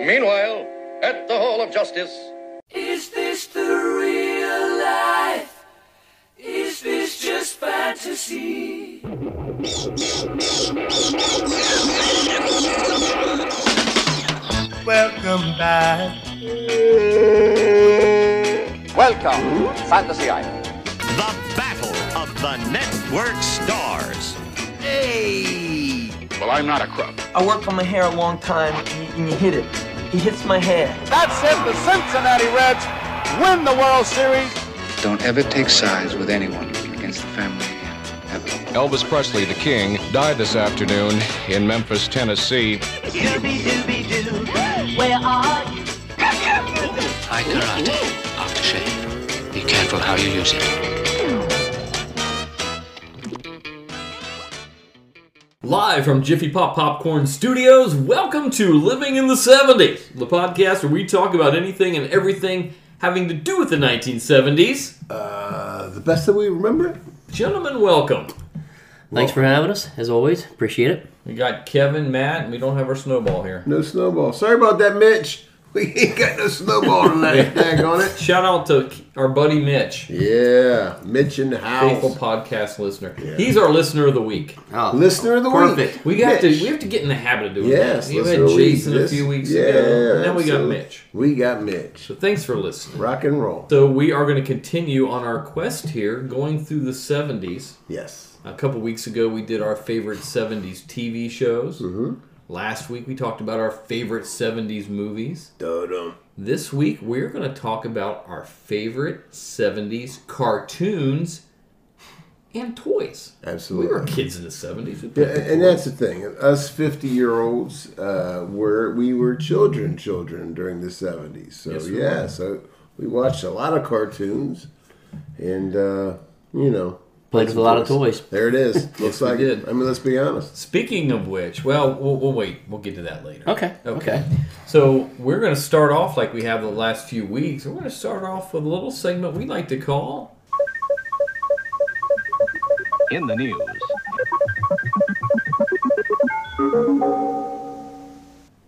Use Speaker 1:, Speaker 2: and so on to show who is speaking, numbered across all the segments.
Speaker 1: Meanwhile, at the Hall of Justice.
Speaker 2: Is this the real life? Is this just fantasy?
Speaker 3: Welcome back.
Speaker 4: Welcome, Fantasy Island.
Speaker 5: The Battle of the Network Stars.
Speaker 6: Hey!
Speaker 4: Well, I'm not a crook.
Speaker 7: I work on my hair a long time, and you, and you hit it. He hits my hair.
Speaker 8: That's it. The Cincinnati Reds win the World Series.
Speaker 9: Don't ever take sides with anyone against the family. Ever.
Speaker 10: Elvis Presley, the King, died this afternoon in Memphis, Tennessee.
Speaker 11: Doobie doobie doo, where are you?
Speaker 12: High karate, aftershave. Be careful how you use it.
Speaker 13: Live from Jiffy Pop Popcorn Studios, welcome to Living in the 70s, the podcast where we talk about anything and everything having to do with the 1970s.
Speaker 14: Uh, the best that we remember?
Speaker 13: Gentlemen, welcome.
Speaker 15: Thanks for having us, as always. Appreciate it.
Speaker 13: We got Kevin, Matt, and we don't have our snowball here.
Speaker 14: No snowball. Sorry about that, Mitch. We ain't got no snowball tonight. Dag on it.
Speaker 13: Shout out to our buddy Mitch.
Speaker 14: Yeah, Mitch in the house.
Speaker 13: Faithful podcast listener. Yeah. He's our listener of the week.
Speaker 15: Ah,
Speaker 14: Oh, listener of the
Speaker 13: perfect.
Speaker 14: week.
Speaker 13: Perfect. We got Mitch. to we have to get in the habit of doing
Speaker 14: yes,
Speaker 13: that. We had Jason this, a few weeks
Speaker 14: yeah,
Speaker 13: ago. And now we got Mitch.
Speaker 14: We got Mitch.
Speaker 13: So thanks for listening.
Speaker 14: Rock and roll.
Speaker 13: So we are going to continue on our quest here, going through the 70s.
Speaker 14: Yes.
Speaker 13: A couple weeks ago, we did our favorite 70s TV shows.
Speaker 14: Mm-hmm.
Speaker 13: Last week we talked about our favorite 70s movies.
Speaker 14: Dodum.
Speaker 13: This week we're going to talk about our favorite 70s cartoons and toys.
Speaker 14: Absolutely.
Speaker 13: We were kids in the 70s.
Speaker 14: Yeah, and that's the thing. Us 50 year olds uh, were, we were children, children during the 70s. So, yes, yeah, were. so we watched a lot of cartoons and, uh, you know,
Speaker 15: played with a lot of toys.
Speaker 14: There it is. Looks like it. I mean, let's be honest.
Speaker 13: Speaking of which, well, well, we'll wait. We'll get to that later.
Speaker 15: Okay. Okay. okay.
Speaker 13: So we're going to start off like we have the last few weeks. We're going to start off with a little segment we like to call
Speaker 16: in the news.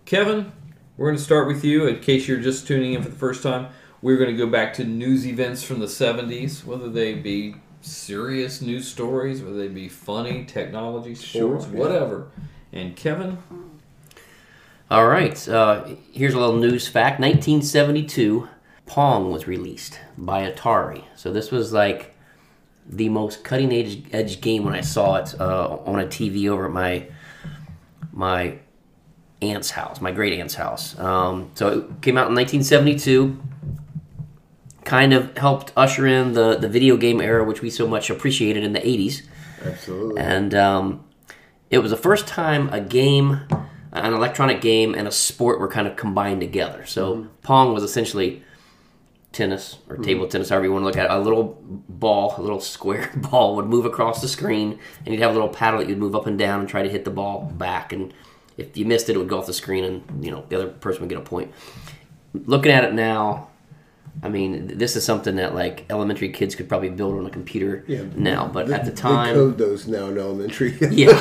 Speaker 13: Kevin, we're going to start with you. In case you're just tuning in for the first time, we're going to go back to news events from the '70s, whether they be serious news stories, whether they be funny, technology, sports, sure, yeah. whatever. And Kevin?
Speaker 15: All right. Uh, here's a little news fact 1972, Pong was released by Atari. So this was like the most cutting edge, edge game when I saw it uh, on a TV over at my, my aunt's house, my great aunt's house. Um, so it came out in 1972 kind of helped usher in the, the video game era, which we so much appreciated in the 80s.
Speaker 14: Absolutely.
Speaker 15: And um, it was the first time a game, an electronic game, and a sport were kind of combined together. So mm-hmm. Pong was essentially tennis or table mm-hmm. tennis, however you want to look at it. A little ball, a little square ball would move across the screen, and you'd have a little paddle that you'd move up and down and try to hit the ball back. And if you missed it, it would go off the screen, and you know the other person would get a point. Looking at it now, I mean, this is something that like elementary kids could probably build on a computer yeah, now, but
Speaker 14: they,
Speaker 15: at the time,
Speaker 14: they code those now in elementary.
Speaker 15: yeah,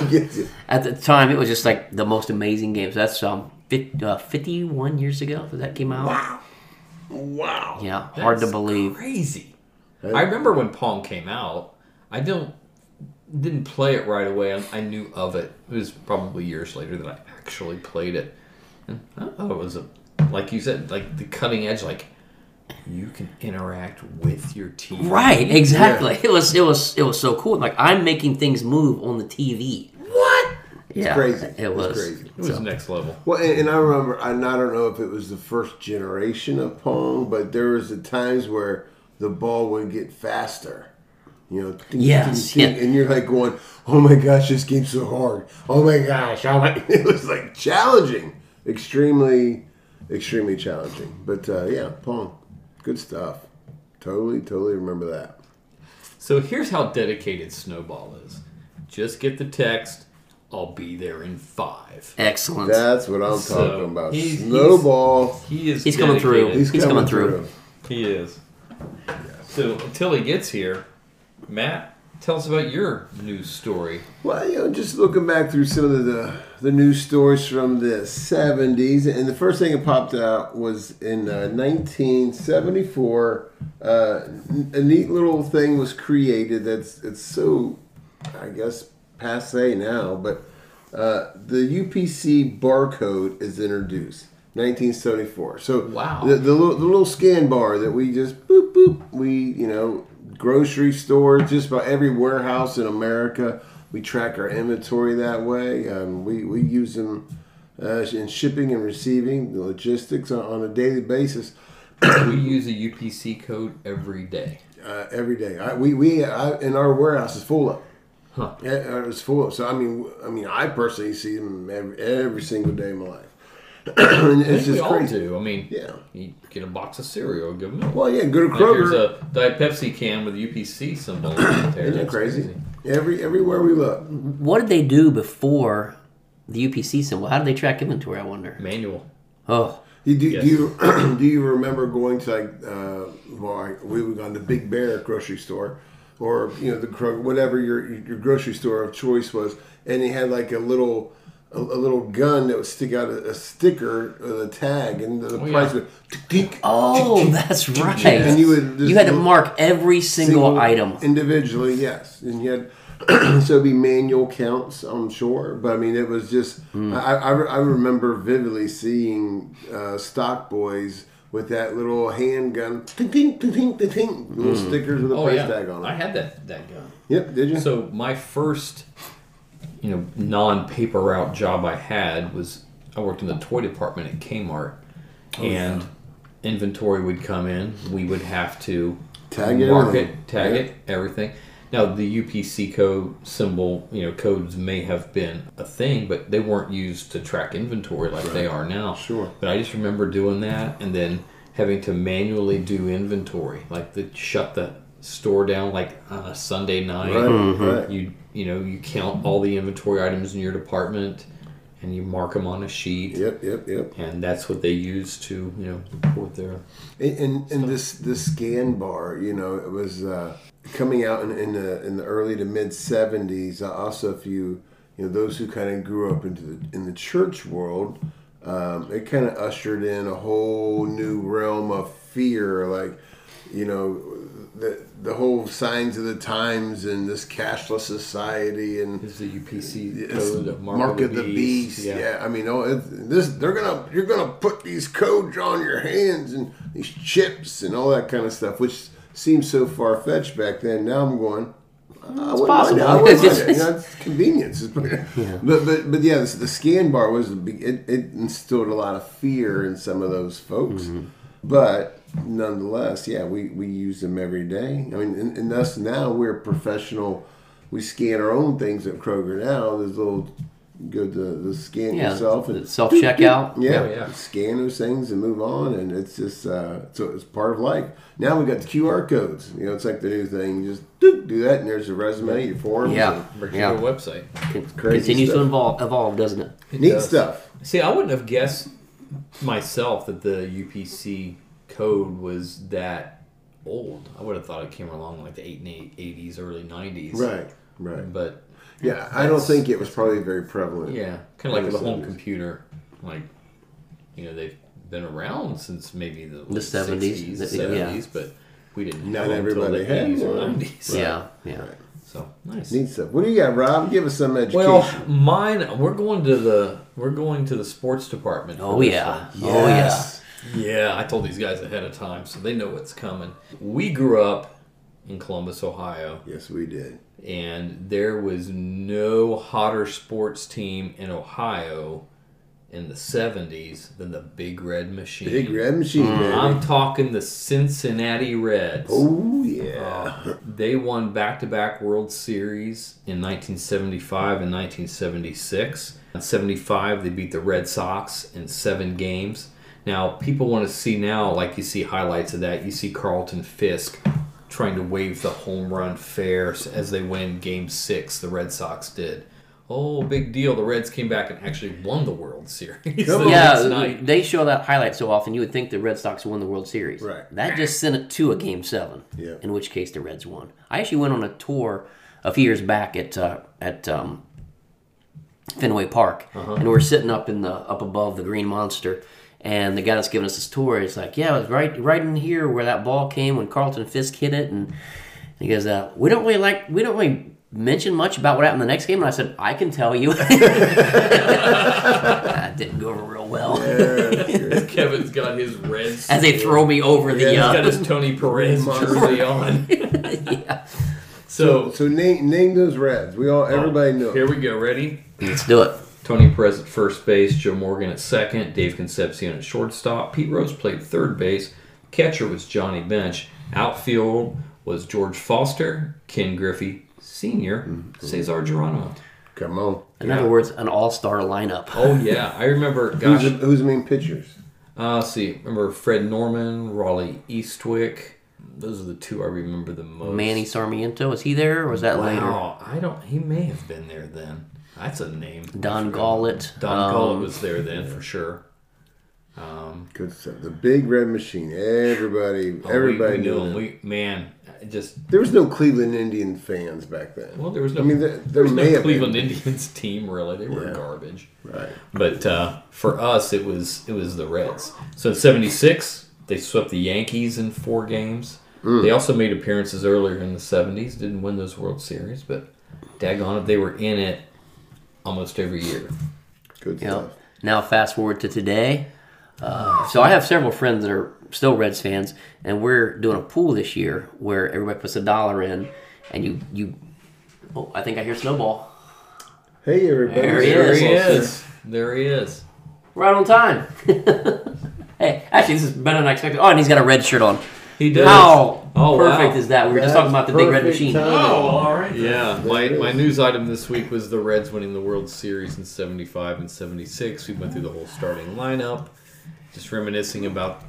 Speaker 15: at the time, it was just like the most amazing games. So that's um, 50, uh, fifty-one years ago that that came out.
Speaker 14: Wow, wow,
Speaker 15: yeah, that's hard to believe.
Speaker 13: Crazy. I remember when Pong came out. I don't didn't play it right away. I, I knew of it. It was probably years later that I actually played it. And I thought it was a like you said, like the cutting edge, like you can interact with your TV.
Speaker 15: Right, exactly. Yeah. It was it was it was so cool. Like I'm making things move on the TV.
Speaker 13: What?
Speaker 15: Yeah,
Speaker 14: it's crazy.
Speaker 15: It, it was, was
Speaker 13: crazy. It was so. next level.
Speaker 14: Well, and, and I remember, and I don't know if it was the first generation of Pong, but there was the times where the ball would get faster. You know,
Speaker 15: ding, yes,
Speaker 14: ding, ding, yeah. and you're like going, "Oh my gosh, this game's so hard! Oh my gosh, oh my!" It was like challenging, extremely, extremely challenging. But uh, yeah, Pong. Good stuff. Totally, totally remember that.
Speaker 13: So here's how dedicated Snowball is. Just get the text. I'll be there in five.
Speaker 15: Excellent.
Speaker 14: That's what I'm so talking about. He's, Snowball.
Speaker 13: He's, he is.
Speaker 15: He's dedicated. coming through.
Speaker 14: He's,
Speaker 15: he's
Speaker 14: coming, coming through.
Speaker 13: through. He is. Yeah. So until he gets here, Matt, Tell us about your news story.
Speaker 14: Well, you know, just looking back through some of the the news stories from the '70s, and the first thing that popped out was in uh, 1974. Uh, a neat little thing was created that's it's so, I guess, passe now, but uh, the UPC barcode is introduced. 1974. So
Speaker 13: wow,
Speaker 14: the, the, little, the little scan bar that we just boop boop we you know grocery stores just about every warehouse in America we track our inventory that way. Um, we we use them uh, in shipping and receiving the logistics on, on a daily basis.
Speaker 13: we use a UPC code every day.
Speaker 14: Uh, every day, I, we we I, in our warehouse is full of.
Speaker 13: Huh.
Speaker 14: It, it's full. Of, so I mean, I mean, I personally see them every, every single day of my life.
Speaker 13: it's just we crazy. all do. I mean,
Speaker 14: yeah,
Speaker 13: you get a box of cereal, give them.
Speaker 14: Well, yeah, go to Kroger.
Speaker 13: There's a Diet Pepsi can with a UPC symbol on there.
Speaker 14: Isn't that crazy? crazy? Every everywhere we look.
Speaker 15: What did they do before the UPC symbol? How did they track inventory? I wonder.
Speaker 13: Manual.
Speaker 15: Oh.
Speaker 14: You, do, yes. do, you do you remember going to like uh, well, we would go to the Big Bear grocery store, or you know the Kroger, whatever your your grocery store of choice was, and they had like a little a, a, little gun that would stick out a, a sticker with a tag, and the oh, price yeah. would.
Speaker 15: Dink, oh, dink, that's dink, right. And you would you had to mark every single, single, item
Speaker 14: individually. Yes, and you had so it'd be manual counts, I'm sure. But I mean, it was just
Speaker 15: Hmm.
Speaker 14: mm. I, I, I, remember vividly seeing uh, stock boys. With that little handgun, ting, ting, ting, ting, ting, ting, little
Speaker 15: Hmm.
Speaker 14: mm. stickers with a oh, price yeah. tag on it.
Speaker 13: I had that that gun.
Speaker 14: Yep, did you?
Speaker 13: So my first you know non-paper route job I had was I worked in the toy department at Kmart, oh, and yeah. inventory would come in. We would have to
Speaker 14: tag
Speaker 13: mark
Speaker 14: it,
Speaker 13: it tag yeah. it, everything. Now the UPC code symbol, you know, codes may have been a thing, but they weren't used to track inventory like right. they are now.
Speaker 14: Sure.
Speaker 13: But I just remember doing that, and then having to manually do inventory, like the shut the store down like on a Sunday night.
Speaker 14: Right, mm-hmm.
Speaker 13: You you know you count all the inventory items in your department, and you mark them on a sheet.
Speaker 14: Yep, yep, yep.
Speaker 13: And that's what they use to you know report their.
Speaker 14: And and, and this this scan bar, you know, it was uh, coming out in, in the in the early to mid seventies. Uh, Also, if you you know those who kind of grew up into the, in the church world. Um, it kind of ushered in a whole new realm of fear, like you know the the whole signs of the times and this cashless society and
Speaker 13: is the UPC
Speaker 14: code mark, mark, of the, of the beast. beast. Yeah. yeah. I mean, oh, this they're gonna you're gonna put these codes on your hands and these chips and all that kind of stuff, which seems so far fetched back then. Now I'm going. "Ah, I
Speaker 15: it's possible.
Speaker 14: I wouldn't mind it. You know, it's convenience. yeah. But but but yeah, this, the scan bar was it, it instilled a lot of fear in some of those folks. Mm-hmm but nonetheless, yeah, we, we use them every day. I mean, and, and us now we're professional. We scan our own things at Kroger now. There's little go to the scan
Speaker 15: yeah,
Speaker 14: yourself and
Speaker 15: self checkout.
Speaker 14: Yeah, oh, yeah, scan those things and move on, and it's just uh, so it's part of life. Now we got the QR codes. You know, it's like the new thing. You just doop, do that, and there's your resume, your forms.
Speaker 15: Yeah,
Speaker 13: and,
Speaker 15: yeah.
Speaker 13: Your website.
Speaker 15: It's crazy Continues stuff. to evolve, evolve, doesn't it? it
Speaker 14: Neat does. stuff.
Speaker 13: See, I wouldn't have guessed myself that the UPC code was that old. I would have thought it came along like the 80s, early 90s.
Speaker 14: Right, right.
Speaker 13: But
Speaker 14: yeah, I don't think it was probably very prevalent.
Speaker 13: Yeah, kind of like the home computer. Like, you know, they've been around since maybe the,
Speaker 15: the 70s,
Speaker 13: 60s, 70s, yeah. but we didn't
Speaker 14: Not everybody had
Speaker 13: 80s or 90s.
Speaker 15: Right. Yeah, yeah. Right.
Speaker 13: So nice.
Speaker 14: Neat stuff. What do you got, Rob? Give us some education.
Speaker 13: Well, oh, mine. We're going to the we're going to the sports department.
Speaker 15: Oh yeah. Yes. Oh yeah.
Speaker 13: Yeah, I told these guys ahead of time, so they know what's coming. We grew up in Columbus, Ohio.
Speaker 14: Yes, we did.
Speaker 13: And there was no hotter sports team in Ohio in the 70s than the Big Red Machine.
Speaker 14: Big Red Machine, mm.
Speaker 13: I'm talking the Cincinnati Reds.
Speaker 14: Oh, yeah.
Speaker 13: Uh, they won back to back World Series in 1975 and 1976. In 75, they beat the Red Sox in seven games. Now, people want to see now, like you see highlights of that, you see Carlton Fisk trying to wave the home run fair as they win game six, the Red Sox did oh, big deal. The Reds came back and actually won the World Series.
Speaker 15: so yeah, they show that highlight so often, you would think the Red Sox won the World Series.
Speaker 14: Right.
Speaker 15: That just sent it to a Game 7,
Speaker 14: yeah.
Speaker 15: in which case the Reds won. I actually went on a tour a few years back at uh, at um, Fenway Park,
Speaker 14: Uh-huh.
Speaker 15: and we were sitting up in the up above the Green Monster, and the guy that's giving us this tour is like, "Yeah, it was right right in here where that ball came when Carlton Fisk hit it," and he goes, uh, "We don't really like we don't really." Mention much about what happened the next game, and I said, I can tell you. that didn't go over real well.
Speaker 13: Kevin's got his red.
Speaker 15: As they throw me over the,
Speaker 13: He's
Speaker 15: uh,
Speaker 13: got his Tony Perez jersey on.
Speaker 14: So, so name name those Reds. We all everybody knows.
Speaker 13: Oh, Here we go. Ready?
Speaker 15: Let's do it.
Speaker 13: Tony Perez at first base, Joe Morgan at second, Dave Concepcion at shortstop, Pete Rose played third base, catcher was Johnny Bench, outfield was George Foster, Ken Griffey Sr., Cesar Geronimo.
Speaker 14: Come on.
Speaker 15: In other words, an all-star lineup.
Speaker 13: Oh, yeah. I remember, gosh.
Speaker 14: Who's, the- who's the main pitchers?
Speaker 13: Uh, let's see. Remember Fred Norman, Raleigh Eastwick. Those are the two I remember the most.
Speaker 15: Manny Sarmiento, was he there or was that
Speaker 13: Wow, I don't. He may have been there then. That's a name.
Speaker 15: later? Don Gollett.
Speaker 13: Don
Speaker 15: um,
Speaker 13: Collett was there then for sure. Um,
Speaker 14: Good stuff. The big red machine. Everybody,
Speaker 13: oh, we-
Speaker 14: everybody
Speaker 13: we, knew
Speaker 14: knew.
Speaker 13: him.
Speaker 14: them.
Speaker 13: We man, I just
Speaker 14: There was no Cleveland Indian fans back then.
Speaker 13: well, there was no.
Speaker 14: I mean, there, there
Speaker 13: was
Speaker 14: may
Speaker 13: no
Speaker 14: have
Speaker 13: Cleveland
Speaker 14: been.
Speaker 13: Indians team really. They were garbage.
Speaker 14: Right.
Speaker 13: But uh, for us, it was it was the Reds. So in '76, they swept the Yankees in four games. They also made appearances earlier in the '70s. Didn't win those World Series, but daggone it, they were in it almost every year.
Speaker 14: Good
Speaker 15: you know,
Speaker 14: stuff.
Speaker 15: now fast forward to today. Uh, so I have several friends that are still Reds fans, and we're doing a pool this year where everybody puts a dollar in, and you you. Oh, I think I hear snowball.
Speaker 14: Hey, everybody.
Speaker 15: There he
Speaker 13: There
Speaker 15: is.
Speaker 13: he is. There he is.
Speaker 15: Right on time. hey, actually, this is better than I expected. Oh, and he's got a red shirt on.
Speaker 13: He does.
Speaker 15: How
Speaker 13: Oh, wow.
Speaker 15: perfect is that? We were just talking
Speaker 14: That's
Speaker 15: about the big red
Speaker 14: perfect
Speaker 15: machine.
Speaker 14: timing.
Speaker 13: all right. Yeah, my,
Speaker 14: it is.
Speaker 13: my news item this week was the Reds winning the World Series in 75 and 76. We went through the whole starting lineup, just reminiscing about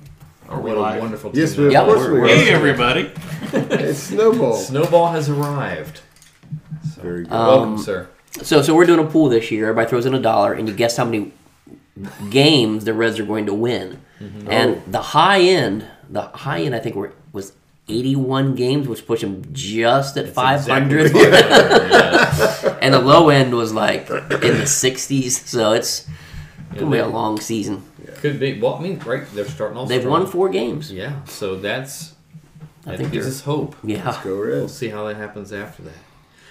Speaker 13: what a wonderful
Speaker 14: Yes,
Speaker 13: team
Speaker 14: we, of
Speaker 13: that
Speaker 15: Yeah,
Speaker 14: course
Speaker 13: was.
Speaker 14: we
Speaker 15: we're-
Speaker 14: are.
Speaker 5: Hey, everybody. Oh,
Speaker 14: It's Snowball.
Speaker 13: Snowball has arrived.
Speaker 14: Very good.
Speaker 15: Um,
Speaker 13: Welcome, sir.
Speaker 15: So, so we're doing a pool this year. Everybody throws in a dollar, and you guess how many games the Reds are going to win. And the high end, the high end, I think were, was 81 games, which pushed them just at 500. and the low end was like in the 60s. So it's gonna be a long season.
Speaker 13: Could be. Well, I mean, right? They're starting off.
Speaker 15: They've
Speaker 13: strong.
Speaker 15: won four games.
Speaker 13: Yeah, so that's that
Speaker 15: think
Speaker 13: gives
Speaker 15: they're-
Speaker 13: us hope.
Speaker 15: Yeah.
Speaker 14: Go
Speaker 13: We'll
Speaker 14: Reds.
Speaker 13: see how that happens after that.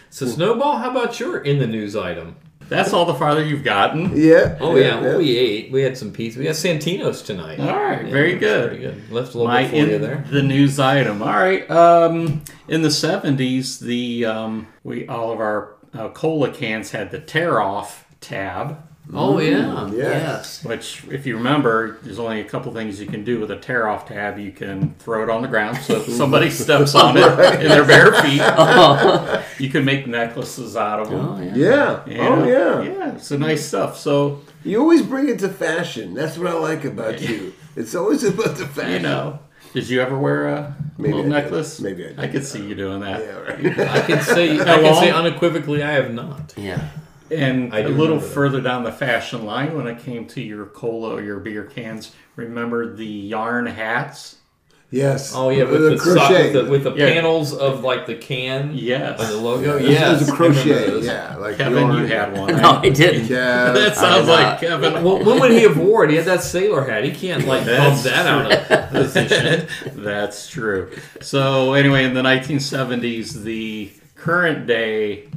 Speaker 13: So, Snowball, how about your in the news item? That's all the farther you've gotten.
Speaker 14: Yeah.
Speaker 13: Oh yeah, well, we ate. We had some pizza. We had Santino's tonight.
Speaker 5: All right,
Speaker 13: Yeah,
Speaker 5: very
Speaker 13: it was
Speaker 5: good.
Speaker 13: Pretty good. Left a little
Speaker 5: My
Speaker 13: bit for you
Speaker 5: in-
Speaker 13: there.
Speaker 5: The news item. All right. Um, in the seventies, the um, we all of our uh, cola cans had the tear off tab,
Speaker 13: Oh yeah.
Speaker 15: Mm-hmm.
Speaker 14: Yes.
Speaker 5: which, if you remember, there's only a couple things you can do with a tear off tab. You can throw it on the ground so if somebody steps on it in their bare feet.
Speaker 15: Uh-huh.
Speaker 5: you can make necklaces out of them.
Speaker 14: Yeah. Oh, yeah.
Speaker 5: Yeah, it's the nice stuff. So
Speaker 14: You always bring it to fashion. That's what I like about you. It's always about the fashion.
Speaker 5: you know. Did you ever wear a
Speaker 14: Maybe
Speaker 5: little
Speaker 14: I did.
Speaker 5: necklace?
Speaker 14: Maybe I did.
Speaker 5: I could see you doing that.
Speaker 14: Yeah, right.
Speaker 13: I can say I
Speaker 5: How
Speaker 13: can say
Speaker 5: long?
Speaker 13: unequivocally I have not.
Speaker 15: Yeah.
Speaker 5: And
Speaker 13: I
Speaker 5: a
Speaker 13: do
Speaker 5: little
Speaker 13: remember that.
Speaker 5: further down the fashion line, when it came to your cola or your beer cans, remember the yarn hats?
Speaker 14: Yes.
Speaker 13: Oh yeah, with
Speaker 14: The
Speaker 13: the, sock, with the, with the
Speaker 5: Yeah.
Speaker 13: panels of like the can.
Speaker 5: Yes.
Speaker 13: Of the
Speaker 15: Oh,
Speaker 13: logo.
Speaker 14: It was-
Speaker 13: Yes.
Speaker 14: It was a
Speaker 13: I remember
Speaker 14: crochet.
Speaker 13: those.
Speaker 14: Yeah. Like
Speaker 5: Kevin, you
Speaker 14: yarn.
Speaker 5: had one.
Speaker 15: No,
Speaker 5: right?
Speaker 15: I didn't.
Speaker 14: Yeah.
Speaker 5: that sounds like Kevin.
Speaker 13: Well, when would he have wore it? He had that sailor hat. He can't like bump
Speaker 5: That's
Speaker 13: that out of position.
Speaker 5: That's true. So anyway, in the 1970s, the current day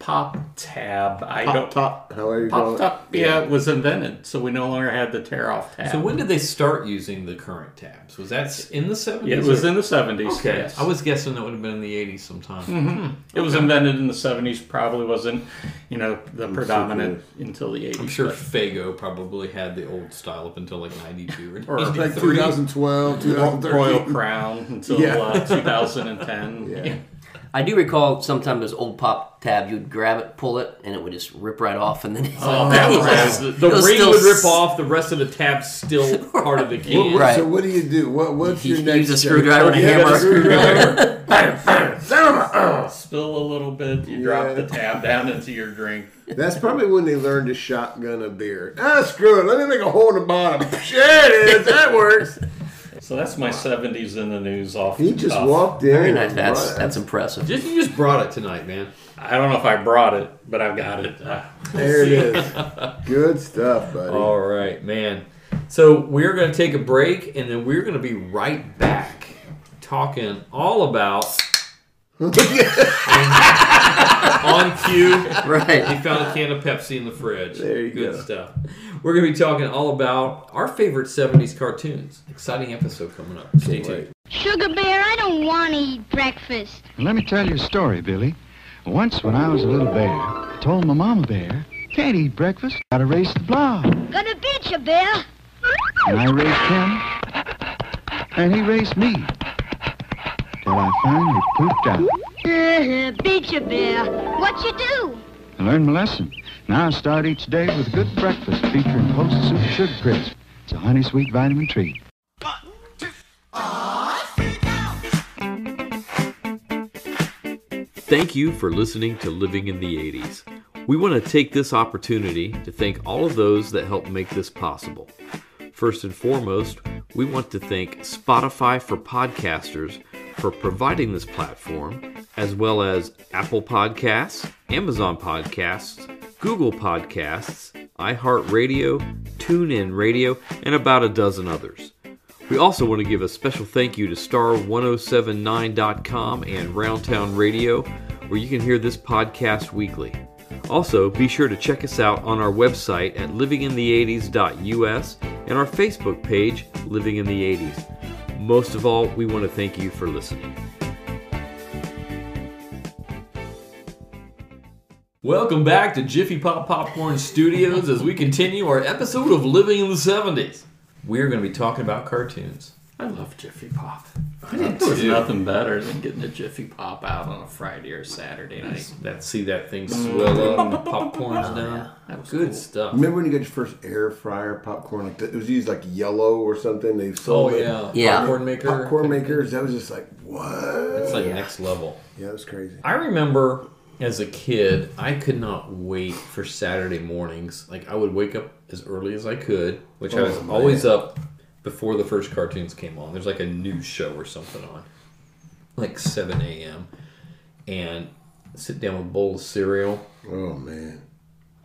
Speaker 5: pop tab, I
Speaker 14: pop
Speaker 5: don't
Speaker 14: top. However you call
Speaker 5: pop
Speaker 14: it.
Speaker 5: top, yeah, was invented. So we no longer had the tear off tab.
Speaker 13: So when did they start using the current tabs? Was that in the seventies?
Speaker 5: it was in the 70s.
Speaker 13: Okay,
Speaker 5: yes.
Speaker 13: I was guessing that would have been in the eighties sometime.
Speaker 14: Mm-hmm.
Speaker 5: It was invented in the 70s, probably wasn't, you know, the predominant until the 80s.
Speaker 13: I'm sure Fago probably had the old style up until like 92 or
Speaker 5: Or
Speaker 14: It's like
Speaker 13: 93.
Speaker 14: 2012,
Speaker 5: but Royal
Speaker 14: 2013.
Speaker 5: Crown until
Speaker 14: Yeah.
Speaker 5: uh, 2010.
Speaker 14: Yeah.
Speaker 15: I do recall sometimes those old pop tabs, you'd grab it, pull it, and it would just rip right off, and then it's
Speaker 5: Oh, that was-
Speaker 13: The,
Speaker 15: It was
Speaker 13: ring
Speaker 15: still
Speaker 13: would rip
Speaker 15: s-
Speaker 13: off, the rest of the tab's still part of the can.
Speaker 15: Right.
Speaker 14: So what do you do? What What's
Speaker 15: You
Speaker 14: your
Speaker 15: use
Speaker 14: next?
Speaker 15: a screwdriver and a
Speaker 14: step?
Speaker 15: hammer.
Speaker 5: Spill a little bit, you drop the tab down into your drink.
Speaker 14: That's probably when they learned to shotgun a beer. Ah, screw it. Let me make a hole in the bottom. Shit, it is. That works.
Speaker 5: So that's my 70s in the news off.
Speaker 14: He
Speaker 5: the
Speaker 14: just
Speaker 5: cuff.
Speaker 14: walked in. and brought it.
Speaker 15: impressive.
Speaker 13: Just, you just brought it tonight, man.
Speaker 5: I don't know if I brought it, but I've got it.
Speaker 14: There it is. Good stuff, buddy.
Speaker 13: All right, man. So we're going to take a break, and then we're going to be right back talking all about. on cue,
Speaker 15: right?
Speaker 13: He found a can of Pepsi in the fridge.
Speaker 14: There you
Speaker 13: Good
Speaker 14: go.
Speaker 13: stuff. We're going to be talking all about our favorite '70s cartoons. Exciting episode coming up. Stay tuned.
Speaker 3: Sugar Bear, I don't want to eat breakfast.
Speaker 9: Let me tell you a story, Billy. Once when I was a little bear, I told my mama bear, can't eat breakfast, gotta race the blob.
Speaker 3: Gonna beat you, Bear.
Speaker 9: And I raced him, and he raced me, till I finally pooped out.
Speaker 3: Uh-huh, beat you, Bear. What you do?
Speaker 9: I learned my lesson. Now I start each day with a good breakfast featuring Post Soup Sugar Crisp. It's a honey sweet vitamin treat.
Speaker 16: Thank you for listening to Living in the 80s. We want to take this opportunity to thank all of those that helped make this possible. First and foremost, we want to thank Spotify for Podcasters for providing this platform, as well as Apple Podcasts, Amazon Podcasts, Google Podcasts, iHeartRadio, TuneIn Radio, and about a dozen others. We also want to give a special thank you to star1079.com and Roundtown Radio, where you can hear this podcast weekly. Also, be sure to check us out on our website at livinginthe80s.us and our Facebook page, Living in the 80s. Most of all, we want to thank you for listening.
Speaker 13: Welcome back to Jiffy Pop Popcorn Studios as we continue our episode of Living in the 70s. We're going to be talking about cartoons. I love Jiffy Pop. I
Speaker 5: There was nothing better than getting a Jiffy Pop out on a Friday or Saturday night. Oh,
Speaker 13: That see that thing swell up and the popcorn's down. Good stuff.
Speaker 14: Remember when you got your first air fryer popcorn? Like that, it was used like yellow or something. They sold
Speaker 13: Oh,
Speaker 14: it.
Speaker 13: yeah. Yeah. Popcorn maker.
Speaker 14: Popcorn makers. That was just like what?
Speaker 13: It's like next level.
Speaker 14: Yeah, it was crazy.
Speaker 13: I remember as a kid, I could not wait for Saturday mornings. Like I would wake up as early as I could, which I was
Speaker 14: Oh, man.
Speaker 13: always up before the first cartoons came on. There's like a news show or something on, like 7 a.m. and sit down with a bowl of cereal.
Speaker 14: Oh man,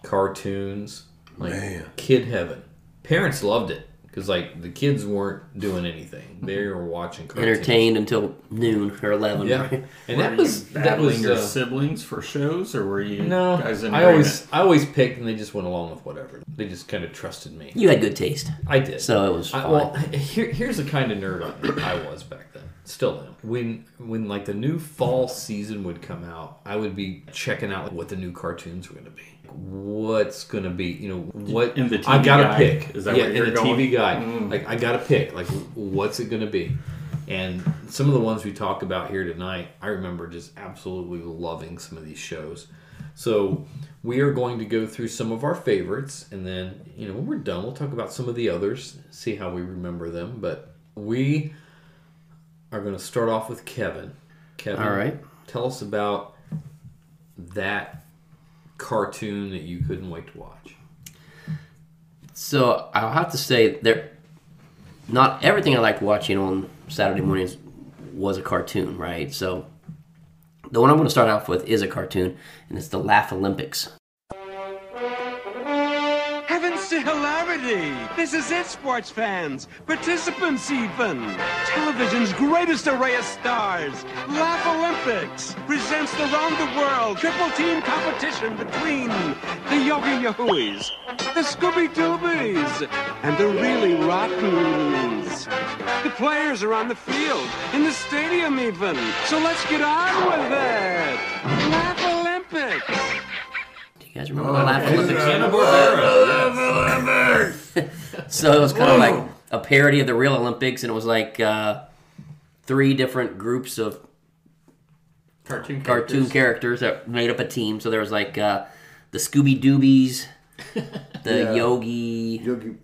Speaker 13: cartoons, like
Speaker 14: Man.
Speaker 13: kid heaven. Parents loved it because like the kids weren't doing anything; they were watching cartoons.
Speaker 15: Entertained until noon or eleven.
Speaker 13: Yeah,
Speaker 15: right?
Speaker 13: and that was that
Speaker 5: Battling
Speaker 13: was
Speaker 5: your
Speaker 13: uh,
Speaker 5: siblings for shows, or were you
Speaker 13: no.
Speaker 5: guys in
Speaker 13: I always I always picked, and they just went along with whatever. They just kind of trusted me.
Speaker 15: You had good taste.
Speaker 13: I did.
Speaker 15: So it was
Speaker 13: I,
Speaker 15: fine.
Speaker 13: well, here, here's the kind of nerd I was back then. Still am. When when like the new fall season would come out, I would be checking out what the new cartoons were going to be. What's going to be, you know, what
Speaker 5: In the TV
Speaker 13: I gotta
Speaker 5: guide.
Speaker 13: pick.
Speaker 5: Is that
Speaker 13: yeah,
Speaker 5: where
Speaker 13: in
Speaker 5: you're
Speaker 13: the
Speaker 5: going?
Speaker 13: TV guide.
Speaker 5: Mm.
Speaker 13: Like I gotta pick. Like what's it gonna be? And some of the ones we talk about here tonight, I remember just absolutely loving some of these shows. So we are going to go through some of our favorites, and then you know when we're done, we'll talk about some of the others, see how we remember them. But we are going to start off with Kevin. Kevin,
Speaker 15: All right.
Speaker 13: tell us about that cartoon that you couldn't wait to watch.
Speaker 15: So I'll have to say there, not everything I liked watching on Saturday mornings was a cartoon, right? So the one I'm going to start off with is a cartoon, and it's the Laugh Olympics.
Speaker 17: Heavens to hilarity! This is it, sports fans, participants even. Television's greatest array of stars, Laugh Olympics, presents the round the world triple team competition between the Yogi Yahoois, the Scooby Doobies, and the Really Rottens. The players are on the field, in the stadium even, so let's get on with it! Laugh Olympics!
Speaker 15: You guys remember
Speaker 14: Oh,
Speaker 15: the Laugh Olympics?
Speaker 17: Hanna-Barbera,
Speaker 15: so it was kind
Speaker 17: Whoa.
Speaker 15: of like a parody of the real Olympics, and it was like uh, three different groups of
Speaker 5: cartoon
Speaker 15: cartoon characters that made up a team. So there was like uh, the Scooby Doobies, the
Speaker 14: Yeah.
Speaker 15: Yogi,
Speaker 14: Yogi,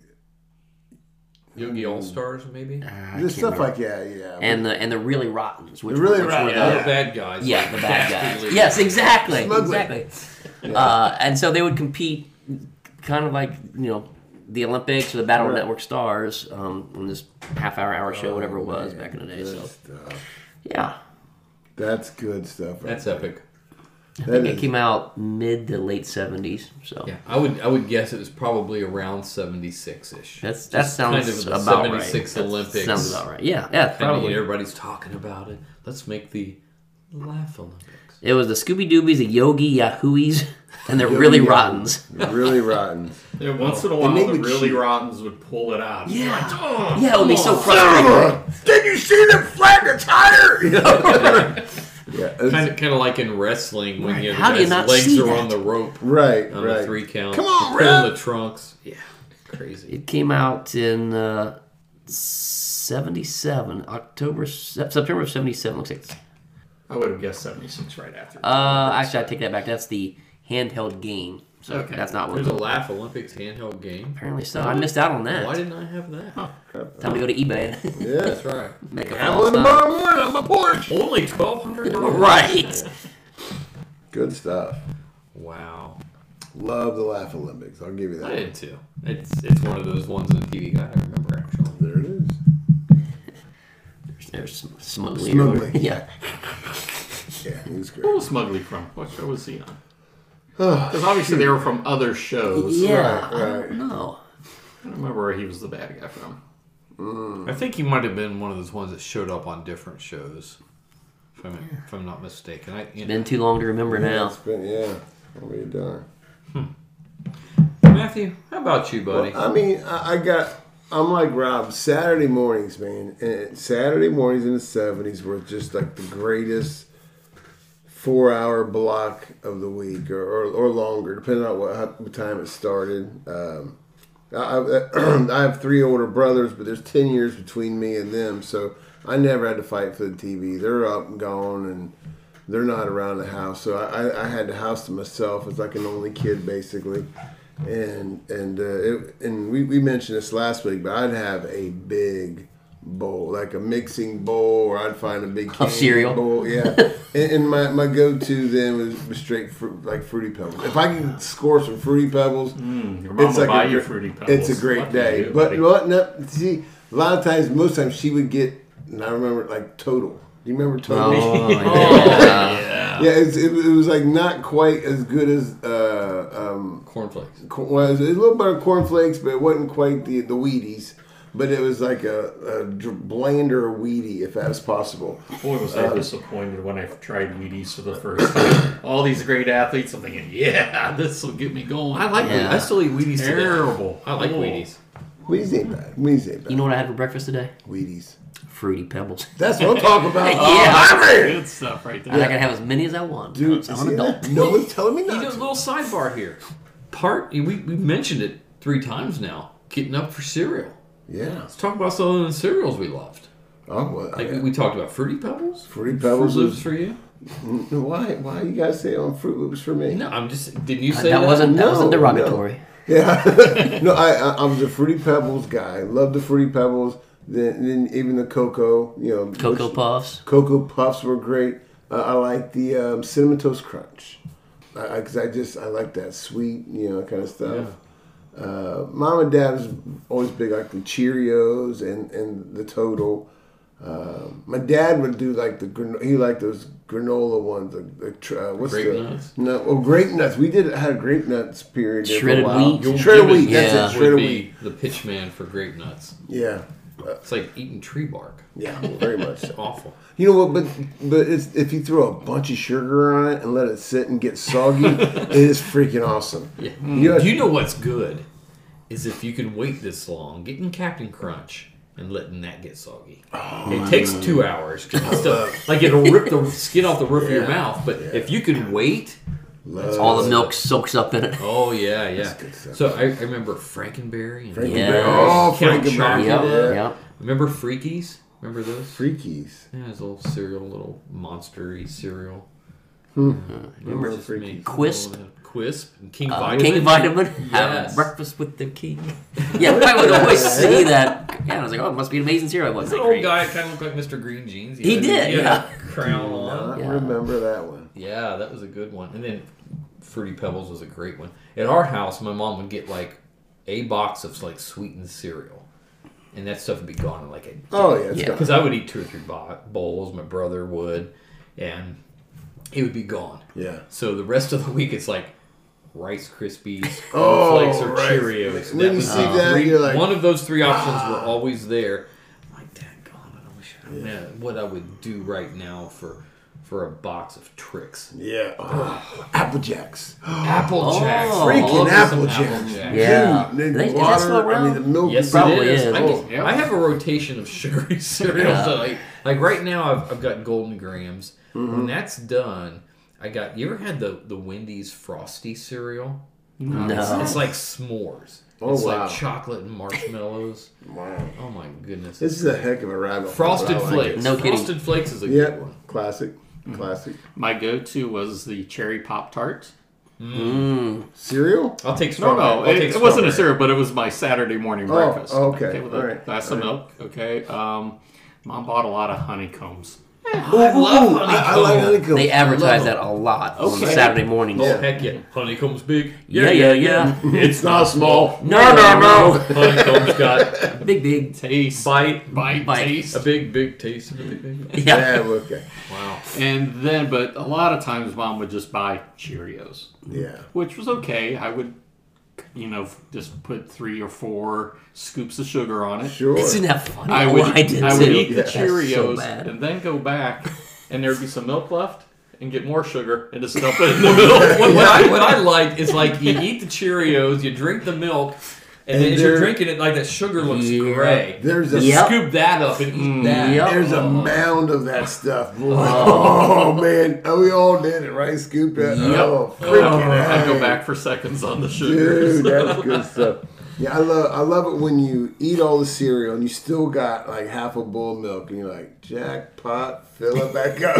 Speaker 13: Yogi All Stars, maybe.
Speaker 15: Uh,
Speaker 14: Just stuff like yeah, yeah.
Speaker 15: and the and the really rottens, which
Speaker 14: The Really
Speaker 15: which were
Speaker 14: Rottens, yeah. The
Speaker 13: Oh, bad guys.
Speaker 15: Yeah, the bad
Speaker 13: Dastardly.
Speaker 15: guys. Yes, exactly,
Speaker 13: Smuggling.
Speaker 15: exactly. Uh, and so they would compete, kind of like you know, the Olympics or the Battle
Speaker 14: Right.
Speaker 15: Network stars um, on this half hour, hour show, whatever it was back in the day. So, yeah,
Speaker 14: that's good stuff. right
Speaker 13: That's
Speaker 14: there.
Speaker 13: epic.
Speaker 15: I
Speaker 14: That
Speaker 15: think it
Speaker 14: is-
Speaker 15: came out mid to late seventies. So
Speaker 13: Yeah, I would I would guess it was probably around seventy six ish.
Speaker 15: That's- that sounds about right.
Speaker 13: seventy six
Speaker 15: That
Speaker 13: Olympics.
Speaker 15: sounds about right. Yeah, yeah,
Speaker 13: I mean,
Speaker 15: probably.
Speaker 13: everybody's talking about it. Let's make the laugh Olympics.
Speaker 15: it was the Scooby Doobies, the Yogi Yahooies, and the
Speaker 14: Yogi
Speaker 15: Really
Speaker 14: Yahoo.
Speaker 15: Rottens.
Speaker 14: really rotten.
Speaker 5: Yeah, once in a
Speaker 14: It
Speaker 5: while,
Speaker 14: made
Speaker 5: the
Speaker 14: me
Speaker 5: really
Speaker 14: cheat.
Speaker 5: rottens would pull it out.
Speaker 15: Yeah.
Speaker 5: Like, "Oh,
Speaker 15: Yeah, it would be
Speaker 5: come
Speaker 15: so
Speaker 5: on."
Speaker 15: frustrating.
Speaker 14: Did you see them flag a tire?
Speaker 13: Yeah, kind of kind of like in wrestling when you know,
Speaker 15: How
Speaker 13: the
Speaker 15: do you
Speaker 13: guy's
Speaker 15: not
Speaker 13: legs
Speaker 15: see
Speaker 13: are
Speaker 15: that?
Speaker 13: on the rope,
Speaker 14: Right,
Speaker 13: On
Speaker 14: right.
Speaker 13: the three count.
Speaker 14: Come on,
Speaker 13: They're pulling
Speaker 14: Rip!
Speaker 13: the trunks. Yeah, crazy.
Speaker 15: It came out in uh, '77, October, Sep- September of '77. Looks like.
Speaker 5: I would have guessed 76 right after.
Speaker 15: Uh, actually, I take that back. That's the handheld game. So
Speaker 13: Okay.
Speaker 15: that's not what.
Speaker 13: There's a Laugh Olympics handheld game.
Speaker 15: Apparently so. I missed out on that.
Speaker 13: Why didn't I have that?
Speaker 15: Time to go to eBay.
Speaker 14: Yeah.
Speaker 13: That's right.
Speaker 15: Make a
Speaker 14: I'm on
Speaker 15: phone
Speaker 14: the
Speaker 15: call.
Speaker 14: bottom one on my porch.
Speaker 13: Only twelve hundred dollars.
Speaker 15: Right.
Speaker 14: Good stuff.
Speaker 13: Wow.
Speaker 14: Love the Laugh Olympics. I'll give you that.
Speaker 13: I did too. It's it's one of those ones on TV guide I remember actually.
Speaker 14: There it is.
Speaker 15: There's sm- smuggling.
Speaker 14: Smuggling.
Speaker 15: Yeah.
Speaker 14: Yeah, it was great.
Speaker 5: Where was Smugly from? What show was he on?
Speaker 13: Oh,
Speaker 5: Because obviously they were from other shows.
Speaker 15: Yeah.
Speaker 14: Right,
Speaker 15: I
Speaker 14: right.
Speaker 15: don't know.
Speaker 5: I don't remember where he was the bad guy from.
Speaker 13: I think he might have been one of those ones that showed up on different shows, if I'm, if I'm not mistaken. I, you know,
Speaker 15: Been too long to remember now.
Speaker 14: It's been, yeah. What were you doing?
Speaker 13: Matthew, how about you, buddy?
Speaker 14: I mean, I, I got. I'm like Rob. Saturday mornings, man. And Saturday mornings in the '70s were just like the greatest four-hour block of the week, or, or, or longer, depending on what, how, what time it started. Um, I, I, I have three older brothers, but there's ten years between me and them, so I never had to fight for the TV. They're up and gone, and they're not around the house, so I, I, I had the house to myself. It's like an only kid, basically and and uh, it, and we, we mentioned this last week, but I'd have a big bowl, like a mixing bowl, or I'd find a big
Speaker 15: Of
Speaker 14: candy
Speaker 15: cereal.
Speaker 14: bowl, yeah. and, and my, my go to then was, was straight fruit, like fruity pebbles. If I can score some fruity pebbles,
Speaker 5: Mm, Your mom would buy
Speaker 14: a,
Speaker 5: you
Speaker 14: gr-
Speaker 5: Fruity
Speaker 14: It's
Speaker 5: Pebbles.
Speaker 14: a great
Speaker 5: What do you
Speaker 14: day.
Speaker 5: do,
Speaker 14: but
Speaker 5: buddy?
Speaker 14: what? No, see, a lot of times, most times, she would get, and I remember like total. Do you remember total?
Speaker 15: Oh,
Speaker 14: yeah, it's, it, was- it was like not quite as good as uh, um,
Speaker 13: Cornflakes.
Speaker 14: Cor- well, it was a little bit of cornflakes, but it wasn't quite the the Wheaties. But it was like a, a dr- blander Wheatie, if that was possible.
Speaker 5: Boy, was I disappointed when I tried Wheaties for the first time. All these great athletes, I'm thinking, yeah, this will get me going.
Speaker 13: I like
Speaker 15: Yeah.
Speaker 13: Wheaties. I still eat Wheaties. today.
Speaker 5: Terrible.
Speaker 13: I like
Speaker 5: Oh.
Speaker 13: Wheaties.
Speaker 14: Wheaties ain't bad. Wheaties ain't bad.
Speaker 15: You know what I had for breakfast today?
Speaker 14: Wheaties.
Speaker 15: Fruity Pebbles.
Speaker 14: That's what I'm talking about.
Speaker 15: Yeah.
Speaker 14: Oh, I'm in.
Speaker 5: Good stuff right
Speaker 15: And I
Speaker 5: there.
Speaker 15: can have as many as I want.
Speaker 14: Dude,
Speaker 15: I'm
Speaker 14: see
Speaker 15: an adult.
Speaker 14: that? no one's telling me
Speaker 13: You
Speaker 14: not
Speaker 13: know,
Speaker 14: to.
Speaker 13: little sidebar here. Part we we mentioned it three times now. Getting up for cereal.
Speaker 14: Yeah.
Speaker 13: Let's talk about some of the cereals we loved.
Speaker 14: Oh, well, I
Speaker 13: Like
Speaker 14: got-
Speaker 13: we talked about Fruity Pebbles.
Speaker 14: Fruity Pebbles
Speaker 13: Fruit Loops
Speaker 14: was,
Speaker 13: for you.
Speaker 14: Why? Why you guys say on Fruit Loops for me?
Speaker 13: No, I'm just. Didn't you
Speaker 15: Uh,
Speaker 13: say
Speaker 15: that wasn't that wasn't
Speaker 14: Oh, No,
Speaker 15: derogatory.
Speaker 14: Yeah. no, I, I I was a Fruity Pebbles guy. Loved the Fruity Pebbles. Then, then even the cocoa. You know,
Speaker 15: Cocoa
Speaker 14: which-
Speaker 15: Puffs.
Speaker 14: Cocoa Puffs were great. Uh, I like the um, Cinnamon Toast Crunch because I, 'cause I just I like that sweet, you know, kind of stuff. Uh, Mom and Dad was always big like the Cheerios and and the total. Um, my dad would do like the gran- he liked those granola ones. The, the tr- uh, what's
Speaker 13: Grape
Speaker 14: the,
Speaker 13: nuts?
Speaker 14: No, oh, grape nuts. We did had a grape nuts period. there for a
Speaker 15: Shredded
Speaker 14: while.
Speaker 15: wheat? You'll
Speaker 14: Shredded
Speaker 13: give it-
Speaker 14: wheat. That's it.
Speaker 15: Yeah.
Speaker 13: Would
Speaker 14: Shredded wheat.
Speaker 13: be the pitch man for grape nuts.
Speaker 14: Yeah,
Speaker 13: It's like eating tree bark.
Speaker 14: yeah, very much. so.
Speaker 13: It's awful.
Speaker 14: You know what? But but it's, if you throw a bunch of sugar on it and let it sit and get soggy, it is freaking awesome. Mm. Yeah. You
Speaker 13: You know what's good is if you can wait this long, getting Captain Crunch and letting that get soggy.
Speaker 14: Oh,
Speaker 13: it takes two hours. 'cause it's still- like it'll rip the skin off the roof of your mouth, but if you can wait,
Speaker 15: All the milk soaks up in it.
Speaker 13: oh yeah, yeah.
Speaker 14: good stuff.
Speaker 13: So I, I remember Frankenberry and
Speaker 14: Frankenberry.
Speaker 15: Yeah.
Speaker 14: Oh,
Speaker 13: Count
Speaker 14: Frankenberry.
Speaker 15: Yep,
Speaker 13: Chocula.
Speaker 15: yep.
Speaker 13: Remember Freakies? Remember those?
Speaker 14: Freakies.
Speaker 13: yeah, it's a little cereal, little monstery cereal.
Speaker 14: Remember
Speaker 13: Just
Speaker 14: Freakies.
Speaker 13: made-
Speaker 15: Quisp?
Speaker 13: Quisp, and King
Speaker 15: Uh,
Speaker 13: Vitamin.
Speaker 15: King Vitamin.
Speaker 13: Yes.
Speaker 15: Have breakfast with the king. Yeah, I would always see that. Yeah, I was like, oh, it must be an amazing cereal. It
Speaker 13: It's
Speaker 15: wasn't
Speaker 14: oh,
Speaker 13: an old
Speaker 15: great.
Speaker 13: guy, kind of looked like Mr. Green Jeans.
Speaker 15: He did,
Speaker 13: had a
Speaker 15: yeah.
Speaker 13: Crown
Speaker 14: I
Speaker 13: on.
Speaker 15: Yeah.
Speaker 14: remember that one.
Speaker 13: Yeah, that was a good one. And then Fruity Pebbles was a great one. At our house, my mom would get like a box of like sweetened cereal, and that stuff would be gone in like a
Speaker 14: Oh, yeah, it's gone.
Speaker 13: because I would eat two or three bo- bowls. My brother would, and it would be gone.
Speaker 14: Yeah.
Speaker 13: So the rest of the week, it's like Rice Krispies,
Speaker 14: Oh,
Speaker 13: Cornflakes, or
Speaker 14: right.
Speaker 13: Cheerios.
Speaker 14: When you see Ah. that,
Speaker 13: three-
Speaker 14: you're like,
Speaker 13: one of those three options were always there. I'm like, dang God, I wish I man, what I would do right now for for a box of tricks.
Speaker 14: Yeah. Oh, Apple Jacks.
Speaker 13: Uh, Apple Jacks.
Speaker 14: Oh, Freaking
Speaker 13: Love me some
Speaker 14: Apple Jacks.
Speaker 15: Yeah.
Speaker 14: Dude,
Speaker 15: They-
Speaker 14: the
Speaker 15: is that
Speaker 14: water,
Speaker 15: still
Speaker 14: I mean,
Speaker 15: around?
Speaker 14: the milk
Speaker 13: Yes,
Speaker 15: Probably
Speaker 13: it is.
Speaker 15: is.
Speaker 13: I,
Speaker 15: Oh,
Speaker 13: I have a rotation of sugary cereals.
Speaker 15: Yeah.
Speaker 13: that I, like right now, I've, I've got Golden Grams. When that's done, I got. You ever had the the Wendy's Frosty cereal? Uh,
Speaker 15: No.
Speaker 13: It's, it's like s'mores.
Speaker 14: Oh,
Speaker 13: it's
Speaker 14: wow.
Speaker 13: like chocolate and marshmallows.
Speaker 14: wow.
Speaker 13: Oh my goodness.
Speaker 14: This is a heck of a rabbit hole.
Speaker 13: Frosted
Speaker 14: I like
Speaker 13: Flakes.
Speaker 14: it.
Speaker 13: No kidding. Frosted Flakes is a
Speaker 14: yeah,
Speaker 13: good one.
Speaker 14: Classic. Classic.
Speaker 5: My go-to was the cherry pop tart.
Speaker 15: Mm.
Speaker 14: Cereal?
Speaker 13: I'll take
Speaker 5: No,
Speaker 13: strawberry.
Speaker 5: no,
Speaker 13: I'll take
Speaker 5: it, it wasn't
Speaker 13: strawberry.
Speaker 5: a cereal, but it was my Saturday morning
Speaker 14: Oh,
Speaker 5: breakfast.
Speaker 14: okay,
Speaker 5: with a
Speaker 14: all right,
Speaker 5: glass of milk. Okay, um, mom bought a lot of honeycombs.
Speaker 14: I love I like honeycomb.
Speaker 15: They advertise that a lot on
Speaker 5: Okay.
Speaker 15: Saturday mornings.
Speaker 13: Oh heck yeah! Honeycomb's big.
Speaker 15: Yeah, yeah, yeah.
Speaker 14: It's not small.
Speaker 15: No, no, no.
Speaker 13: Honeycomb's got
Speaker 15: Big, big.
Speaker 5: Taste,
Speaker 13: bite,
Speaker 5: bite,
Speaker 15: Bite.
Speaker 5: taste.
Speaker 13: a big, big taste. of it.
Speaker 14: Yeah, okay.
Speaker 13: Wow.
Speaker 5: And then, but a lot of times, mom would just buy Cheerios,
Speaker 14: Yeah.
Speaker 5: which was okay. I would, you know, just put three or four scoops of sugar on it.
Speaker 14: Sure.
Speaker 15: Isn't that funny?
Speaker 5: I would,
Speaker 15: Oh, I did
Speaker 5: I would
Speaker 15: too.
Speaker 5: eat the
Speaker 15: That's so
Speaker 5: Cheerios
Speaker 15: bad.
Speaker 5: and then go back, and there'd be some milk left, and get more sugar and just dump it in the milk.
Speaker 13: What, what I, what I like is like you eat the Cheerios, you drink the milk, and, then
Speaker 14: And
Speaker 13: as you're
Speaker 14: there-
Speaker 13: drinking it, like that sugar looks
Speaker 15: Yeah.
Speaker 13: gray.
Speaker 14: There's a-
Speaker 13: You
Speaker 15: Yep.
Speaker 13: scoop that up and eat that.
Speaker 15: Mm. Yep.
Speaker 14: There's
Speaker 13: Oh.
Speaker 14: a mound of that stuff. Boy. Oh, man. Oh, we all did it, right? Scoop that. Oh,
Speaker 5: Yep.
Speaker 14: freaking
Speaker 5: I'd go
Speaker 14: heck.
Speaker 5: back for seconds on the sugars.
Speaker 14: Dude, that's good stuff. Yeah, I love I love it when you eat all the cereal and you still got like half a bowl of milk and you're like, jackpot, fill it back up.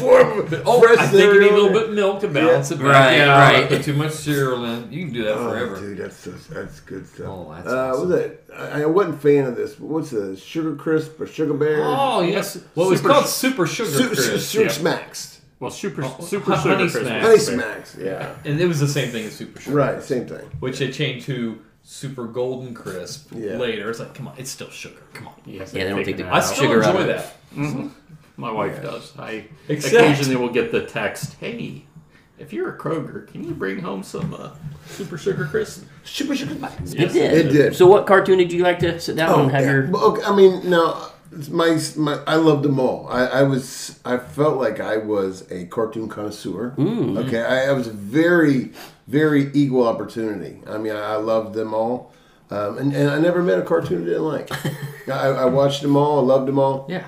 Speaker 13: Oh,
Speaker 14: oh,
Speaker 13: I think you need a little bit of milk to balance it. back
Speaker 15: Right,
Speaker 13: out.
Speaker 15: right.
Speaker 13: Put too much cereal in. You can do that forever.
Speaker 14: Oh, Dude, that's so, that's good stuff.
Speaker 13: Oh, that's
Speaker 14: uh,
Speaker 13: awesome.
Speaker 14: what's that? I, I wasn't a fan of this, but what's the sugar crisp or sugar bear?
Speaker 13: Oh yes. Well, it was
Speaker 14: Super-
Speaker 13: called Super Sugar
Speaker 14: Su- su-
Speaker 13: Crisp.
Speaker 14: sugar
Speaker 5: yeah.
Speaker 14: smacks.
Speaker 5: Well, super,
Speaker 13: Oh,
Speaker 5: super sugar
Speaker 13: honey smacks.
Speaker 5: Christmas.
Speaker 14: Honey smacks. Yeah.
Speaker 13: And it was the same thing as Super Sugar.
Speaker 14: Right.
Speaker 13: Crisp,
Speaker 14: Same thing.
Speaker 13: Which they changed to Super Golden Crisp
Speaker 14: Yeah.
Speaker 13: later. It's like, come on, it's still sugar. Come on.
Speaker 5: Yes,
Speaker 15: Yeah,
Speaker 5: I've
Speaker 15: they don't
Speaker 5: taken
Speaker 15: take the-
Speaker 5: that
Speaker 13: I
Speaker 5: out.
Speaker 13: still
Speaker 15: Sugar out
Speaker 13: enjoy
Speaker 15: of it.
Speaker 13: that.
Speaker 5: My wife does. I
Speaker 13: Except-
Speaker 5: occasionally will get the text, "Hey, if you're a Kroger, can you bring home some uh, super sugar crisp?"
Speaker 14: Super sugar smacks.
Speaker 15: It did.
Speaker 14: It did.
Speaker 15: So, what cartoon did you like to sit down
Speaker 14: Oh,
Speaker 15: and have
Speaker 14: yeah.
Speaker 15: your?
Speaker 14: Well, okay, I mean, now it's my, my I loved them all. I, I was I felt like I was a cartoon connoisseur.
Speaker 15: Mm.
Speaker 14: Okay, I, I was very very equal opportunity. I mean, I, I loved them all, um, and and I never met a cartoon I didn't like. I, I watched them all. I loved them all.
Speaker 13: Yeah.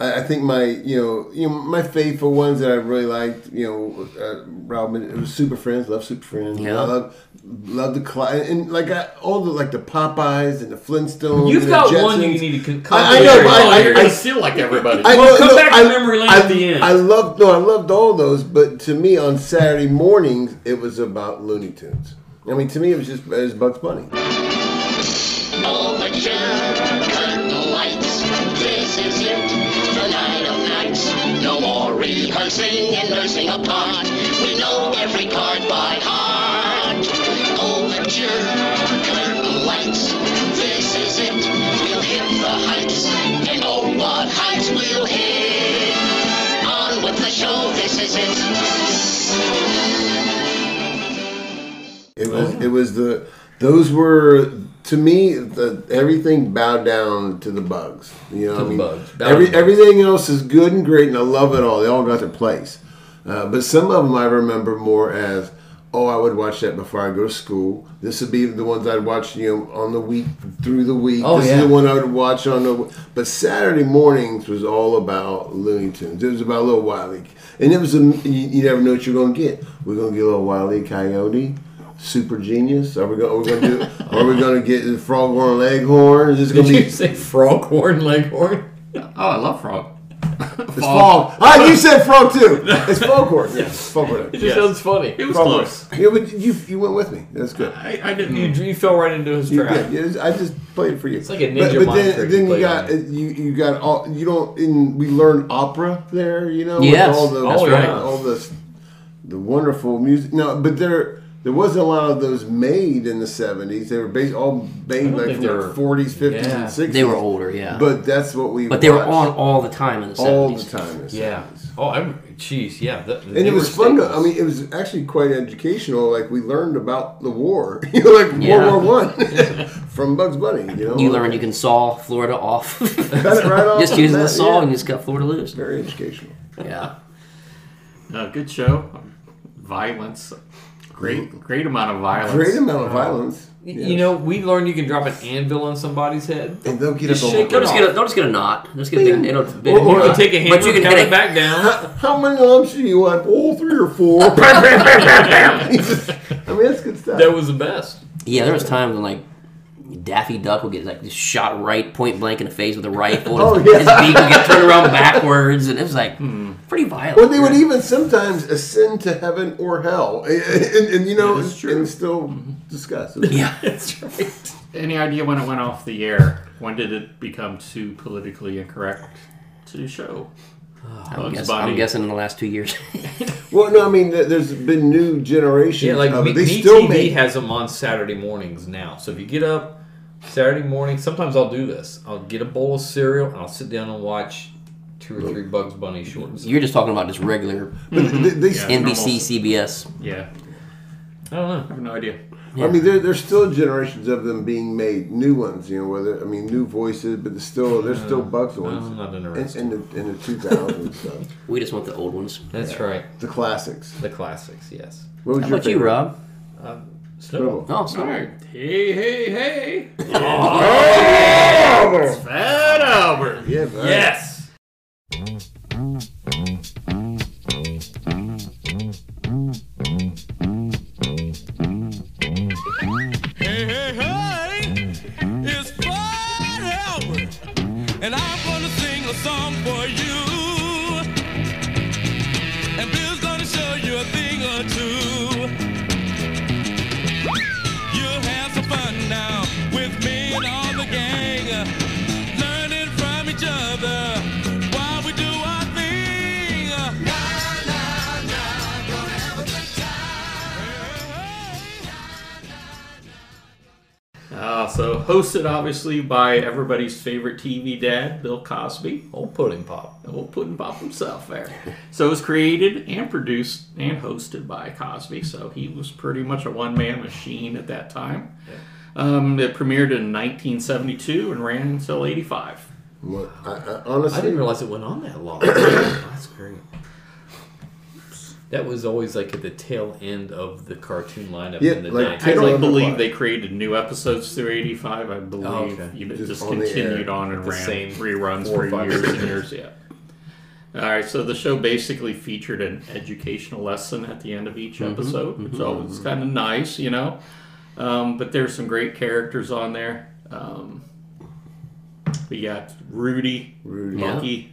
Speaker 14: I, I think my you know you know, my faithful ones that I really liked you know uh, Robin it was Super Friends love Super Friends
Speaker 15: Yeah.
Speaker 14: I love love the Cl- and like I, all the like the Popeyes and the Flintstones
Speaker 13: You've
Speaker 14: and
Speaker 13: got
Speaker 14: the
Speaker 13: one you
Speaker 14: Jetsons.
Speaker 13: need to con-
Speaker 14: I, I know but
Speaker 13: Oh,
Speaker 14: I,
Speaker 13: you're
Speaker 14: I,
Speaker 5: I
Speaker 14: I,
Speaker 5: feel like everybody.
Speaker 14: I
Speaker 13: Well,
Speaker 14: know,
Speaker 13: come
Speaker 14: no,
Speaker 13: back to
Speaker 14: I-
Speaker 13: memory lane
Speaker 14: I,
Speaker 13: at the end.
Speaker 14: I loved no I loved all those but to me on Saturday mornings it was about Looney Tunes I mean to me it was just it was Bugs Bunny
Speaker 11: All the children, cut the lights. This is it, the night of nights. No more rehearsing and nursing a part. We know every part by heart. All the children, cut the lights. This is it, we'll hit the heights. And oh, what heights we'll hit. On with the show, this is it.
Speaker 14: It was it was the those were to me the, everything bowed down to the bugs. You
Speaker 13: To
Speaker 14: know, what I
Speaker 13: the
Speaker 14: mean,
Speaker 13: bugs. Bowed
Speaker 14: every
Speaker 13: down.
Speaker 14: everything else is good and great, and I love it all. They all got their place, uh, but some of them I remember more as. Oh, I would watch that before I go to school. This would be the ones I'd watch, you know, on the week through the week.
Speaker 13: Oh,
Speaker 14: this
Speaker 13: yeah.
Speaker 14: is the one I would watch on the. But Saturday mornings was all about Looney Tunes. It was about Little Wiley, and it was a, you, you never know what you're gonna get. We're gonna get a little Wiley Coyote, Super Genius. Are we gonna, are we gonna do? are we gonna get the Foghorn Leghorn? Is this
Speaker 13: Did
Speaker 14: gonna be
Speaker 13: you say froghorn leghorn?
Speaker 5: oh, I love frog.
Speaker 14: it's Fog? Ah, you said Frog too. It's Foghorn. Yes, Foghorn.
Speaker 13: It just
Speaker 5: Yes.
Speaker 13: sounds funny.
Speaker 5: It was
Speaker 14: Frog.
Speaker 5: close.
Speaker 14: Yeah, but you you went with me. That's good.
Speaker 5: I, I didn't.
Speaker 13: You, you fell right into his
Speaker 14: You
Speaker 13: trap.
Speaker 14: did. You just- I just played it for you. It's
Speaker 13: like a ninja
Speaker 14: But, but
Speaker 13: mind
Speaker 14: then,
Speaker 13: trick
Speaker 14: then
Speaker 13: you
Speaker 14: you
Speaker 13: play
Speaker 14: got
Speaker 13: on
Speaker 14: you, you got all you don't. And we learned opera there. You know, with
Speaker 15: Yes,
Speaker 14: all the
Speaker 13: that's
Speaker 14: all,
Speaker 13: right.
Speaker 14: all the the wonderful music. No, but there There wasn't a lot of those made in the seventies. They were based, all
Speaker 15: I
Speaker 14: made
Speaker 15: don't
Speaker 14: like
Speaker 15: think
Speaker 14: from
Speaker 15: they
Speaker 14: the
Speaker 15: were-
Speaker 14: forties, fifties,
Speaker 15: yeah.
Speaker 14: and sixties.
Speaker 15: They were older, yeah.
Speaker 14: But that's what we.
Speaker 15: But they were on
Speaker 14: watched.
Speaker 15: all the time in the
Speaker 14: All the
Speaker 15: 70s.
Speaker 14: time. in the
Speaker 13: Yeah. Oh, I'm. Jeez, yeah. The,
Speaker 14: and it was fun. To, I mean, it was actually quite educational. Like we learned about the war, you know, like
Speaker 15: Yeah.
Speaker 14: World War One from Bugs Bunny. You know,
Speaker 15: You learn you can saw Florida off.
Speaker 14: right off
Speaker 15: just
Speaker 14: the
Speaker 15: using the
Speaker 14: bat,
Speaker 15: saw
Speaker 14: yeah.
Speaker 15: and you just got Florida loose.
Speaker 14: Very educational.
Speaker 15: Yeah.
Speaker 5: Uh, good show. Violence. Great, great amount of violence.
Speaker 14: Great amount of violence.
Speaker 13: Y- You know, we learned you can drop an anvil on somebody's head.
Speaker 14: And they'll get
Speaker 13: Just
Speaker 14: up on
Speaker 13: shake
Speaker 14: the
Speaker 13: it
Speaker 14: ground.
Speaker 13: off.
Speaker 15: Don't just get a knot. Just get a it'll,
Speaker 13: Or, or you
Speaker 15: it'll-
Speaker 13: can take a hammer,
Speaker 15: but you can
Speaker 13: count
Speaker 15: hit
Speaker 13: it
Speaker 15: a-
Speaker 13: back down.
Speaker 14: How many lumps do you want? All three or four? I mean, that's good stuff.
Speaker 13: That was the best.
Speaker 15: Yeah, there was times when like Daffy Duck would get like just shot right point blank in the face with a rifle.
Speaker 14: Oh,
Speaker 15: and
Speaker 14: yeah.
Speaker 15: His beak would get turned around backwards, and it was like pretty violent.
Speaker 14: Well, they would even sometimes ascend to heaven or hell, and, and- and, you know, and still
Speaker 13: Mm-hmm.
Speaker 14: discuss.
Speaker 15: Yeah,
Speaker 14: that's right.
Speaker 5: Any idea when it went off the air? When did it become too politically incorrect to show?
Speaker 15: I'm,
Speaker 5: Bugs
Speaker 15: guess,
Speaker 5: Bunny.
Speaker 15: I'm guessing in the last two years.
Speaker 14: Well, no, I mean, there- there's been new generations.
Speaker 13: Yeah, like
Speaker 14: of
Speaker 13: me,
Speaker 14: it. uh, they
Speaker 13: me
Speaker 14: still
Speaker 13: TV
Speaker 14: make.
Speaker 13: has them on Saturday mornings now. So if you get up Saturday morning, sometimes I'll do this. I'll get a bowl of cereal and I'll sit down and watch two or three Bugs Bunny shorts.
Speaker 15: You're just talking about just regular
Speaker 13: Mm-hmm.
Speaker 14: But they- they-
Speaker 15: NBC, CBS.
Speaker 5: Yeah.
Speaker 13: I don't know.
Speaker 5: I have no idea.
Speaker 14: I mean, there, there's still generations of them being made, new ones. You know, whether I mean, new voices, but there's still there's still Bugs ones.
Speaker 13: I'm not
Speaker 14: in-
Speaker 13: interested.
Speaker 14: In, the in the 2000s, so.
Speaker 15: We just want the old ones.
Speaker 13: That's right.
Speaker 14: the classics.
Speaker 13: The classics, yes.
Speaker 14: What was
Speaker 15: How
Speaker 14: your
Speaker 15: about you,
Speaker 14: favorite?
Speaker 15: Rob?
Speaker 13: Snowball.
Speaker 15: Oh, sorry.
Speaker 5: Hey, hey, hey.
Speaker 14: Albert.
Speaker 5: Fat Albert.
Speaker 14: Yeah, bud.
Speaker 5: Yes.
Speaker 17: Hey, hey, hey! It's Fat Albert, and I'm gonna sing a song for you. And Bill's gonna show you a thing or two. You'll have some fun now with me and all the gang, learning from each other while we do our thing. Nah, nah, nah, gonna have a good
Speaker 5: Uh, so hosted obviously by everybody's favorite TV dad, Bill Cosby,
Speaker 13: old Pudding Pop,
Speaker 5: old Pudding Pop himself. There. so it was created and produced and hosted by Cosby. So he was pretty much a one-man machine at that time. Um, it premiered in 1972 and ran until 85.
Speaker 14: What, I, I,
Speaker 13: I
Speaker 14: honestly,
Speaker 13: didn't realize it went on that long. That's great. That was always like at the tail end of the cartoon lineup
Speaker 14: Yeah,
Speaker 13: in the
Speaker 14: like,
Speaker 13: day.
Speaker 5: I
Speaker 14: Taylor
Speaker 5: don't
Speaker 14: and the
Speaker 5: believe
Speaker 14: Clock.
Speaker 5: they created new episodes through 85. I believe
Speaker 13: Oh, okay.
Speaker 5: you
Speaker 14: Just
Speaker 5: just,
Speaker 14: on the air.
Speaker 5: continued on and
Speaker 13: The
Speaker 5: ran
Speaker 13: same
Speaker 5: reruns
Speaker 13: four
Speaker 5: for
Speaker 13: or five
Speaker 5: years and
Speaker 13: seasons.
Speaker 5: years. Yeah. All right, so the show basically featured an educational lesson at the end of each
Speaker 13: Mm-hmm,
Speaker 5: episode, which always kind of nice, you know. Um, but there's some great characters on there. Um, we got Rudy,
Speaker 14: Rudy.
Speaker 5: Monkey,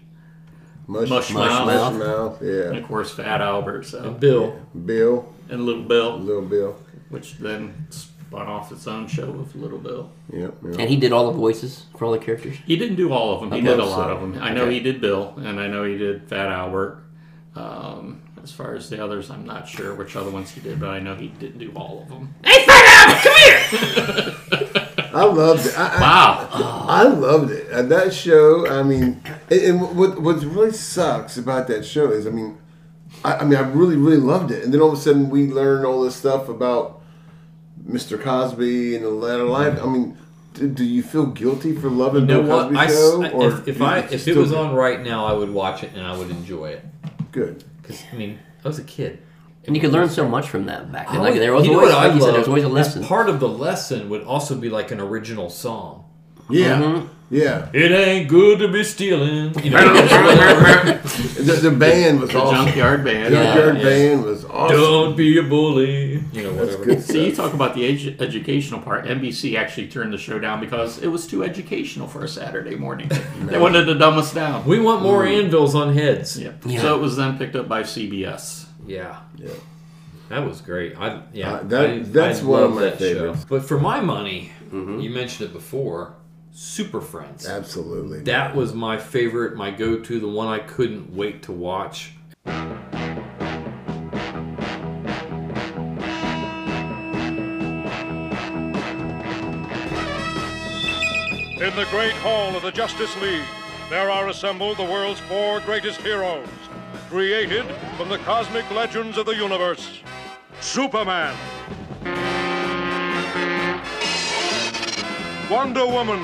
Speaker 14: Mush,
Speaker 5: Mush
Speaker 14: Mush
Speaker 5: Mouth.
Speaker 14: Mouth,
Speaker 5: and
Speaker 14: yeah.
Speaker 5: of course Fat Albert. So
Speaker 13: Bill,
Speaker 14: Bill,
Speaker 5: and Little Bill,
Speaker 14: Little Bill,
Speaker 5: which then spun off its own show with Little Bill.
Speaker 14: yeah. yeah.
Speaker 15: And he did all the voices for all the characters.
Speaker 5: He didn't do all of them. He
Speaker 15: I
Speaker 5: did a
Speaker 15: love
Speaker 5: lot
Speaker 15: so.
Speaker 5: of them. I know
Speaker 15: Okay.
Speaker 5: he did Bill, and I know he did Fat Albert. Um, as far as the others, I'm not sure which other ones he did, but I know he didn't do all of them.
Speaker 14: I loved it. I, I-
Speaker 5: Wow.
Speaker 14: I loved it. And that show, I mean, and, and what what really sucks about that show is, I mean, I, I mean, I really really loved it. And then all of a sudden, we learn all this stuff about Mr. Cosby and the latter life. I mean, do, do you feel guilty for loving
Speaker 13: You know
Speaker 14: Bill
Speaker 13: what?
Speaker 14: Cosby
Speaker 13: I s-
Speaker 14: show?
Speaker 13: I- if, if
Speaker 14: do you
Speaker 13: I if it
Speaker 14: still-
Speaker 13: was on right now, I would watch it and I would enjoy it.
Speaker 14: good.
Speaker 13: Because I mean, I was a kid.
Speaker 15: And you could learn so much from that back then.
Speaker 13: I
Speaker 15: Like
Speaker 13: would-
Speaker 15: there was
Speaker 13: you know
Speaker 15: always,
Speaker 13: what I
Speaker 15: like you said, there
Speaker 13: love
Speaker 15: was always a
Speaker 13: is
Speaker 15: lesson.
Speaker 13: Part of the lesson would also be like an original song.
Speaker 14: Yeah,
Speaker 13: Mm-hmm.
Speaker 14: yeah.
Speaker 13: It ain't good to be stealing. You know,
Speaker 14: The, the band was
Speaker 5: The
Speaker 14: awesome.
Speaker 5: Junkyard Band.
Speaker 14: The Junkyard
Speaker 13: yeah.
Speaker 14: band was awesome.
Speaker 13: don't be a bully. You know,
Speaker 14: That's
Speaker 13: whatever.
Speaker 14: good
Speaker 5: See, you
Speaker 14: stuff.
Speaker 5: talk about the edu- educational part. NBC actually turned the show down because it was too educational for a Saturday morning. They wanted to dumb us down.
Speaker 13: We want more
Speaker 14: Mm.
Speaker 13: anvils on heads.
Speaker 5: Yeah.
Speaker 15: Yeah.
Speaker 5: So it was then picked up by CBS.
Speaker 13: Yeah.
Speaker 14: Yeah.
Speaker 13: That was great. I yeah.
Speaker 14: Uh, that-
Speaker 13: I-
Speaker 14: that's
Speaker 13: I
Speaker 14: one of
Speaker 13: love
Speaker 14: my
Speaker 13: that show.
Speaker 14: favorites. Mm-hmm.
Speaker 13: But for my money, you mentioned it before, Super Friends.
Speaker 14: Absolutely.
Speaker 13: That was my favorite, my go-to, the one I couldn't wait to watch.
Speaker 18: In the great hall of the Justice League, there are assembled the world's four greatest heroes, created from the cosmic legends of the universe Superman, Wonder Woman,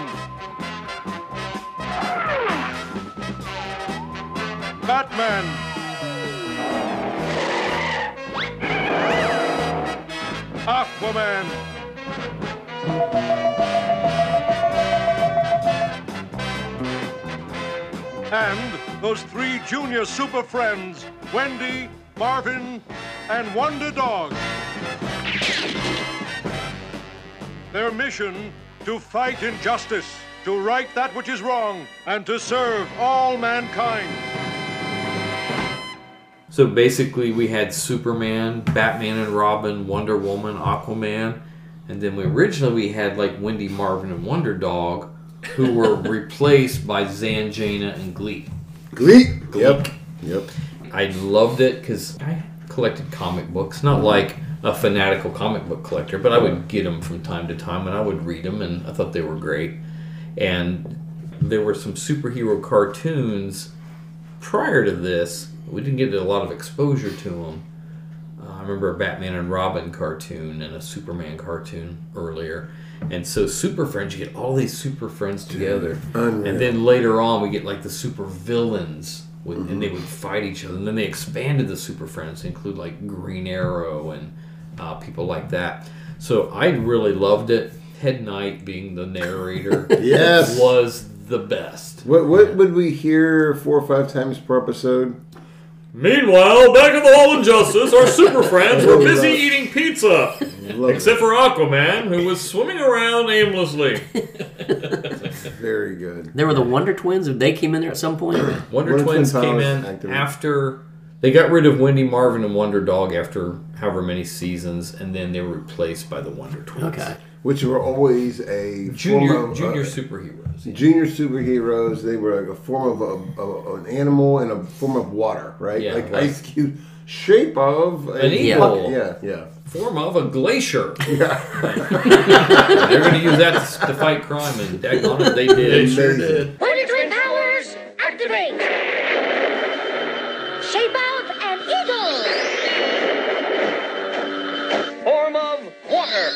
Speaker 18: Batman. Aquaman. And those three junior super friends, Wendy, Marvin, and Wonder Dog. Their mission to fight injustice, to right that which is wrong, and to serve all mankind.
Speaker 13: So basically, we had Superman, Batman and Robin, Wonder Woman, Aquaman, and then we originally we had like Wendy, Marvin, and Wonder Dog, who were replaced by Zan, Jana, and Gleek.
Speaker 14: Gleek. Yep. Yep.
Speaker 13: I loved it because I collected comic books, not like a fanatical comic book collector, but I would get them from time to time and I would read them, and I thought they were great. And there were some superhero cartoons prior to this. We didn't get a lot of exposure to them. Uh, I remember a Batman and Robin cartoon and a Superman cartoon earlier. And so Super Friends, you get all these Super Friends together.
Speaker 14: Unreal.
Speaker 13: And then later on, we get like the Super Villains. With, And they would fight each other. And then they expanded the Super Friends to include like Green Arrow and uh, people like that. So I really loved it. Ted Knight being the narrator
Speaker 14: Yes.
Speaker 13: was the best.
Speaker 14: What what would we hear four or five times per episode?
Speaker 19: Meanwhile, back at the Hall of Justice, our super friends were busy
Speaker 14: Love it.
Speaker 19: eating pizza. Except for Aquaman, who was swimming around aimlessly.
Speaker 14: Very good.
Speaker 15: There were the Wonder Twins. They came in there at some point.
Speaker 13: Wonder, Twins, came in after they got rid of Wendy Marvin and Wonder Dog after however many seasons, and then they were replaced by the Wonder Twins.
Speaker 15: Okay.
Speaker 14: Which were always a
Speaker 13: Junior-
Speaker 14: form of,
Speaker 13: junior
Speaker 14: uh,
Speaker 13: superheroes,
Speaker 14: Junior superheroes. They were like a form of a, a- an animal and a form of water, right?
Speaker 13: Yeah,
Speaker 14: like
Speaker 13: right.
Speaker 14: ice cube, shape of a
Speaker 13: An eagle.
Speaker 14: Yeah, yeah.
Speaker 13: Form of a glacier. They're going to use that to fight crime, and daggone it, they did.
Speaker 14: They sure did.
Speaker 11: Wonder Twin powers activate! Shape of an eagle! Form of water!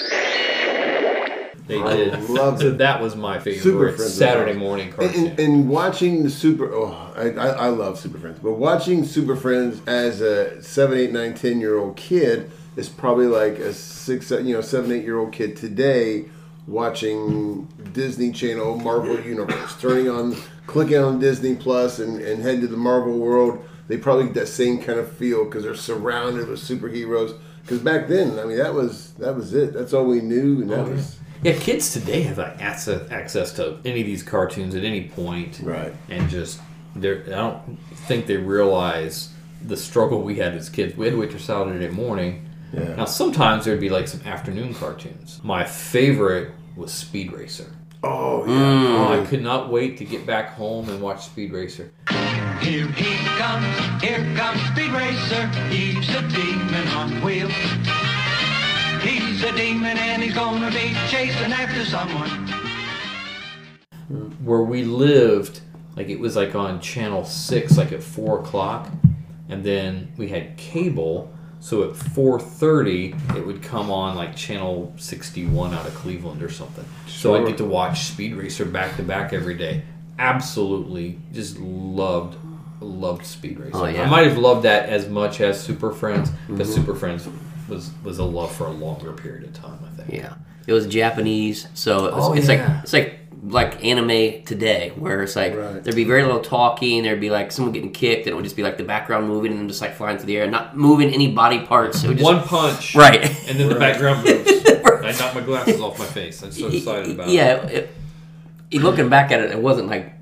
Speaker 13: They
Speaker 14: I
Speaker 13: did.
Speaker 14: love
Speaker 13: so
Speaker 14: it.
Speaker 13: that was my
Speaker 14: Super
Speaker 13: favorite
Speaker 14: Friends.
Speaker 13: Saturday morning
Speaker 14: And-
Speaker 13: cartoon.
Speaker 14: And, and watching the Super, oh, I, I, I love Super Friends, but watching Super Friends as a seven, eight, nine, ten year old kid is probably like a six, se- you know, seven, eight year old kid today watching Disney Channel, Marvel Universe, turning on, clicking on Disney Plus, and and head to the Marvel world. They probably get that same kind of feel because they're surrounded with superheroes. Because back then, I mean, that was that was it. That's all we knew, and that
Speaker 13: Oh,
Speaker 14: was.
Speaker 13: Yeah, kids today have like access, access to any of these cartoons at any point, right? And just they're I don't think they realize the struggle we had as kids. We had to wait till Saturday morning.
Speaker 14: Yeah.
Speaker 13: Now sometimes there'd be like some afternoon cartoons. My favorite was Speed Racer.
Speaker 14: Oh
Speaker 13: yeah! I could not wait to get back home and watch Speed Racer.
Speaker 11: Here he comes, here comes Speed Racer. He's a demon on wheels. He's a demon and he's gonna be chasing after someone.
Speaker 13: where we lived, like it was like on channel six, like at four o'clock, and then we had cable. So at four thirty, it would come on like channel sixty one out of Cleveland or something. So I
Speaker 14: Sure.
Speaker 13: get to watch Speed Racer back to back every day. Absolutely, just loved, loved Speed Racer.
Speaker 15: Oh, yeah.
Speaker 13: I might have loved that as much as Super Friends, but
Speaker 15: Mhm.
Speaker 13: Super Friends was was a love for a longer period of time. I think.
Speaker 15: Yeah, it was Japanese, so uh, it was,
Speaker 13: Oh,
Speaker 15: it's
Speaker 13: yeah.
Speaker 15: like it's like like anime today, where it's like
Speaker 13: Right.
Speaker 15: there'd be very little talking, there'd be like someone getting kicked, and it would just be like the background moving and them just like flying through the air, not moving any body parts. It would just,
Speaker 13: One punch,
Speaker 15: right?
Speaker 13: and then the background moves. I knocked my glasses off my face. I'm so excited about
Speaker 15: yeah,
Speaker 13: it.
Speaker 15: it- it- looking back at it, it wasn't like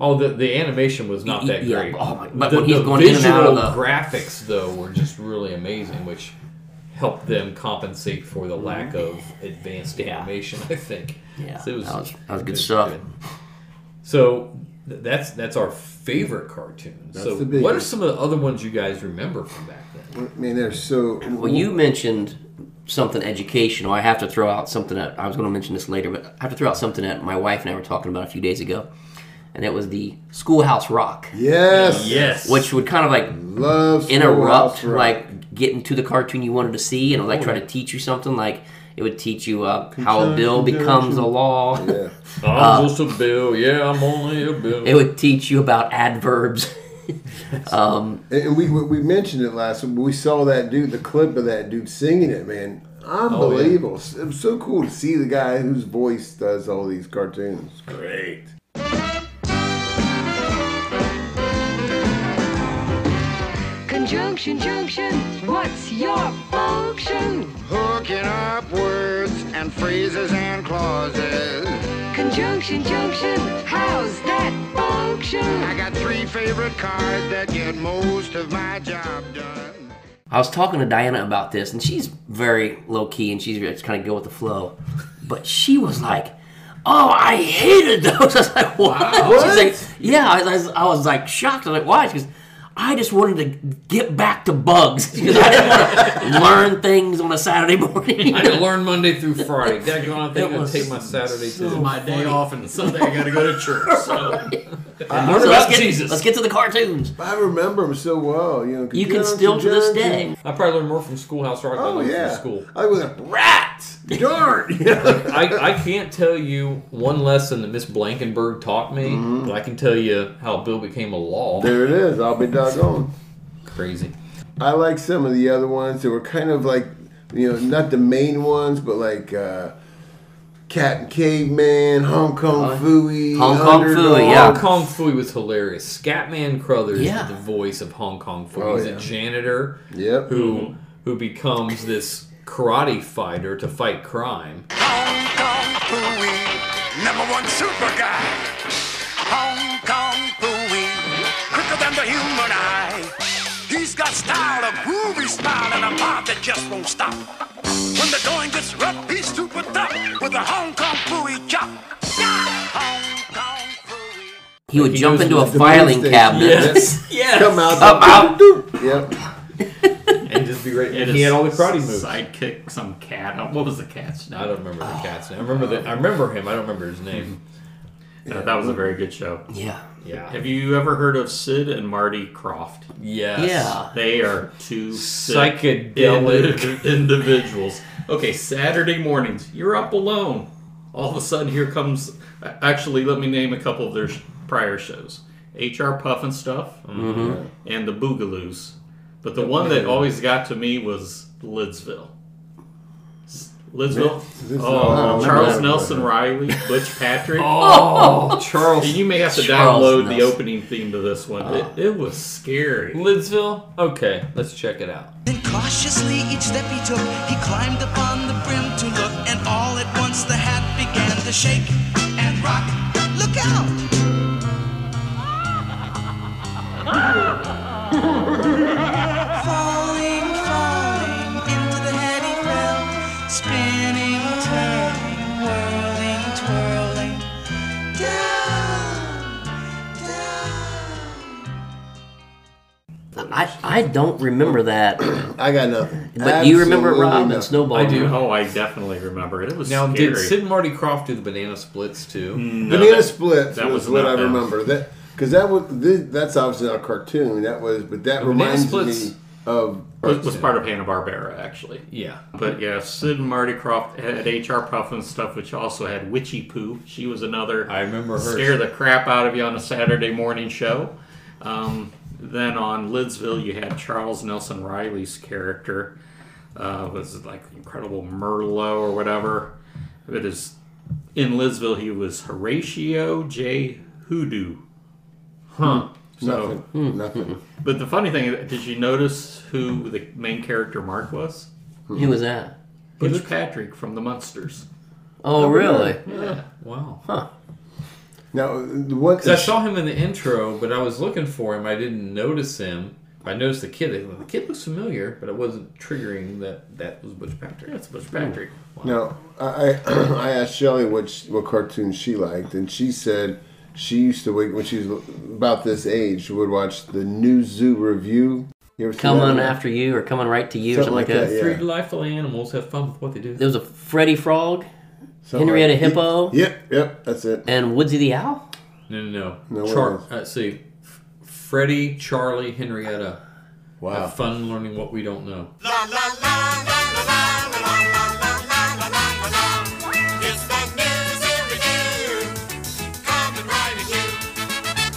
Speaker 13: Oh, the, the animation was not that
Speaker 15: Yeah,
Speaker 13: great.
Speaker 15: oh my- but
Speaker 13: the,
Speaker 15: when he's
Speaker 13: the
Speaker 15: going in and out of
Speaker 13: visual
Speaker 15: the-
Speaker 13: graphics, though, were just really amazing, which helped them compensate for the lack of advanced animation. I think.
Speaker 15: Mm-hmm. Yeah,
Speaker 13: So it was,
Speaker 15: that was- that was good
Speaker 13: it
Speaker 15: stuff.
Speaker 13: good. So th- that's that's our favorite cartoon.
Speaker 14: That's
Speaker 13: so
Speaker 14: the big
Speaker 13: what are
Speaker 14: one.
Speaker 13: some of the other ones you guys remember from back then?
Speaker 14: I mean, there's so.
Speaker 15: Well, you mentioned something educational, I have to throw out something that I was going to mention this later, but I have to throw out something that my wife and I were talking about a few days ago, and it was the Schoolhouse Rock.
Speaker 14: Yes. Yes.
Speaker 15: Which would kind of like
Speaker 14: Love
Speaker 15: interrupt,
Speaker 14: Schoolhouse Rock.
Speaker 15: like getting to the cartoon you wanted to see, and like try to teach you something. Like it would teach you uh, how a bill becomes a law. Yeah.
Speaker 16: I'm just a bill. Yeah, I'm only a bill.
Speaker 15: It would teach you about adverbs. um,
Speaker 14: and and we we we mentioned it last. week, but We saw that dude, the clip of that dude singing it, man. Unbelievable! It was so cool to see the guy whose voice does all these cartoons. Great.
Speaker 20: Conjunction, junction, what's your function?
Speaker 11: Hooking up words and phrases and clauses.
Speaker 20: Conjunction, junction, how's that function?
Speaker 11: I got three favorite cards that get most of my job done.
Speaker 15: I was talking to Diana about this, and she's very low key and she's just kind of go with the flow. But she was like, "Oh, I hated those." I was like, "What?" She's like, "Yeah." I was, I was like shocked. I was like, "Why?" She goes, "I just wanted to get back to bugs." She goes, "I didn't want to learn things on a Saturday morning."
Speaker 13: I didn't learn Monday through Friday. Dad, you want to
Speaker 5: It
Speaker 13: think I'll
Speaker 5: was
Speaker 13: take my Saturday
Speaker 5: so
Speaker 13: too?
Speaker 5: my day off, and Sunday I got to go to church. So.
Speaker 14: I-
Speaker 5: And learn
Speaker 14: so
Speaker 5: about
Speaker 14: let's get-
Speaker 5: Jesus.
Speaker 15: Let's get to the cartoons.
Speaker 14: I remember him so well. You know, Conjunction, junction.
Speaker 13: I probably learned more from Schoolhouse Rock than
Speaker 14: Oh
Speaker 13: I learned
Speaker 14: yeah.
Speaker 13: from school.
Speaker 14: I was like rats. Darn.
Speaker 13: I, I can't tell you one lesson that Miss Blankenberg taught me,
Speaker 14: Mm-hmm.
Speaker 13: but I can tell you how Bill became a law.
Speaker 14: There it is. I'll be doggone.
Speaker 13: Crazy.
Speaker 14: I like some of the other ones that were kind of like, you know, not the main ones, but like uh, Cat and Caveman, Hong
Speaker 15: Uh,
Speaker 14: Kong Fooey, Underdog.
Speaker 13: Hong Kong Fooey was hilarious. Scatman Crothers
Speaker 14: Yeah.
Speaker 13: is the voice of Hong Kong Fooey.
Speaker 14: Oh,
Speaker 13: He's
Speaker 14: yeah.
Speaker 13: a janitor
Speaker 14: Yep.
Speaker 13: who who becomes this karate fighter to fight crime.
Speaker 11: Pooey, number one super guy. Hong Kong Pooey, quicker than the human eye. He's got style, a groovy smile, and a mob that just won't stop. When the going gets rough, he's super tough with a Hong Kong Pooey chop.
Speaker 15: He would jump
Speaker 14: goes
Speaker 15: into a
Speaker 14: with the
Speaker 15: filing
Speaker 14: broomstick.
Speaker 15: cabinet.
Speaker 14: Yes. Yes. Come out.
Speaker 15: Come out.
Speaker 14: Yep.
Speaker 13: and just be right.
Speaker 5: And
Speaker 13: he had all the karate moves.
Speaker 5: Sidekick some cat. Uh, What was the cat's name?
Speaker 13: I don't remember the cat's name. I remember the, I remember him. I don't remember his name.
Speaker 5: Uh, that was a very good show.
Speaker 15: Yeah.
Speaker 14: Mm-hmm.
Speaker 13: Yeah.
Speaker 5: Have you ever heard of Sid and Marty Croft?
Speaker 13: Yes. Yeah.
Speaker 5: They are two sick
Speaker 13: Psychedelic.
Speaker 5: indi- individuals. Okay, Saturday mornings, you're up alone. All of a sudden, here comes. Actually, let me name a couple of their sh- prior shows: HR Puff and Stuff,
Speaker 13: Mm-hmm.
Speaker 15: Mhm.
Speaker 5: and the Boogaloos. But the one that always got to me was Lidsville. S- Lidsville.
Speaker 13: Lidsville. I
Speaker 5: Oh,
Speaker 13: don't
Speaker 5: Charles
Speaker 13: remember.
Speaker 5: Nelson Riley, Butch Patrick.
Speaker 13: Oh, Charles-
Speaker 5: And you may have to
Speaker 13: Charles
Speaker 5: download the
Speaker 13: Nelson.
Speaker 5: opening theme to this one. It, it was scary.
Speaker 13: Lidsville. Okay, let's check it out.
Speaker 21: Then cautiously each step he took, he climbed upon the brim to look, and all at once the hat began to shake and rock. Look out! falling, falling into the head he fell, spinning, turning, whirling, twirling, down.
Speaker 15: I, I don't remember that.
Speaker 14: I got nothing.
Speaker 15: But you remember
Speaker 14: Absolutely
Speaker 15: Rob
Speaker 14: nothing.
Speaker 15: and Snowball?
Speaker 13: I do.
Speaker 5: Oh, I definitely remember it. It was
Speaker 13: Now,
Speaker 5: scary.
Speaker 13: did Sid and Marty Croft do the banana splits too?
Speaker 14: Banana Splits was, what I remember. That because that was this, that's obviously not a cartoon. That was, but that
Speaker 5: Banana
Speaker 14: reminds
Speaker 5: Splits
Speaker 14: me of
Speaker 5: was, was part of Hanna Barbera, actually.
Speaker 13: Yeah.
Speaker 5: But yeah, Sid and Marty Croft had HR Puff and stuff, which also had Witchy Poo. She was another. I
Speaker 13: remember her.
Speaker 5: Scare the crap out of you on a Saturday morning show. Um, then on Lidsville, you had Charles Nelson Riley's character uh, was like Incredible Merlot or whatever. But his in Lidsville, he was Horatio J. Hoodoo. Huh.
Speaker 14: Nothing. Nothing.
Speaker 5: But the funny thing, is, did you notice who the main character Mark was?
Speaker 15: Who was that?
Speaker 5: Butch Patrick from the Munsters.
Speaker 15: Oh, really?
Speaker 13: Yeah. Wow.
Speaker 15: Huh.
Speaker 14: Now, what?
Speaker 13: 'Cause I saw him in the intro, but I was looking for him. I didn't notice him. I noticed the kid. The kid looks familiar, but it wasn't triggering that that was Butch Patrick.
Speaker 5: That's Butch Patrick.
Speaker 14: Now, I I I asked Shelley what sh what cartoons she liked, and she said she used to wake when she was about this age. She would watch the New Zoo Review. You ever seen that
Speaker 11: coming
Speaker 14: one?
Speaker 11: after you or coming right to you or something like that.
Speaker 13: Three delightful animals have fun with what they do.
Speaker 11: There was a Freddy Frog,
Speaker 13: Something
Speaker 11: Henrietta
Speaker 13: like-
Speaker 11: Hippo.
Speaker 14: Yep, yep, that's it.
Speaker 11: And Woodsy the Owl.
Speaker 13: No, no, no.
Speaker 11: No,
Speaker 13: Char-
Speaker 11: what else?
Speaker 13: uh, see, F- Freddie, Charlie, Henrietta.
Speaker 14: Wow.
Speaker 13: Have fun learning what we don't know.
Speaker 17: It's the news every year, coming right at you.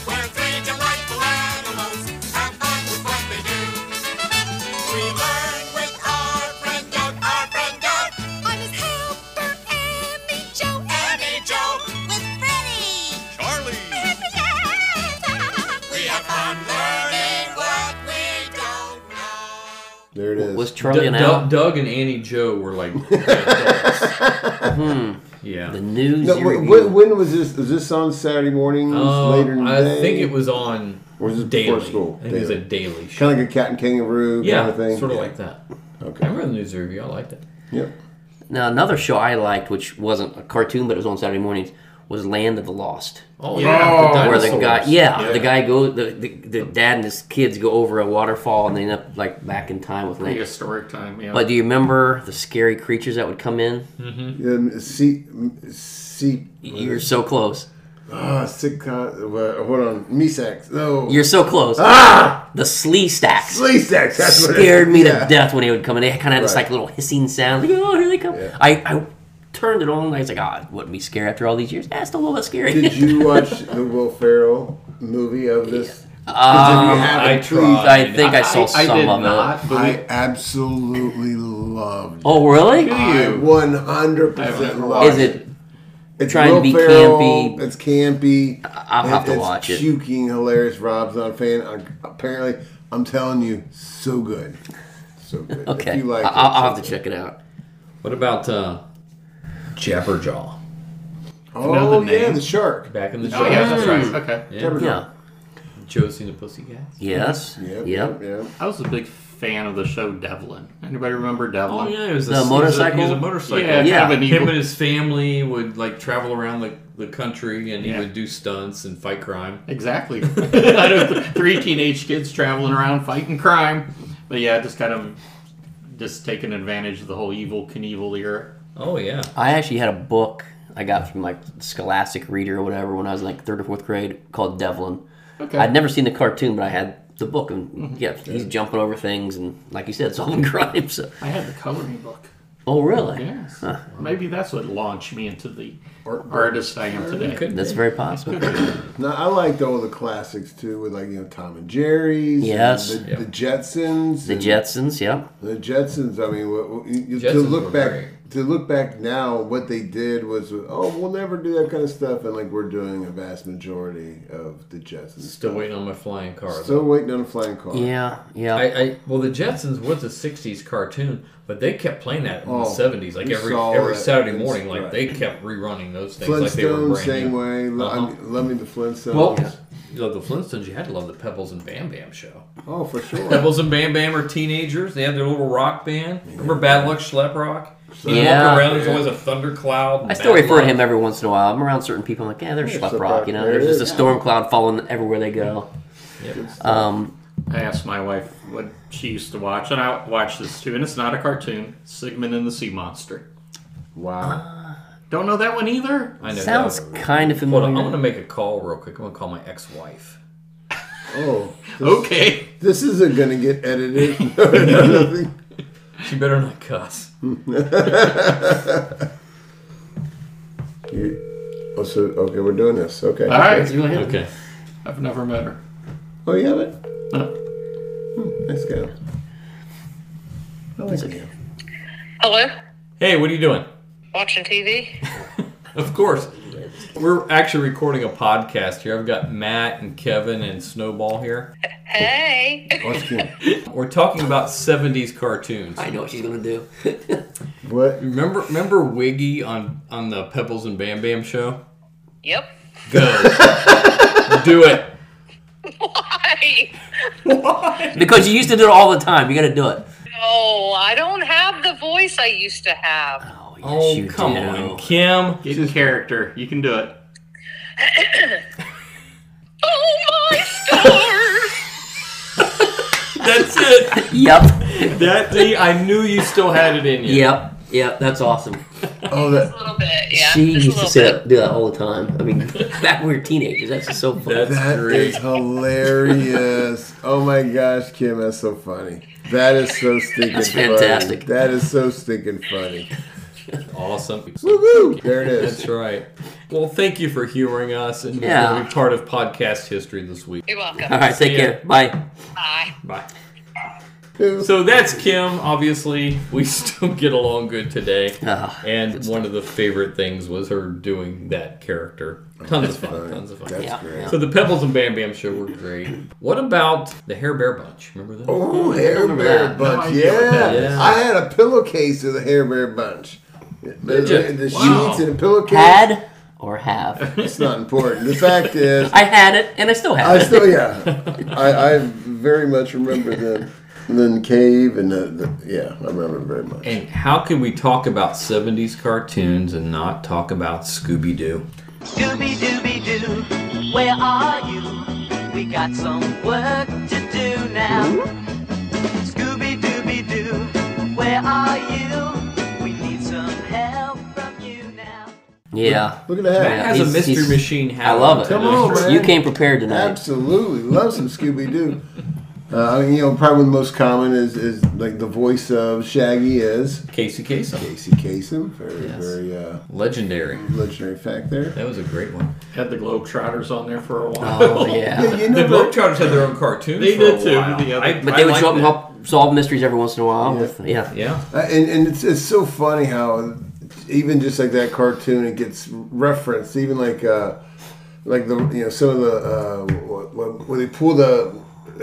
Speaker 17: Where three delightful animals have fun with what they do. We learn with our friend Goat, our friend Goat. I'm his helper, Emmy Joe, Emmy Joe. With Freddy, Charlie, We have fun learning what we do.
Speaker 14: There it is.
Speaker 11: Was Charlie an
Speaker 13: Doug,
Speaker 11: owl?
Speaker 13: Doug and Annie Joe were like. hmm. Yeah.
Speaker 11: The news.
Speaker 14: No, wh- when, when was this? Was this on Saturday mornings?
Speaker 11: Oh,
Speaker 13: Um,
Speaker 14: later in the
Speaker 13: I
Speaker 14: day?
Speaker 13: think it was on
Speaker 14: Or was this
Speaker 13: daily.
Speaker 14: before school?
Speaker 13: I think it was a daily show.
Speaker 14: Kind of like a cat and kangaroo
Speaker 13: Yeah,
Speaker 14: kind of thing.
Speaker 13: sort of
Speaker 14: Yeah.
Speaker 13: like that.
Speaker 14: Okay.
Speaker 13: I remember the news review. I liked it.
Speaker 14: Yep.
Speaker 11: Now another show I liked, which wasn't a cartoon, but it was on Saturday mornings, was Land of the Lost.
Speaker 13: Oh, yeah, the
Speaker 11: where the
Speaker 13: dinosaurs.
Speaker 11: guy, yeah,
Speaker 13: Yeah.
Speaker 11: the guy go, the, the, the dad and his kids go over a waterfall and they end up like back in time with land.
Speaker 5: Prehistoric time, yeah.
Speaker 11: But do you remember the scary creatures that would come in?
Speaker 14: Um, see, see.
Speaker 11: You're so close.
Speaker 14: Ah, sick. Uh, well, hold on, Misex. No,
Speaker 11: You're so close.
Speaker 14: Ah,
Speaker 11: The slee stacks.
Speaker 14: Slee stacks, that's what it
Speaker 11: scared
Speaker 14: is,
Speaker 11: me
Speaker 14: yeah.
Speaker 11: to death when they would come in. They kind of had this
Speaker 14: Right.
Speaker 11: like little hissing sound. Like, oh, here they come.
Speaker 14: Yeah.
Speaker 11: I, I turned it on. and I was like, ah, it wouldn't be scary after all these years. That's still a little bit scary.
Speaker 14: did you watch the Will Ferrell movie of this? 'Cause if you
Speaker 11: Um,
Speaker 14: haven't,
Speaker 11: I
Speaker 14: please-
Speaker 11: tried. I think I saw I- I some did of it. not, but
Speaker 14: I
Speaker 11: we-
Speaker 14: absolutely loved.
Speaker 11: Oh, really? Do you?
Speaker 14: One hundred percent loved.
Speaker 11: Is it
Speaker 14: It's
Speaker 11: trying to
Speaker 14: Will
Speaker 11: be
Speaker 14: Ferrell,
Speaker 11: campy?
Speaker 14: It's campy.
Speaker 11: I'll have to
Speaker 14: it's
Speaker 11: watch it.
Speaker 14: Puking, hilarious. Rob's not a fan. I- Apparently, I'm telling you, so good, so good.
Speaker 11: Okay.
Speaker 14: If you like
Speaker 11: I-
Speaker 14: it,
Speaker 11: I'll, I'll
Speaker 14: so
Speaker 11: have to
Speaker 14: good.
Speaker 11: check it out.
Speaker 13: What about uh, Jabberjaw?
Speaker 14: Oh yeah, the shark.
Speaker 13: Back in the
Speaker 14: Oh,
Speaker 13: day.
Speaker 14: yeah, that's
Speaker 11: Hmm.
Speaker 14: right.
Speaker 5: Okay.
Speaker 13: Yeah.
Speaker 14: Jabberjaw.
Speaker 11: Yeah.
Speaker 13: Josie and the Pussycats.
Speaker 11: Yes.
Speaker 14: Yep,
Speaker 11: Yep.
Speaker 14: yep.
Speaker 5: I was a big fan of the show Devlin. Anybody remember Devlin?
Speaker 13: Oh yeah, it was
Speaker 11: The
Speaker 13: a,
Speaker 11: motorcycle?
Speaker 13: He was a motorcycle.
Speaker 5: Yeah, kind of an
Speaker 13: him
Speaker 5: evil-
Speaker 13: and his family would like travel around the, the country, and he
Speaker 5: Yeah.
Speaker 13: would do stunts and fight crime.
Speaker 5: Exactly. Out of three teenage kids traveling around fighting crime. But yeah, just kind of just taking advantage of the whole evil Knievel era.
Speaker 13: Oh yeah.
Speaker 11: I actually had a book I got from like Scholastic Reader or whatever when I was in, like third or fourth grade called Devlin.
Speaker 5: Okay.
Speaker 11: I'd never seen the cartoon, but I had the book, and
Speaker 14: Mm-hmm.
Speaker 11: yeah, he's jumping over things and like you said, solving crimes. So.
Speaker 5: I had the coloring book.
Speaker 11: Oh, really?
Speaker 5: Yes. Maybe that's what launched me into the
Speaker 14: Art-
Speaker 5: artist I am today.
Speaker 13: Could
Speaker 11: That's
Speaker 13: be.
Speaker 11: very possible.
Speaker 14: No, I liked all the classics too, with like you know Tom and Jerry's. and
Speaker 11: Yes.
Speaker 14: the, the Jetsons.
Speaker 11: the
Speaker 14: and-
Speaker 11: Jetsons, yep.
Speaker 14: The Jetsons. I mean, what, what- you, you- to
Speaker 13: Jetsons
Speaker 14: look
Speaker 13: were
Speaker 14: back,
Speaker 13: great.
Speaker 14: to look back now, what they did was, oh, we'll never do that kind of stuff, and like we're doing a vast majority of the Jetsons.
Speaker 13: Still waiting on my flying car. though.
Speaker 14: Still waiting on a flying car.
Speaker 11: Yeah, yeah.
Speaker 13: I, I well, the Jetsons was a '60s cartoon, but they kept playing that in
Speaker 14: Oh,
Speaker 13: the '70s, like
Speaker 14: you
Speaker 13: every
Speaker 14: saw
Speaker 13: every
Speaker 14: that.
Speaker 13: Saturday
Speaker 14: It's-
Speaker 13: morning. Like
Speaker 14: right.
Speaker 13: they kept rerunning those things, like they were
Speaker 14: Flintstones,
Speaker 13: brand
Speaker 14: same
Speaker 13: new.
Speaker 14: way. Lo- I
Speaker 13: Uh-huh.
Speaker 14: mean, loving the Flintstones.
Speaker 13: Well, you love the Flintstones. You had to love the Pebbles and Bam Bam show.
Speaker 14: Oh, for sure.
Speaker 13: Pebbles and Bam Bam are teenagers. They had their little rock band. Remember Bad Luck Schlep Rock? You
Speaker 11: Yeah.
Speaker 13: walk around. There's always a thundercloud. and
Speaker 11: I still
Speaker 13: bad
Speaker 11: refer to
Speaker 13: luck.
Speaker 11: him every once in a while. I'm around certain people. I'm like, yeah, there's
Speaker 14: Yeah,
Speaker 11: Schlep
Speaker 14: Schlep
Speaker 11: Rock.
Speaker 14: Rock,
Speaker 11: You know,
Speaker 14: there it
Speaker 11: there's just a
Speaker 14: is.
Speaker 11: storm cloud falling everywhere they go. Um,
Speaker 5: I asked my wife what she used to watch, and I watched this too, and it's not a cartoon. Sigmund and the Sea Monster.
Speaker 14: Wow.
Speaker 5: Don't know that one either.
Speaker 13: I know that
Speaker 11: sounds
Speaker 13: was-
Speaker 11: kind of
Speaker 13: Hold on,
Speaker 11: familiar.
Speaker 13: I'm gonna make a call real quick. I'm gonna call my ex-wife.
Speaker 14: Oh. This,
Speaker 5: Okay.
Speaker 14: This isn't going to get edited. Nothing.
Speaker 13: She better not cuss.
Speaker 14: You- oh, so, okay, we're doing this. Okay.
Speaker 5: All right.
Speaker 14: Okay.
Speaker 13: Okay.
Speaker 5: I've never met her.
Speaker 14: Oh, you have it?
Speaker 5: No.
Speaker 14: Hmm, nice guy. I like you.
Speaker 15: Hello?
Speaker 13: Hey, what are you doing?
Speaker 15: Watching TV?
Speaker 13: Of course. We're actually recording a podcast here. I've got Matt and Kevin and Snowball here.
Speaker 15: Hey.
Speaker 13: We're talking about 70s cartoons.
Speaker 11: I know what she's gonna do.
Speaker 14: What?
Speaker 13: Remember remember Wiggy on on the Pebbles and Bam Bam show?
Speaker 15: Yep.
Speaker 13: Go. do it.
Speaker 15: Why?
Speaker 11: because you used to do it all the time. You got to do it.
Speaker 15: No, I don't have the voice I used to have.
Speaker 13: Oh,
Speaker 11: you
Speaker 13: come
Speaker 11: do.
Speaker 13: on, Kim.
Speaker 5: Get in character. You can do it.
Speaker 15: oh my stars!
Speaker 13: That's it.
Speaker 11: Yep.
Speaker 13: That day, I knew you still had it in you.
Speaker 11: Yep. Yep. That's awesome.
Speaker 15: Uh,
Speaker 14: Oh, that.
Speaker 22: yeah,
Speaker 11: she
Speaker 22: just a
Speaker 11: used to
Speaker 22: little
Speaker 11: say that, do that all the time. I mean, back when we were teenagers, that's just so funny.
Speaker 14: That is hilarious. oh my gosh, Kim, that's so funny. That is so stinking
Speaker 11: That's
Speaker 14: funny.
Speaker 11: fantastic.
Speaker 14: That is so stinking funny.
Speaker 13: Awesome.
Speaker 14: Woo-hoo! There it is.
Speaker 13: That's right. Well, thank you for humoring us and
Speaker 11: Yeah.
Speaker 13: being part of podcast history this week.
Speaker 22: You're welcome.
Speaker 11: All right, take
Speaker 13: See ya.
Speaker 11: care. Bye.
Speaker 22: Bye.
Speaker 13: Bye. So that's Kim. Obviously, we still get along good today.
Speaker 11: Ah.
Speaker 13: and one of the favorite things was her doing that character. Tons of fun. Tons of fun.
Speaker 14: That's Yeah. great.
Speaker 13: So the Pebbles and Bam Bam show were great. What about the Hair Bear Bunch? Remember that?
Speaker 14: Oh, hair
Speaker 11: remember
Speaker 14: bear
Speaker 11: that.
Speaker 14: bunch.
Speaker 13: No idea what
Speaker 14: yeah.
Speaker 13: that is.
Speaker 14: I had a pillowcase of the hair bear bunch. The,
Speaker 13: Did
Speaker 14: the
Speaker 13: you? Wow.
Speaker 14: sheets and the pillowcase.
Speaker 11: Had or have?
Speaker 14: It's not important. The fact is,
Speaker 11: I had it, and I still have
Speaker 14: I
Speaker 11: it.
Speaker 14: still, yeah. I, I very much remember the, the cave and the, the, yeah, I remember very much.
Speaker 13: And how can we talk about 70s cartoons and not talk about Scooby Doo?
Speaker 2: Scooby Dooby Doo, where are you? We got some work to do now. Scooby Dooby Doo, where are you? We need some help from you now.
Speaker 11: Yeah.
Speaker 14: Look at that.
Speaker 13: Man has a
Speaker 11: he's-
Speaker 13: mystery
Speaker 11: he's-
Speaker 13: machine
Speaker 11: I love it.
Speaker 14: Come on, man.
Speaker 11: You came prepared tonight.
Speaker 14: Absolutely, love some Scooby Doo. Uh, I mean, you know, probably the most common is, is like the voice of Shaggy is
Speaker 13: Casey Kasem.
Speaker 14: Casey Kasem. Very, very uh,
Speaker 13: Legendary.
Speaker 14: legendary fact there.
Speaker 13: That was a great one.
Speaker 5: Had the Globetrotters on there for a while.
Speaker 11: Oh, yeah.
Speaker 14: you
Speaker 13: The
Speaker 14: know, but-
Speaker 13: Globetrotters had their own cartoons.
Speaker 5: They
Speaker 13: for
Speaker 5: did
Speaker 13: a
Speaker 5: too,
Speaker 13: while.
Speaker 5: the other-
Speaker 13: I-
Speaker 11: But
Speaker 13: I
Speaker 11: they would
Speaker 13: liked
Speaker 11: show up and
Speaker 13: that.
Speaker 11: help solve mysteries every once in a while.
Speaker 14: Yeah.
Speaker 11: With, yeah.
Speaker 13: Yeah.
Speaker 14: Uh, and and it's, it's so funny how even just like that cartoon, it gets referenced. Even like uh, like the you know some of the uh, what, what, where they pull the.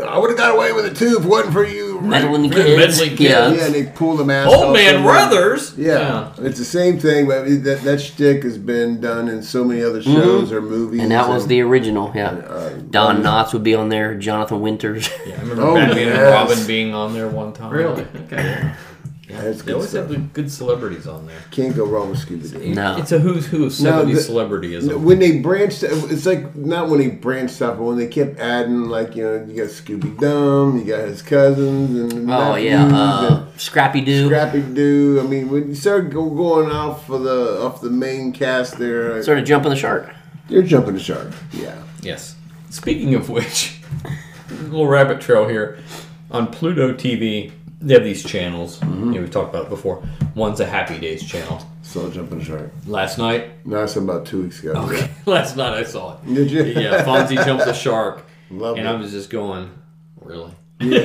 Speaker 14: I would have got away with it too if it wasn't for you.
Speaker 11: Meddling kids.
Speaker 13: Meddling kids.
Speaker 11: Yeah.
Speaker 14: Yeah, and they pull the mask.
Speaker 13: Old
Speaker 14: off
Speaker 13: Man
Speaker 14: someone.
Speaker 13: Ruthers.
Speaker 14: Oh, Yeah. it's the same thing, but it- that that shtick has been done in so many other shows or movies.
Speaker 11: Mm-hmm. And that was the original, yeah. Don Knotts would be on there, Jonathan Winters.
Speaker 13: I remember
Speaker 14: Oh,
Speaker 13: Batman and
Speaker 14: yes.
Speaker 13: Robin being on there one time.
Speaker 5: Really? Okay.
Speaker 14: That's
Speaker 13: They
Speaker 14: good
Speaker 13: always have
Speaker 14: stuff.
Speaker 13: the good celebrities on there.
Speaker 14: Can't go wrong with Scooby Doo.
Speaker 11: No.
Speaker 13: It's a who's who of
Speaker 14: No,
Speaker 13: 70s
Speaker 14: the-
Speaker 13: celebrityism.
Speaker 14: When they branched, it's like not when they branched off, but when they kept adding, like you know, you got Scooby Dum, you got his cousins, and
Speaker 11: Oh,
Speaker 14: nephews
Speaker 11: yeah. Uh, Scrappy
Speaker 14: and
Speaker 11: Doo.
Speaker 14: Scrappy Doo. I mean, when you start go, going off for the off the main cast, there,
Speaker 11: sort of jumping the shark.
Speaker 14: you're jumping the shark. Yeah,
Speaker 13: Yes. Speaking of which, little rabbit trail here. On Pluto TV, they have these channels.
Speaker 14: Mm-hmm.
Speaker 13: You know, we talked about it before. One's a Happy Days channel.
Speaker 14: so jumping the shark.
Speaker 13: Last night,
Speaker 14: No, that's about two weeks ago.
Speaker 13: okay, last night I saw it.
Speaker 14: Did you?
Speaker 13: Yeah, Fonzie jumped the shark,
Speaker 14: Love
Speaker 13: and
Speaker 14: it.
Speaker 13: I was just going, really?
Speaker 11: We've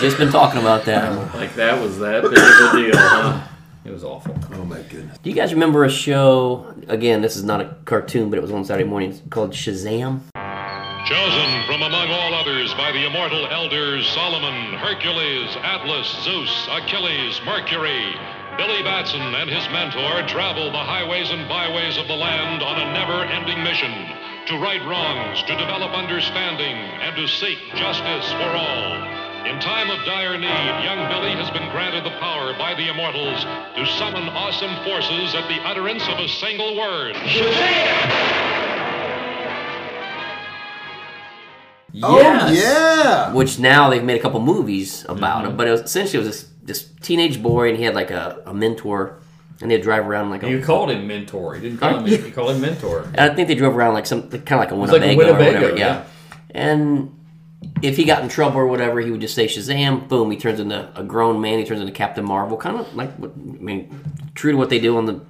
Speaker 11: just been talking about that.
Speaker 5: Like that was that big of a deal, huh?
Speaker 13: It was awful.
Speaker 14: Oh my goodness.
Speaker 11: Do you guys remember a show? Again, this is not a cartoon, but it was on Saturday mornings called Shazam.
Speaker 15: Chosen from among all others by the immortal elders Solomon, Hercules, Atlas, Zeus, Achilles, Mercury, Billy Batson and his mentor travel the highways and byways of the land on a never ending mission to right wrongs, to develop understanding, and to seek justice for all. In time of dire need, young Billy has been granted the power by the immortals to summon awesome forces at the utterance of a single word.
Speaker 14: Oh
Speaker 13: Yes!
Speaker 14: yeah.
Speaker 11: which now they've made a couple movies about
Speaker 13: Mm-hmm.
Speaker 11: it. But it was essentially it was this this teenage boy, and he had like a, a mentor, and they'd drive around like a.
Speaker 13: You called him mentor. You didn't call him. You called him mentor.
Speaker 11: and I think they drove around like some kind of like a
Speaker 13: like
Speaker 11: Winnebago,
Speaker 13: a
Speaker 11: or
Speaker 13: Winnebago,
Speaker 11: whatever.
Speaker 13: yeah.
Speaker 11: Yeah. and if he got in trouble or whatever, he would just say Shazam! Boom! He turns into a grown man. He turns into Captain Marvel, kind of like what I mean, true to what they do on the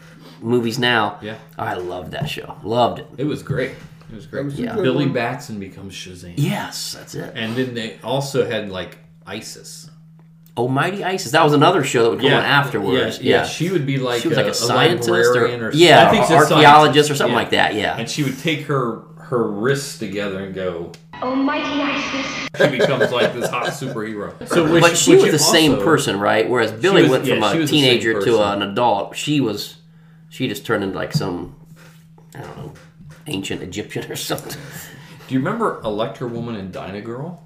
Speaker 11: movies now.
Speaker 13: Yeah.
Speaker 11: I loved that show. Loved it.
Speaker 13: It was great. It was great.
Speaker 14: was a
Speaker 11: Yeah.
Speaker 14: good
Speaker 13: Billy
Speaker 14: one.
Speaker 13: Batson becomes Shazam.
Speaker 11: Yes, that's it.
Speaker 13: And then they also had like ISIS.
Speaker 11: Almighty ISIS. That was another show that would come on afterwards.
Speaker 13: Yeah, yeah.
Speaker 11: yeah.
Speaker 13: she would be like,
Speaker 11: she was
Speaker 13: a,
Speaker 11: like a, scientist
Speaker 13: librarian
Speaker 11: or,
Speaker 13: or
Speaker 11: yeah,
Speaker 13: I think
Speaker 11: or
Speaker 13: she's a scientist.
Speaker 11: archaeologist or something
Speaker 13: Yeah.
Speaker 11: like that. Yeah,
Speaker 13: And she would take her her wrists together and go.
Speaker 23: Oh, mighty Isis.
Speaker 13: She becomes like this hot superhero. So which,
Speaker 11: but she
Speaker 13: which
Speaker 11: was the same
Speaker 13: also-
Speaker 11: person, right? Whereas Billy
Speaker 13: was-
Speaker 11: went
Speaker 13: yeah,
Speaker 11: from
Speaker 13: she
Speaker 11: a
Speaker 13: was the same
Speaker 11: teenager to
Speaker 13: person.
Speaker 11: an adult. She was she just turned into like some I don't know ancient Egyptian or something.
Speaker 13: Do you remember Electra Woman and Dinah Girl?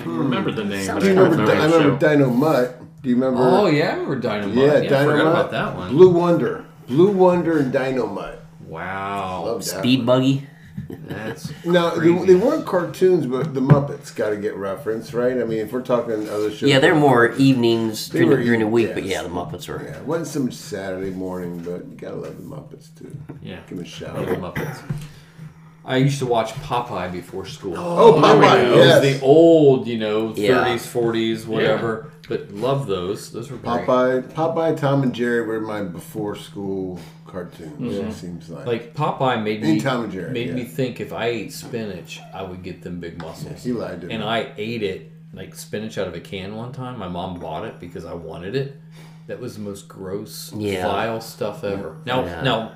Speaker 5: I remember the name. but
Speaker 14: Do you
Speaker 5: can't
Speaker 14: remember? I
Speaker 5: the
Speaker 14: remember
Speaker 5: show.
Speaker 14: Dino Mutt. Do you
Speaker 15: Oh,
Speaker 14: remember?
Speaker 13: Oh yeah, I remember Dinah. Mutt.
Speaker 14: Yeah,
Speaker 13: I
Speaker 14: Dino
Speaker 13: forgot
Speaker 14: Mutt.
Speaker 13: about that one.
Speaker 14: Blue Wonder. Blue Wonder and Dino Mutt.
Speaker 13: Wow.
Speaker 14: Love that
Speaker 15: Speed
Speaker 14: one.
Speaker 15: buggy.
Speaker 13: That's
Speaker 14: No, they, they weren't cartoons, but the Muppets got to get referenced, right? I mean, if we're talking other shows,
Speaker 15: Yeah, they're more evenings
Speaker 14: They
Speaker 15: during,
Speaker 14: were
Speaker 15: during the
Speaker 14: even-
Speaker 15: week,
Speaker 14: yes.
Speaker 15: but yeah, the Muppets were.
Speaker 14: Yeah, it wasn't some Saturday morning, but you gotta love the Muppets too.
Speaker 13: Yeah.
Speaker 14: give them a shout.
Speaker 13: I love Muppets. I used to watch Popeye before school.
Speaker 14: Oh, Oh, Popeye,
Speaker 13: It was
Speaker 14: yes.
Speaker 13: the old, you know, 30s,
Speaker 14: Yeah.
Speaker 13: 40s, whatever. But love those. Those were great.
Speaker 14: Popeye, Popeye, Tom and Jerry were my before school cartoons. It seems like
Speaker 13: Mm-hmm. Like Popeye made me
Speaker 14: And Tom and Jerry,
Speaker 13: made
Speaker 14: yeah.
Speaker 13: me think if I ate spinach, I would get them big muscles.
Speaker 14: he lied to
Speaker 13: and
Speaker 14: me.
Speaker 13: I ate it like spinach out of a can one time. My mom bought it because I wanted it. That was the most gross,
Speaker 15: Yeah.
Speaker 13: vile stuff ever. Now,
Speaker 15: Yeah.
Speaker 13: now,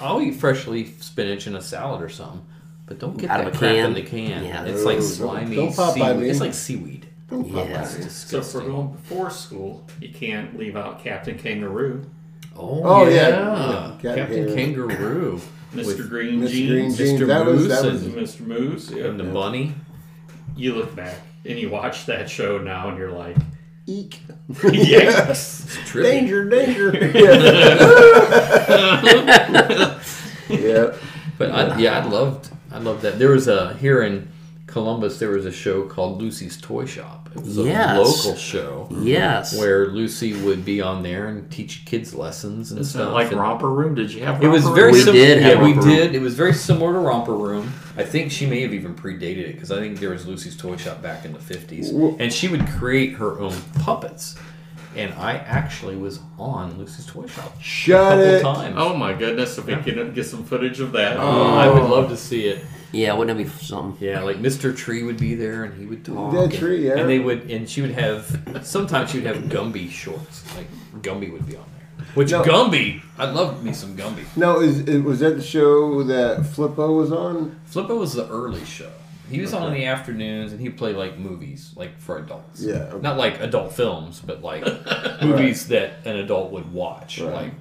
Speaker 13: I'll eat fresh leaf spinach in a salad or something, but don't get
Speaker 15: Out of
Speaker 13: that
Speaker 15: a
Speaker 13: crap
Speaker 15: can?
Speaker 13: in the can.
Speaker 15: Yeah.
Speaker 13: It's
Speaker 15: No,
Speaker 13: like
Speaker 15: don't-
Speaker 13: slimy.
Speaker 14: don't Popeye
Speaker 13: seaweed.
Speaker 14: me.
Speaker 13: It's like seaweed.
Speaker 14: Don't Popeye
Speaker 13: It's
Speaker 5: So
Speaker 14: me.
Speaker 5: if
Speaker 13: disgusting.
Speaker 5: we're going before school, you can't leave out Captain Kangaroo.
Speaker 13: Oh,
Speaker 14: Oh,
Speaker 13: yeah.
Speaker 14: yeah.
Speaker 13: Captain,
Speaker 14: Yeah, Captain
Speaker 13: Kangaroo.
Speaker 5: Mr.
Speaker 13: With
Speaker 5: Green
Speaker 14: Mr.
Speaker 5: Jeans,
Speaker 14: Green Jeans,
Speaker 5: Mr.
Speaker 14: that was-
Speaker 5: Moose,
Speaker 14: that
Speaker 5: and Mr. Moose, yeah.
Speaker 13: and the bunny.
Speaker 5: You look back and you watch that show now, and you're like,
Speaker 14: Eek.
Speaker 5: yes,
Speaker 14: danger, danger.
Speaker 13: yeah.
Speaker 14: Yeah.
Speaker 13: But I, yeah, I loved I loved that. There was a here in Columbus there was a show called Lucy's Toy Shop. It was a
Speaker 15: Yes.
Speaker 13: local show.
Speaker 15: Yes.
Speaker 13: Where Lucy would be on there and teach kids lessons and
Speaker 5: Isn't that
Speaker 13: stuff.
Speaker 5: like
Speaker 13: and-
Speaker 5: Romper Room? Did you have
Speaker 13: It was
Speaker 5: Romper
Speaker 13: very
Speaker 5: Room?
Speaker 13: sim-
Speaker 5: We did
Speaker 13: Yeah,
Speaker 5: have
Speaker 13: we
Speaker 5: Romper Room.
Speaker 13: did. It was very similar to Romper Room. I think she may have even predated it because I think there was Lucy's Toy Shop back in the 50s. And she would create her own puppets. And I actually was on Lucy's Toy Shop. a
Speaker 14: Shut
Speaker 13: couple
Speaker 14: it.
Speaker 13: Times. Oh,
Speaker 5: Oh my goodness! If we can get some footage of that,
Speaker 13: I would love to see it.
Speaker 15: Yeah, wouldn't that be something?
Speaker 13: Yeah, like Mr. Tree would be there and he would talk.
Speaker 14: Yeah,
Speaker 13: and-
Speaker 14: Tree, yeah.
Speaker 13: And they would, and she would have. Sometimes she would have Gumby shorts. Like Gumby would be on there. Which
Speaker 14: No.
Speaker 13: Gumby? I love me some Gumby.
Speaker 14: No, is it was that the show that Flippo was on?
Speaker 13: Flippo was the early show. He was on in the afternoons, and he played like movies, like for adults.
Speaker 14: Yeah, okay.
Speaker 13: Not like adult films, but like movies that an adult would watch. Like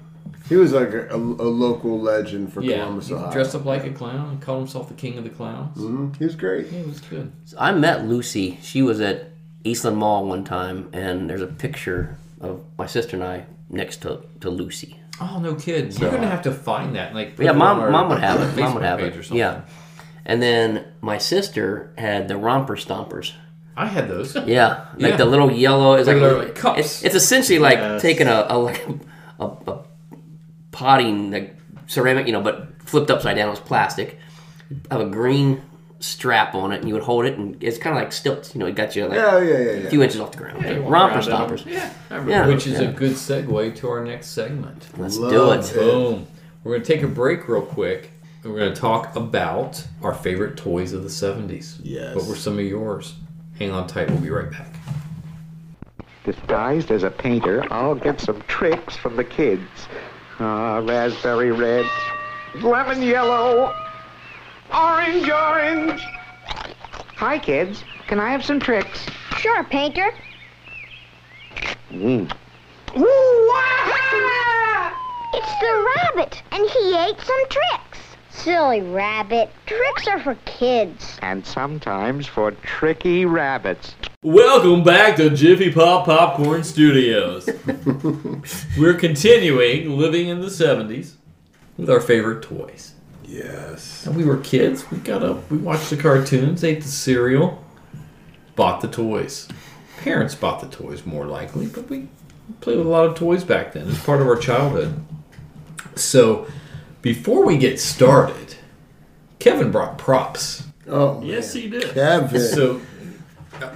Speaker 14: He was like a, a, local legend for
Speaker 13: yeah,
Speaker 14: Columbus,
Speaker 13: he
Speaker 14: Ohio.
Speaker 13: dressed up like a clown and called himself the king of the clowns.
Speaker 14: hmm He was great.
Speaker 13: Yeah, it was good.
Speaker 15: I met Lucy. She was at Eastland Mall one time, and there's a picture of my sister and I next to, to Lucy.
Speaker 13: Oh no, kid! You're
Speaker 14: uh,
Speaker 13: gonna have to find that. Like put
Speaker 15: yeah,
Speaker 13: it
Speaker 15: mom,
Speaker 13: on our
Speaker 15: mom would have it. Mom
Speaker 13: Facebook
Speaker 15: would have
Speaker 13: page
Speaker 15: it.
Speaker 13: Or something.
Speaker 15: Yeah. And then my sister had the romper stompers.
Speaker 13: I had those.
Speaker 15: Yeah, like
Speaker 13: Yeah.
Speaker 15: the little yellow. It's
Speaker 13: They're
Speaker 15: like,
Speaker 13: like cups.
Speaker 15: It's, it's essentially like
Speaker 13: Yes.
Speaker 15: taking a a, like a, a potting like ceramic, you know, but flipped upside down. It was plastic. Have a green strap on it, and you would hold it, and it's kind of like stilts. You know, it got you like
Speaker 14: Yeah, yeah, yeah, yeah.
Speaker 15: a few inches off the ground.
Speaker 5: Yeah, you
Speaker 15: Like
Speaker 5: walk
Speaker 15: romper
Speaker 5: around in
Speaker 15: stompers.
Speaker 5: 'em. Yeah, I remember.
Speaker 15: yeah,
Speaker 13: Which is
Speaker 15: yeah.
Speaker 13: a good segue to our next segment.
Speaker 15: Let's do it.
Speaker 13: Boom. We're going to take a break real quick. And we're going to talk about our favorite toys of the 70s.
Speaker 14: Yes.
Speaker 13: What were some of yours? Hang on tight. We'll be right back.
Speaker 6: Disguised as a painter, I'll get some tricks from the kids. Ah, raspberry red, lemon yellow, orange, orange. Hi, kids. Can I have some tricks?
Speaker 3: Sure, Painter.
Speaker 6: Mm.
Speaker 3: It's the rabbit, and he ate some tricks. Silly rabbit. Tricks are for kids.
Speaker 6: And sometimes for tricky rabbits.
Speaker 16: Welcome back to Jiffy Pop Popcorn Studios.
Speaker 13: We're continuing living in the 70s with our favorite toys.
Speaker 14: Yes.
Speaker 13: When we were kids, we got up, we watched the cartoons, ate the cereal, bought the toys. Parents bought the toys more likely, but we played with a lot of toys back then. It's part of our childhood. So, before we get started, Kevin brought props.
Speaker 14: Oh,
Speaker 5: yes, he did.
Speaker 14: Kevin.
Speaker 13: So,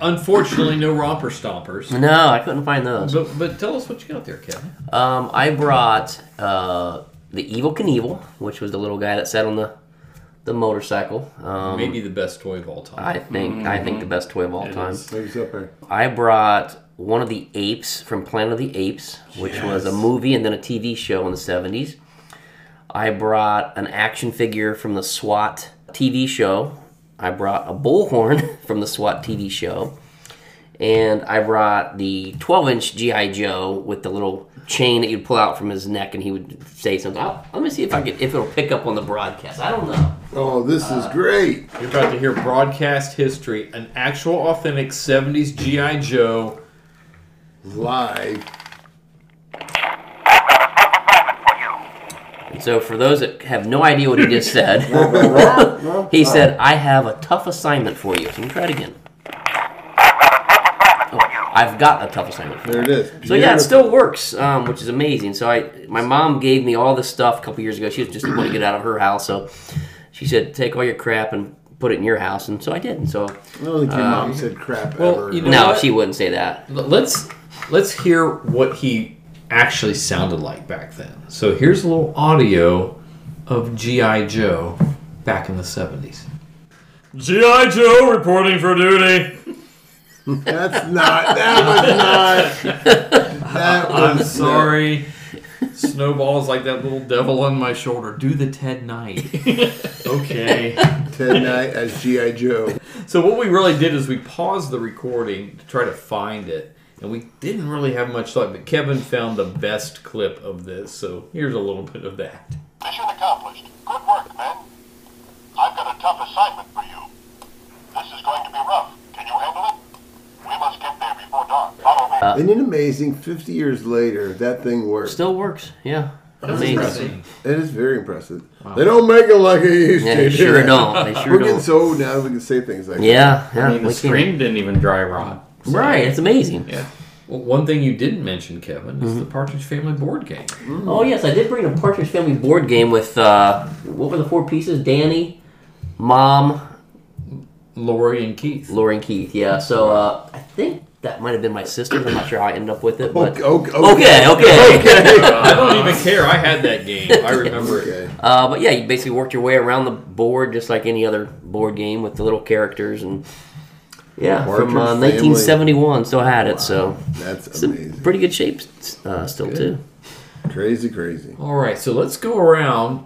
Speaker 13: unfortunately, no romper stompers.
Speaker 15: No, I couldn't find those.
Speaker 13: But, but tell us what you got there, Kevin.
Speaker 15: Um, I brought uh, the Evil Knievel, which was the little guy that sat on the the motorcycle. Um,
Speaker 13: Maybe the best toy of all time.
Speaker 15: I think I think the best toy of all
Speaker 13: Mm-hmm. It
Speaker 15: time.
Speaker 13: is.
Speaker 14: He was up there.
Speaker 15: I brought one of the apes from Planet of the Apes, which was a
Speaker 14: Yes.
Speaker 15: movie and then a TV show in the 70s. I brought an action figure from the SWAT TV show. I brought a bullhorn from the SWAT TV show. And I brought the 12 inch G.I. Joe with the little chain that you'd pull out from his neck and he would say something. I'll- let me see if I can, if it'll pick up on the broadcast. I don't know.
Speaker 14: Oh, this
Speaker 11: Uh,
Speaker 14: is great.
Speaker 13: You're about to hear broadcast history, an actual authentic 70s G.I. Joe.
Speaker 14: Live.
Speaker 15: And so, for those that have no idea what he just said, he said, I have a tough assignment for you. So, we try it again. Oh, I've got a tough assignment for you.
Speaker 14: There it is.
Speaker 15: So, yeah, it
Speaker 14: Beautiful.
Speaker 15: still works, um, which is amazing. So, I my mom gave me all this stuff a couple years ago. She was just wanting to get out of her house. So, she said, Take all your crap and put it in your house. And so, I did. And so,
Speaker 14: I don't think your mom
Speaker 15: um,
Speaker 14: said crap ever.
Speaker 15: no, she wouldn't say that.
Speaker 13: L- Let's let's hear what he actually sounded like back then. So here's a little audio of GI Joe back in the 70s.
Speaker 4: G.I. Joe reporting for duty.
Speaker 14: That's not. That was not. That
Speaker 13: I'm
Speaker 14: was
Speaker 13: sorry. Snowball's like that little devil on my shoulder. Do the Ted Knight. okay.
Speaker 14: Ted Knight as G.I. Joe.
Speaker 13: So what we really did is we paused the recording to try to find it. And we didn't really have much luck, but Kevin found the best clip of this. So here's a little bit of that.
Speaker 24: Mission accomplished. Good work, men. I've got a tough assignment for you. This is going to be rough. Can you handle it? We must get there before dark. Follow me.
Speaker 14: Isn't it amazing? Fifty years later, that thing works.
Speaker 15: Still works. Yeah.
Speaker 14: That's
Speaker 15: Amazing.
Speaker 14: impressive. It is very impressive. They don't make it like they used
Speaker 15: Yeah,
Speaker 14: to.
Speaker 15: they
Speaker 14: do
Speaker 15: sure don't. They sure
Speaker 14: We're getting
Speaker 15: don't.
Speaker 14: so old now that we can say things like
Speaker 15: Yeah,
Speaker 14: that.
Speaker 15: yeah. we can't-
Speaker 13: didn't even dry rot.
Speaker 15: Right, it's amazing.
Speaker 13: Yeah. Well, one thing you didn't mention, Kevin, is the
Speaker 14: Mm-hmm.
Speaker 13: Partridge Family board game.
Speaker 15: Oh yes, I did bring a Partridge Family board game with uh, what were the four pieces? Danny, Mom,
Speaker 13: Lori, and Keith.
Speaker 15: Lori and Keith. Yeah. So uh, I think that might have been my sister. I'm not sure how I ended up with it, but
Speaker 13: Okay, okay,
Speaker 15: okay, okay.
Speaker 13: I don't even care. I had that game. I remember it.
Speaker 15: Uh, but yeah, you basically worked your way around the board just like any other board game with the little characters and yeah,
Speaker 13: Partridge
Speaker 15: from uh,
Speaker 13: Family.
Speaker 15: 1971, still had it. So
Speaker 14: that's
Speaker 15: amazing. Pretty good shape uh, still too.
Speaker 14: Crazy, crazy.
Speaker 13: All right, so let's go around.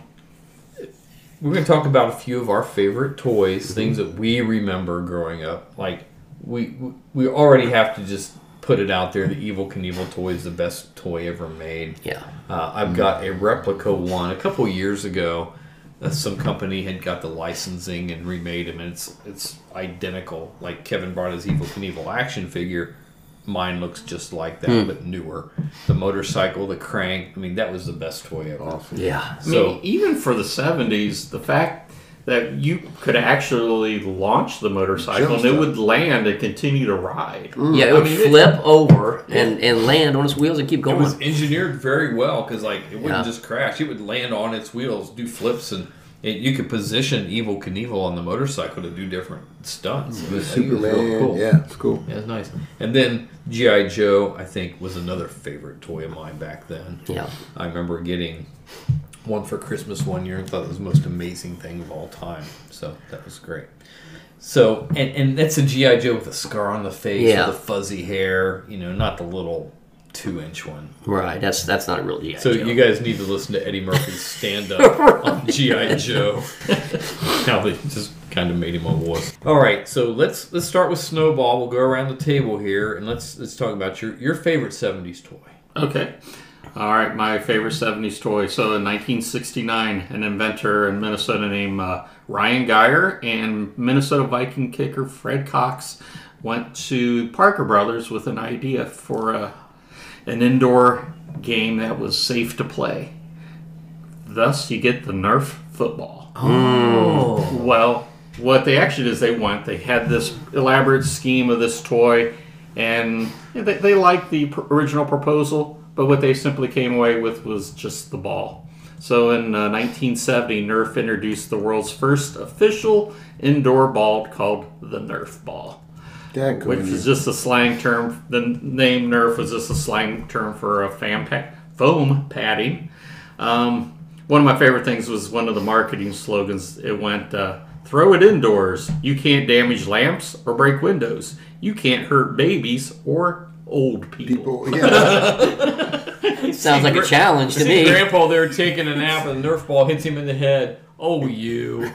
Speaker 13: We're going to talk about a few of our favorite toys, things that we remember growing up. Like we we already have to just put it out there. The Evil Knievel toy is the best toy ever made.
Speaker 15: Yeah,
Speaker 13: uh, I've got a replica one a couple years ago. Uh, some company had got the licensing and remade them, and it's it's identical. Like Kevin brought his Evil Knievel action figure. Mine looks just like that,
Speaker 15: Hmm.
Speaker 13: but newer. The motorcycle, the crank. I mean, that was the best toy ever.
Speaker 15: Yeah.
Speaker 5: I
Speaker 13: So
Speaker 5: mean, even for the 70s, the fact that you could actually launch the motorcycle and it
Speaker 15: Jumpstart. Mm.
Speaker 5: would land and continue to ride.
Speaker 15: Yeah, it
Speaker 5: I
Speaker 15: would
Speaker 5: mean,
Speaker 15: flip over and, and land on its wheels and keep
Speaker 13: it
Speaker 15: going.
Speaker 13: was engineered very well because like it wouldn't
Speaker 15: Yeah.
Speaker 13: just crash; it would land on its wheels, do flips, and it, you could position Evil Knievel on the motorcycle to do different stunts. It was, it was
Speaker 14: Superman,
Speaker 13: real cool.
Speaker 14: yeah, it's cool.
Speaker 13: Yeah, it's nice. And then GI Joe, I think, was another favorite toy of mine back then.
Speaker 15: Yeah.
Speaker 13: I remember getting one for Christmas one year and thought it was the most amazing thing of all time. So that was great. So and and that's a GI Joe with a scar on the face,
Speaker 15: Yeah.
Speaker 13: with the fuzzy hair, you know, not the little two inch one.
Speaker 15: Right, that's that's not a real GI
Speaker 13: So
Speaker 15: Joe.
Speaker 13: you guys need to listen to Eddie Murphy's stand up on GI Joe. How they just kind of made him a wuss. All right, so let's let's start with Snowball. We'll go around the table here and let's let's talk about your your favorite '70s toy.
Speaker 5: Okay. All right, my favorite 70s toy. So in 1969, an inventor in Minnesota named uh, Ryan Geyer and Minnesota Viking kicker Fred Cox went to Parker Brothers with an idea for a, an indoor game that was safe to play. Thus, you get the Nerf football.
Speaker 15: Oh.
Speaker 5: Well, what they actually did is they went, they had this elaborate scheme of this toy, and they, they liked the pr- original proposal, but what they simply came away with was just the ball. So in uh, 1970, Nerf introduced the world's first official indoor ball called the Nerf ball
Speaker 14: Dad,
Speaker 5: which is just a slang term. The name Nerf was just a slang term for a fan pa- foam padding. Um, one of my favorite things was one of the marketing slogans. It went, uh, "Throw it indoors. You can't damage lamps or break windows. You can't hurt babies or old people."
Speaker 15: Sounds like a challenge to me.
Speaker 13: See Grandpa there taking a nap and the Nerf ball hits him in the head. Oh, you.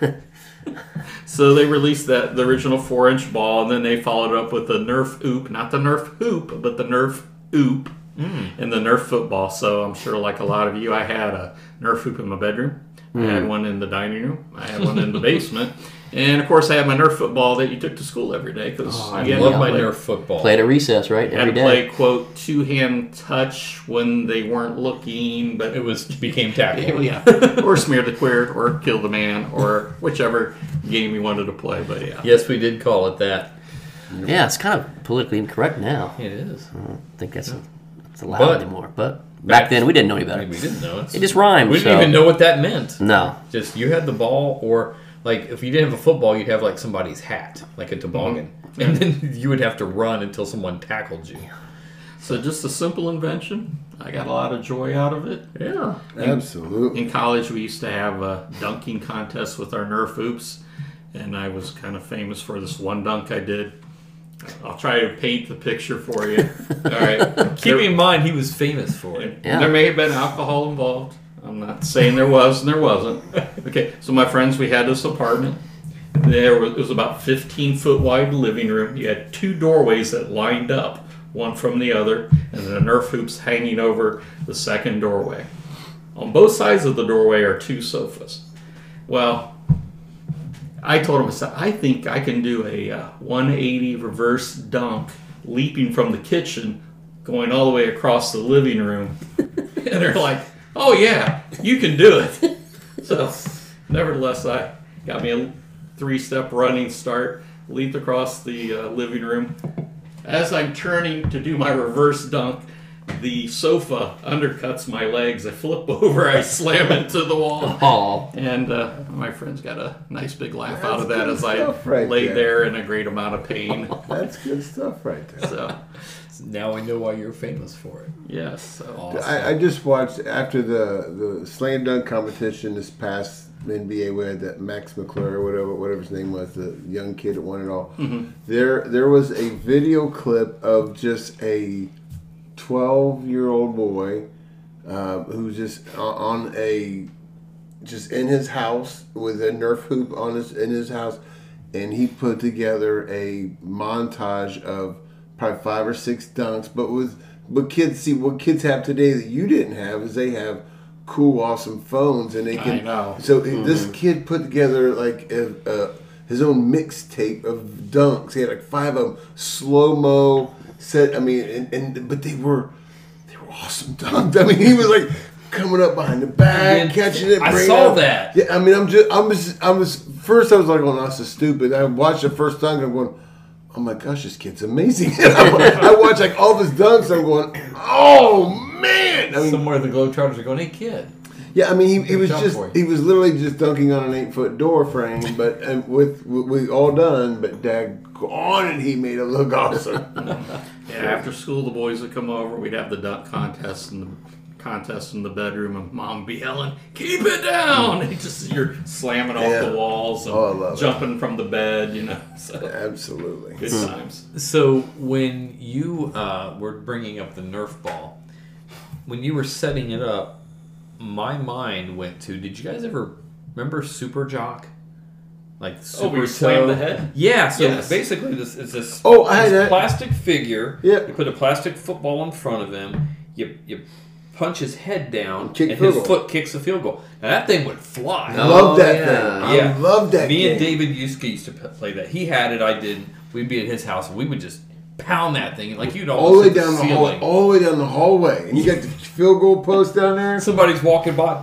Speaker 5: So they released that the original four inch ball, and then they followed up with the Nerf oop, not the Nerf hoop, but the Nerf oop
Speaker 11: Hmm.
Speaker 5: mm. in the Nerf football. So I'm sure, like a lot of you, I had a Nerf hoop in my bedroom. I
Speaker 11: Hmm.
Speaker 5: had one in the dining room. I had one in the basement. And of course, I had my Nerf football that you took to school every day because
Speaker 11: Oh,
Speaker 5: I
Speaker 11: I
Speaker 5: you had
Speaker 11: love
Speaker 5: to
Speaker 11: my
Speaker 5: play-
Speaker 11: Nerf football. Played at recess, right?
Speaker 5: You had
Speaker 11: Every
Speaker 5: to
Speaker 11: day.
Speaker 5: play quote two hand touch when they weren't looking, but it was became tackle. yeah, or smear the queer, or kill the man, or whichever game you wanted to play. But yeah,
Speaker 13: Yes, we did call it that.
Speaker 11: Yeah, it's kind of politically incorrect now.
Speaker 13: It is.
Speaker 11: I don't think that's, that's allowed
Speaker 13: But-
Speaker 11: anymore. But back, then, we didn't know any better.
Speaker 13: We didn't know it.
Speaker 11: It just rhymed.
Speaker 13: We didn't
Speaker 11: so-
Speaker 13: even know what that meant.
Speaker 11: No.
Speaker 13: Just you had the ball, or like if you didn't have a football, you'd have like somebody's hat, like a toboggan,
Speaker 14: Mm-hmm.
Speaker 13: and then you would have to run until someone tackled you.
Speaker 5: So just a simple invention. I got a lot of joy out of it.
Speaker 13: Yeah.
Speaker 5: In-
Speaker 14: Absolutely.
Speaker 5: In college, we used to have a dunking contest with our Nerf hoops, and I was kind of famous for this one dunk I did. I'll try to paint the picture for you. All right.
Speaker 13: Keep in mind, he was famous for it.
Speaker 5: And There may have been alcohol involved. I'm not saying there was and there wasn't. Okay, so my friends, we had this apartment. There was, it was about 15 foot wide living room. You had two doorways that lined up, one from the other, and then a Nerf hoops hanging over the second doorway. On both sides of the doorway are two sofas. Well, I told him, I said, I think I can do a uh, 180 reverse dunk, leaping from the kitchen, going all the way across the living room. and they're like, oh, yeah, you can do it. So, nevertheless, I got me a three step running start, leaped across the uh, living room. As I'm turning to do my reverse dunk, the sofa undercuts my legs. I flip over, I slam into the wall. And uh, my friends got a nice big laugh out of that
Speaker 14: good
Speaker 5: as I
Speaker 14: stuff right
Speaker 5: lay
Speaker 14: there.
Speaker 5: there in a great amount of pain.
Speaker 14: That's good stuff right there.
Speaker 5: So
Speaker 13: now I know why you're famous for it.
Speaker 5: Yes. So.
Speaker 14: I, I just watched after the the slam dunk competition this past NBA. We had that Max McClure, whatever whatever his name was, the young kid that won it all.
Speaker 25: Mhm.
Speaker 14: There there was a video clip of just a twelve year old boy uh, who's just o- on a just in his house with a Nerf hoop on his in his house, and he put together a montage of probably five or six dunks. But with but kids see what kids have today that you didn't have is they have cool, awesome phones, and they
Speaker 5: I
Speaker 14: can.
Speaker 5: know.
Speaker 14: So he- this
Speaker 5: Mhm.
Speaker 14: kid put together like a, a, his own mixtape of dunks. He had like five of them, slow mo. Set. I mean, and, and but they were they were awesome dunks. I mean, he was like coming up behind the back,
Speaker 13: Yeah,
Speaker 14: catching it.
Speaker 13: I
Speaker 14: bringing
Speaker 13: saw
Speaker 14: it up.
Speaker 13: that.
Speaker 14: Yeah, I mean, I'm just, I'm just, I was first. I was like, "Oh, no, that's so stupid." I watched the first dunk. I'm going, "Oh my gosh, this kid's amazing." I watched like all of his dunks. I'm going, "Oh man!" I mean,
Speaker 13: Somewhere the Globetrotters are going, "Hey, kid."
Speaker 14: Yeah, I mean, he, he
Speaker 13: Good
Speaker 14: was
Speaker 13: job
Speaker 14: just
Speaker 13: for you.
Speaker 14: he was literally just dunking on an eight foot door frame, but and with we all done, but daggone it, he made it look awesome.
Speaker 5: Yeah, after school, the boys would come over. We'd have the duck contest and the contest in the bedroom, and mom would be yelling, "Keep it down!" And just you're slamming off
Speaker 14: Yeah.
Speaker 5: the walls and
Speaker 14: Oh, I love it.
Speaker 5: jumping from the bed. You know, so
Speaker 14: absolutely
Speaker 5: good
Speaker 13: Hmm.
Speaker 5: times.
Speaker 13: So when you uh, were bringing up the Nerf ball, when you were setting it up, my mind went to: Did you guys ever remember Super Jock? Like Super
Speaker 5: Oh, where you slam
Speaker 13: Toe?
Speaker 5: the head?
Speaker 13: Yeah. So
Speaker 5: Yes.
Speaker 13: basically, this is this.
Speaker 14: Oh, I had
Speaker 13: this
Speaker 14: that.
Speaker 13: plastic figure.
Speaker 14: Yeah.
Speaker 13: You put a plastic football in front of him. You you punch his head down,
Speaker 14: Kick
Speaker 13: and
Speaker 14: field
Speaker 13: his
Speaker 14: goal.
Speaker 13: foot kicks the field goal. Now that thing would fly.
Speaker 14: I love that thing. I love that
Speaker 13: Oh, Me and
Speaker 14: game.
Speaker 13: David Yuska used to p- play that. He had it. I didn't. We'd be at his house and we would just pound that thing like you'd
Speaker 14: all
Speaker 13: almost
Speaker 14: the
Speaker 13: hit
Speaker 14: way down the hallway,
Speaker 13: ceiling.
Speaker 14: all the way down the hallway, and you got the field goal post down there.
Speaker 13: Somebody's walking by.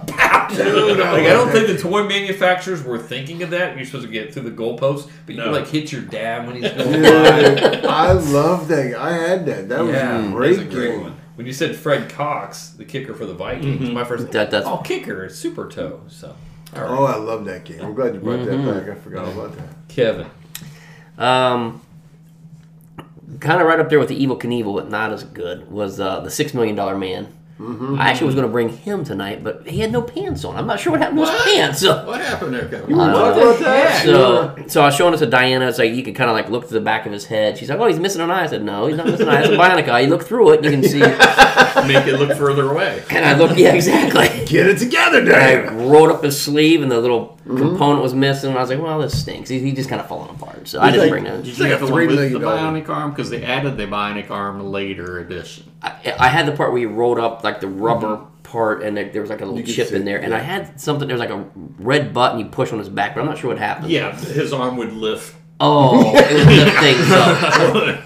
Speaker 14: Dude, I
Speaker 13: like I don't
Speaker 14: love
Speaker 13: think the toy manufacturers were thinking of that. You're supposed to get through the goalpost, but you
Speaker 14: No.
Speaker 13: could like hit your dad when he's going by.
Speaker 14: Dude, I love that. I had that. That was a great,
Speaker 13: that's
Speaker 14: game.
Speaker 13: one. When you said Fred Cox, the kicker for the Vikings,
Speaker 14: Mhm.
Speaker 13: my first
Speaker 14: That- that's-
Speaker 13: oh kicker, it's super toe. So
Speaker 14: Oh, I love that game. I'm glad you brought
Speaker 11: Mhm.
Speaker 14: that back. I forgot about that.
Speaker 13: Kevin.
Speaker 11: Um, kind of right up there with the Evil Knievel, but not as good, was uh, the Six Million Dollar Man.
Speaker 14: Mhm.
Speaker 11: I actually was going to bring him tonight, but he had no pants on. I'm not sure what happened to his pants. So.
Speaker 5: What happened there, Kevin?
Speaker 11: I don't
Speaker 5: What
Speaker 11: know.
Speaker 5: the heck?
Speaker 11: So, so I was showing this to Diana. It's like you can kind of like look to the back of his head. She's like, "Oh, he's missing an eye." I said, "No, he's not missing an eye. It's a bionic eye. You look through it, and you can see."
Speaker 5: make it look further away.
Speaker 15: And I looked, yeah, exactly.
Speaker 14: Get it together,
Speaker 15: And
Speaker 14: Dave.
Speaker 15: I rolled up his sleeve, and the little
Speaker 5: Mm-hmm.
Speaker 15: component was missing. And I was like, "Well, this stinks." He, he just kind of falling apart. So I didn't bring that.
Speaker 5: Did you have the one with the bionic arm? Because they added the bionic arm later edition.
Speaker 15: I, I had the part where you rolled up like the rubber part, and there, there was like a little
Speaker 5: Mm-hmm. You could
Speaker 15: chip
Speaker 5: see-
Speaker 15: in there. And I
Speaker 5: yeah.
Speaker 15: had something. There was like a red button you push on his back, but I'm not sure what happened.
Speaker 5: Yeah, his arm would lift.
Speaker 15: Oh, it would lift things up.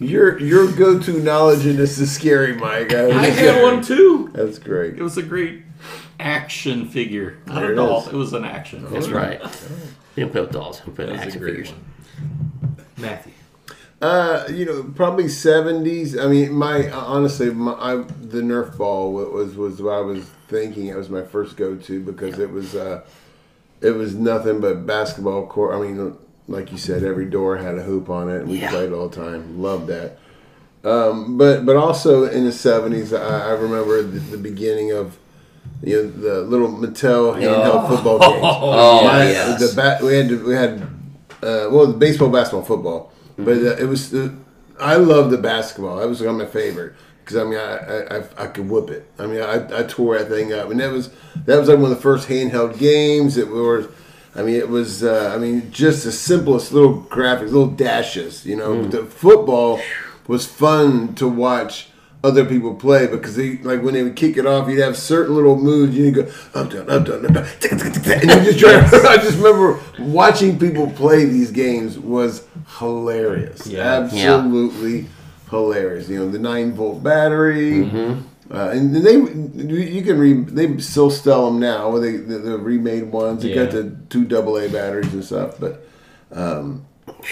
Speaker 14: Your your go to knowledge in this is scary, Mike.
Speaker 5: I had one too.
Speaker 14: That's great.
Speaker 5: It was a great action figure. Not
Speaker 14: There
Speaker 5: a
Speaker 14: it
Speaker 5: doll.
Speaker 14: is.
Speaker 5: It was an action.
Speaker 15: That's
Speaker 5: figure.
Speaker 15: right. We don't play with dolls. We play with
Speaker 5: That's a
Speaker 15: action
Speaker 5: great
Speaker 15: figures.
Speaker 13: Matthew.
Speaker 14: Uh, you know, probably seventies. I mean, my honestly, my I, the Nerf ball wa- was was what I was thinking. It was my first go to because it was uh, it was nothing but basketball court. I mean, like you said, every door had a hoop on it. We
Speaker 15: Yeah.
Speaker 14: played all the time. Loved that. Um, but but also in the seventies, I, I remember the, the beginning of you know the little Mattel handheld
Speaker 15: Oh.
Speaker 14: football games.
Speaker 15: Oh,
Speaker 14: My-
Speaker 15: yes.
Speaker 14: the bat we had we had uh, well baseball, basketball, football, but uh, it was uh, I loved the basketball. That was like my favorite because I mean I, I, I I could whoop it. I mean I, I tore that thing up, and that was that was like one of the first handheld games. It was I mean it was uh, I mean just the simplest little graphics, little dashes. You know the football was fun to watch other people play because they like when they would kick it off, you'd have certain little moves. You'd go up down, up down, up down, tick, tick, tick, tick, and you just try. I just remember watching people play these games was hilarious,
Speaker 13: Yeah.
Speaker 14: absolutely hilarious. You know the nine volt battery.
Speaker 13: Mm-hmm.
Speaker 14: Uh, and they, you can re, they still sell them now. They the, the remade ones. They got
Speaker 13: Yeah.
Speaker 14: the two AA batteries and stuff. But um,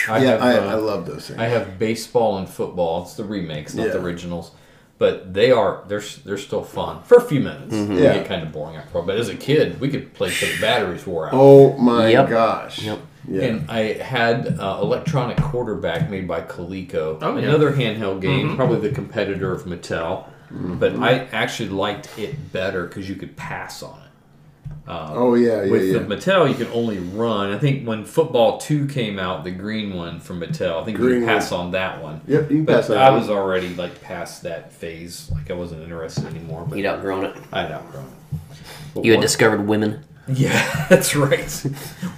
Speaker 13: I
Speaker 14: yeah,
Speaker 13: have,
Speaker 14: I,
Speaker 13: uh,
Speaker 14: I love those things.
Speaker 13: I have baseball and football. It's the remakes, not the
Speaker 14: Yeah.
Speaker 13: originals. But they are they're s- they're still fun for a few minutes.
Speaker 14: Mhm.
Speaker 13: They
Speaker 14: Yeah.
Speaker 13: get kind of boring after a while. But as a kid, we could play till the batteries wore out.
Speaker 14: Oh my Yep. gosh. Yep. Yeah.
Speaker 13: And I had uh, electronic quarterback made by Coleco,
Speaker 5: Oh, yeah.
Speaker 13: another handheld game,
Speaker 5: Mhm.
Speaker 13: probably the competitor of Mattel.
Speaker 14: Mm-hmm.
Speaker 13: But I actually liked it better because you could pass on it. Um,
Speaker 14: Oh, yeah, yeah,
Speaker 13: with the
Speaker 14: yeah.
Speaker 13: Mattel, you can only run. I think when Football Two came out, the green one from Mattel, I think you
Speaker 14: Green
Speaker 13: could
Speaker 14: one.
Speaker 13: pass on that one.
Speaker 14: Yep, you can
Speaker 13: but
Speaker 14: pass on
Speaker 13: I
Speaker 14: that
Speaker 13: was
Speaker 14: one.
Speaker 13: already like past that phase. Like I wasn't interested anymore. But
Speaker 15: You'd outgrown it.
Speaker 13: I'd outgrown it. But
Speaker 15: You had
Speaker 13: one-
Speaker 15: discovered women.
Speaker 13: Yeah, that's right.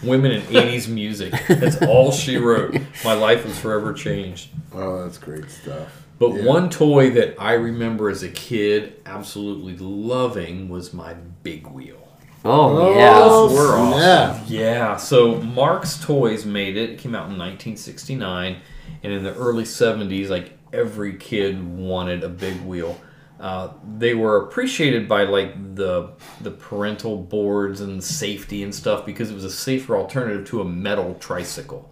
Speaker 13: Women in '80s music. That's all she wrote. My life was forever changed.
Speaker 14: Oh, that's great stuff.
Speaker 13: But
Speaker 14: Yeah.
Speaker 13: one toy that I remember as a kid absolutely loving was my big wheel.
Speaker 15: Oh, yeah. Oh,
Speaker 13: We're awesome.
Speaker 15: snap.
Speaker 13: Yeah. So Mark's Toys made it. It came out in 1969, and in the early 70s, like every kid wanted a big wheel. Uh, they were appreciated by like the the parental boards and safety and stuff because it was a safer alternative to a metal tricycle,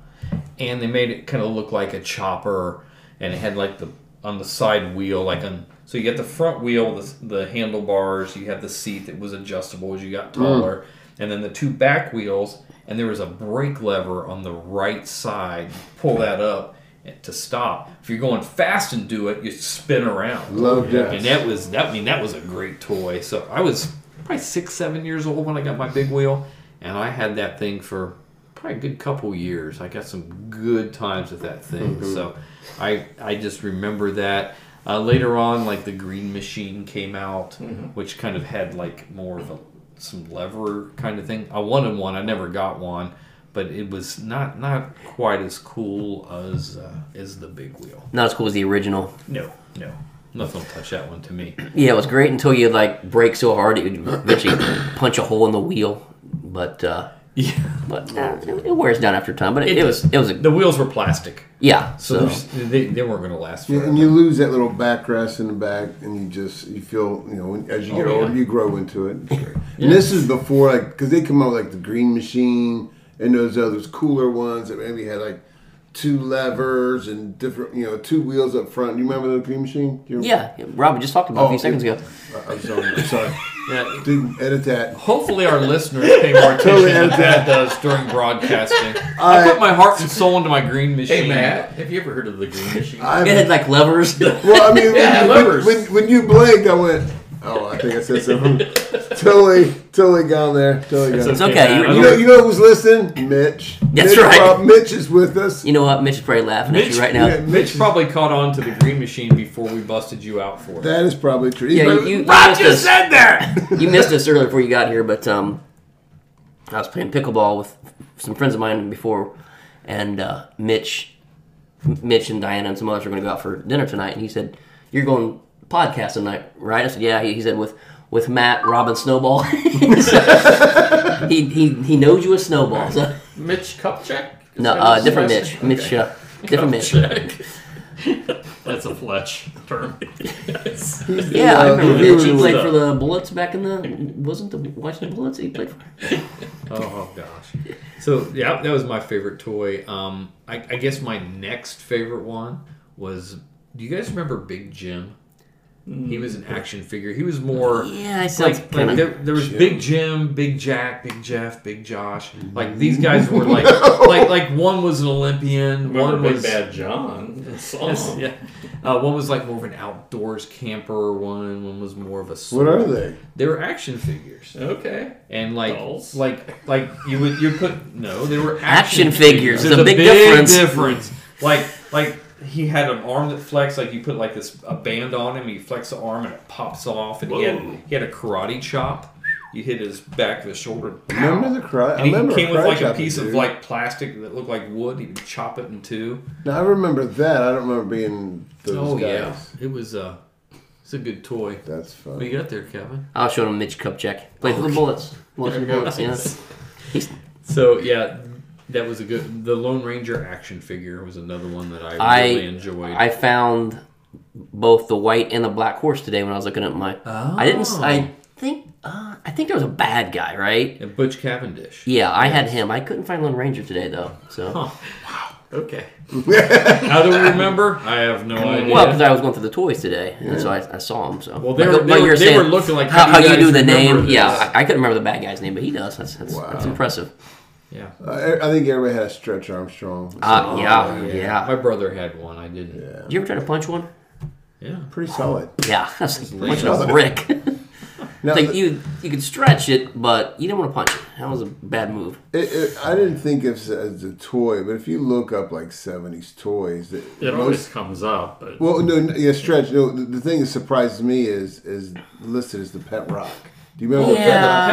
Speaker 13: and they made it kind of look like a chopper, and it had like the on the side wheel like on. So you got the front wheel, the, the handlebars, you had the seat that was adjustable as you got taller, and then the two back wheels, and there was a brake lever on the right side. Pull that up eh, to stop. If you're going fast and do it, you spin around.
Speaker 14: Love that.
Speaker 13: And that was that. I mean, that was a great toy. So I was probably six, seven years old when I got my big wheel, and I had that thing for probably a good couple years. I got some good times with that thing.
Speaker 14: Mhm.
Speaker 13: So I I just remember that. Uh, later on, like the Green Machine came out,
Speaker 5: Mhm.
Speaker 13: which kind of had like more of a some lever kind of thing. I wanted one. I never got one, but it was not not quite as cool as uh, as the big wheel.
Speaker 15: Not as cool as the original.
Speaker 13: No, no, nothing will touch that one to me.
Speaker 15: Yeah, it was great until you like break so hard it would eventually punch a hole in the wheel. But uh,
Speaker 13: yeah,
Speaker 15: but uh, it wears down after time. But it,
Speaker 13: It
Speaker 15: it was it was a,
Speaker 13: the wheels were plastic.
Speaker 15: Yeah, so-
Speaker 13: so, there's they, they weren't going to last
Speaker 14: Yeah,
Speaker 13: forever.
Speaker 14: and you lose that little backrest in the back, and you just you feel you know when- as you get
Speaker 13: Oh, yeah.
Speaker 14: older, you grow into it. It's great. And this is before like because they come out with, like the Green Machine and those others cooler ones that maybe had like two levers and different you know two wheels up front. You remember Oh, the Green Machine? Do you
Speaker 15: yeah. Rob we just talked about it a few seconds ago.
Speaker 14: I- uh, I'm sorry. I'm sorry.
Speaker 13: Yeah.
Speaker 14: Dude, edit that.
Speaker 13: Hopefully, our listeners pay more attention
Speaker 14: Totally
Speaker 13: than
Speaker 14: edit
Speaker 13: Dad
Speaker 14: that.
Speaker 13: does during broadcasting.
Speaker 14: I-
Speaker 13: I put my heart and soul into my green machine.
Speaker 5: Matt, have you ever heard of the green machine?
Speaker 14: I'm-
Speaker 15: like levers.
Speaker 14: Well, I mean,
Speaker 5: Yeah,
Speaker 14: when,
Speaker 5: levers.
Speaker 14: When, when you blinked, I went, "Oh, I think I said something."
Speaker 11: totally, totally gone there. Totally gone.
Speaker 15: It's okay, man.
Speaker 11: You, know, you know who's listening? Mitch.
Speaker 15: That's
Speaker 11: Mitch
Speaker 15: right.
Speaker 11: Rob- Mitch is with us.
Speaker 15: You know what? Mitch is probably laughing at you right now.
Speaker 11: yeah, Mitch
Speaker 13: Mitch probably caught on to the green machine before we busted you out for it.
Speaker 11: That is probably true.
Speaker 15: Yeah,
Speaker 11: He's
Speaker 15: you,
Speaker 11: probably-
Speaker 15: you,
Speaker 13: Rob
Speaker 15: missed
Speaker 13: just
Speaker 15: us.
Speaker 13: said
Speaker 15: you missed us earlier before you got here, but um, I was playing pickleball with some friends of mine before, and uh, Mitch, Mitch and Diana and some others were going to go out for dinner tonight, and he said, "You're going podcast tonight, right?" I said, "Yeah." He, he said, "With with Matt, Robin, Snowball." he, he he knows you as Snowball. So.
Speaker 5: Mitch Kupchak? Is
Speaker 15: No,
Speaker 5: that
Speaker 15: uh,
Speaker 5: his
Speaker 15: different
Speaker 5: last
Speaker 15: Mitch.
Speaker 5: name?
Speaker 15: Mitch, uh, different Mitch.
Speaker 5: Kupchak. That's a Fletch term.
Speaker 15: Yeah, I remember Mitch. He played for the Bullets back in the wasn't the Washington Bullets he played for.
Speaker 13: Oh gosh. So yeah, that was my favorite toy. Um, I, I guess my next favorite one was. Do you guys remember Big Jim? He was an action figure. He was more
Speaker 15: Yeah, it sounds
Speaker 13: like,
Speaker 15: kinda-
Speaker 13: like there, there was
Speaker 15: Jim.
Speaker 13: Big Jim, Big Jack, Big Jeff, Big Josh.
Speaker 11: Mm-hmm.
Speaker 13: Like these guys were like like like one was an Olympian,
Speaker 5: Remember
Speaker 13: one
Speaker 5: Big
Speaker 13: was
Speaker 5: Bad John, the song.
Speaker 13: Yes, yeah. Uh, one was like more of an outdoors camper. One one was more of a.
Speaker 11: What are they?
Speaker 13: They were action figures.
Speaker 5: Okay.
Speaker 13: And like
Speaker 5: Dolls?
Speaker 13: like like you would you put no, they were
Speaker 15: Action figures. It's
Speaker 13: There's
Speaker 15: a big difference.
Speaker 13: difference. Like like he had an arm that flexed. Like you put like this a band on him. You flex the arm and it pops off. And he had
Speaker 11: Whoa.
Speaker 13: he had a karate chop. You hit his back of his shoulder. pow.
Speaker 11: Remember the karate- I
Speaker 13: And he
Speaker 11: remember
Speaker 13: came
Speaker 11: a karate
Speaker 13: with like a
Speaker 11: chop,
Speaker 13: piece of
Speaker 11: dude.
Speaker 13: like plastic that looked like wood. He would chop it in two.
Speaker 11: Now I remember that. I don't remember being those
Speaker 13: oh
Speaker 11: guys.
Speaker 13: yeah, it was uh, it's a good toy.
Speaker 11: That's fun.
Speaker 13: What you got there, Kevin?
Speaker 15: I was showing him Mitch Kupchak. Played for the
Speaker 13: Okay.
Speaker 15: Bullets. Washington
Speaker 13: There it
Speaker 15: Bullets, yeah.
Speaker 13: is. So yeah, that was a good. The Lone Ranger action figure was another one that I
Speaker 15: I
Speaker 13: really enjoyed.
Speaker 15: I found both the white and the black horse today when I was looking at my. I didn't. s-
Speaker 13: Oh.
Speaker 15: I think uh, I think there was a bad guy, right?
Speaker 13: And Butch Cavendish.
Speaker 15: Yeah, I had him. I couldn't find Lone Ranger today though. So.
Speaker 13: Huh. Okay. How do we remember? I have no idea.
Speaker 15: Well, because I was going through the toys today, and so I, I saw him. So
Speaker 13: Well, they
Speaker 15: Like,
Speaker 13: were-
Speaker 15: like
Speaker 13: they
Speaker 15: you
Speaker 13: were- they
Speaker 15: saying,
Speaker 13: were looking like,
Speaker 15: how,
Speaker 13: how do
Speaker 15: how
Speaker 13: you
Speaker 15: you
Speaker 13: guys
Speaker 15: do the
Speaker 13: remember
Speaker 15: name.
Speaker 13: this?
Speaker 15: Yeah, I, I couldn't remember the bad guy's name, but he does. That's that's, that's impressive.
Speaker 13: Yeah.
Speaker 11: Uh, e, I, I think everybody had a Stretch Armstrong.
Speaker 15: Ah, yeah,
Speaker 11: Oh,
Speaker 15: yeah.
Speaker 13: My brother had one. I didn't.
Speaker 11: Yeah.
Speaker 15: You ever try to punch one?
Speaker 13: Yeah.
Speaker 11: Pretty solid.
Speaker 15: Yeah, that's
Speaker 11: Lay
Speaker 15: like punching
Speaker 11: off
Speaker 15: a
Speaker 11: it.
Speaker 15: brick.
Speaker 11: Now,
Speaker 15: like
Speaker 11: the-
Speaker 15: you, you could stretch it, but you didn't want to punch it. That was a bad move.
Speaker 11: It, it, I didn't think of it as a toy, but if you look up like seventies toys, it,
Speaker 5: It always comes up, but-
Speaker 11: well, no, no, yeah, stretch. No, the, the thing that surprises me is is listed as the pet rock. Do you remember?
Speaker 13: Yeah.